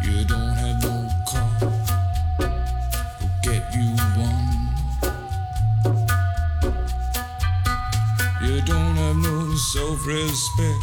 [SPEAKER 4] You don't have no car. He'll get you one. You don't have no self-respect.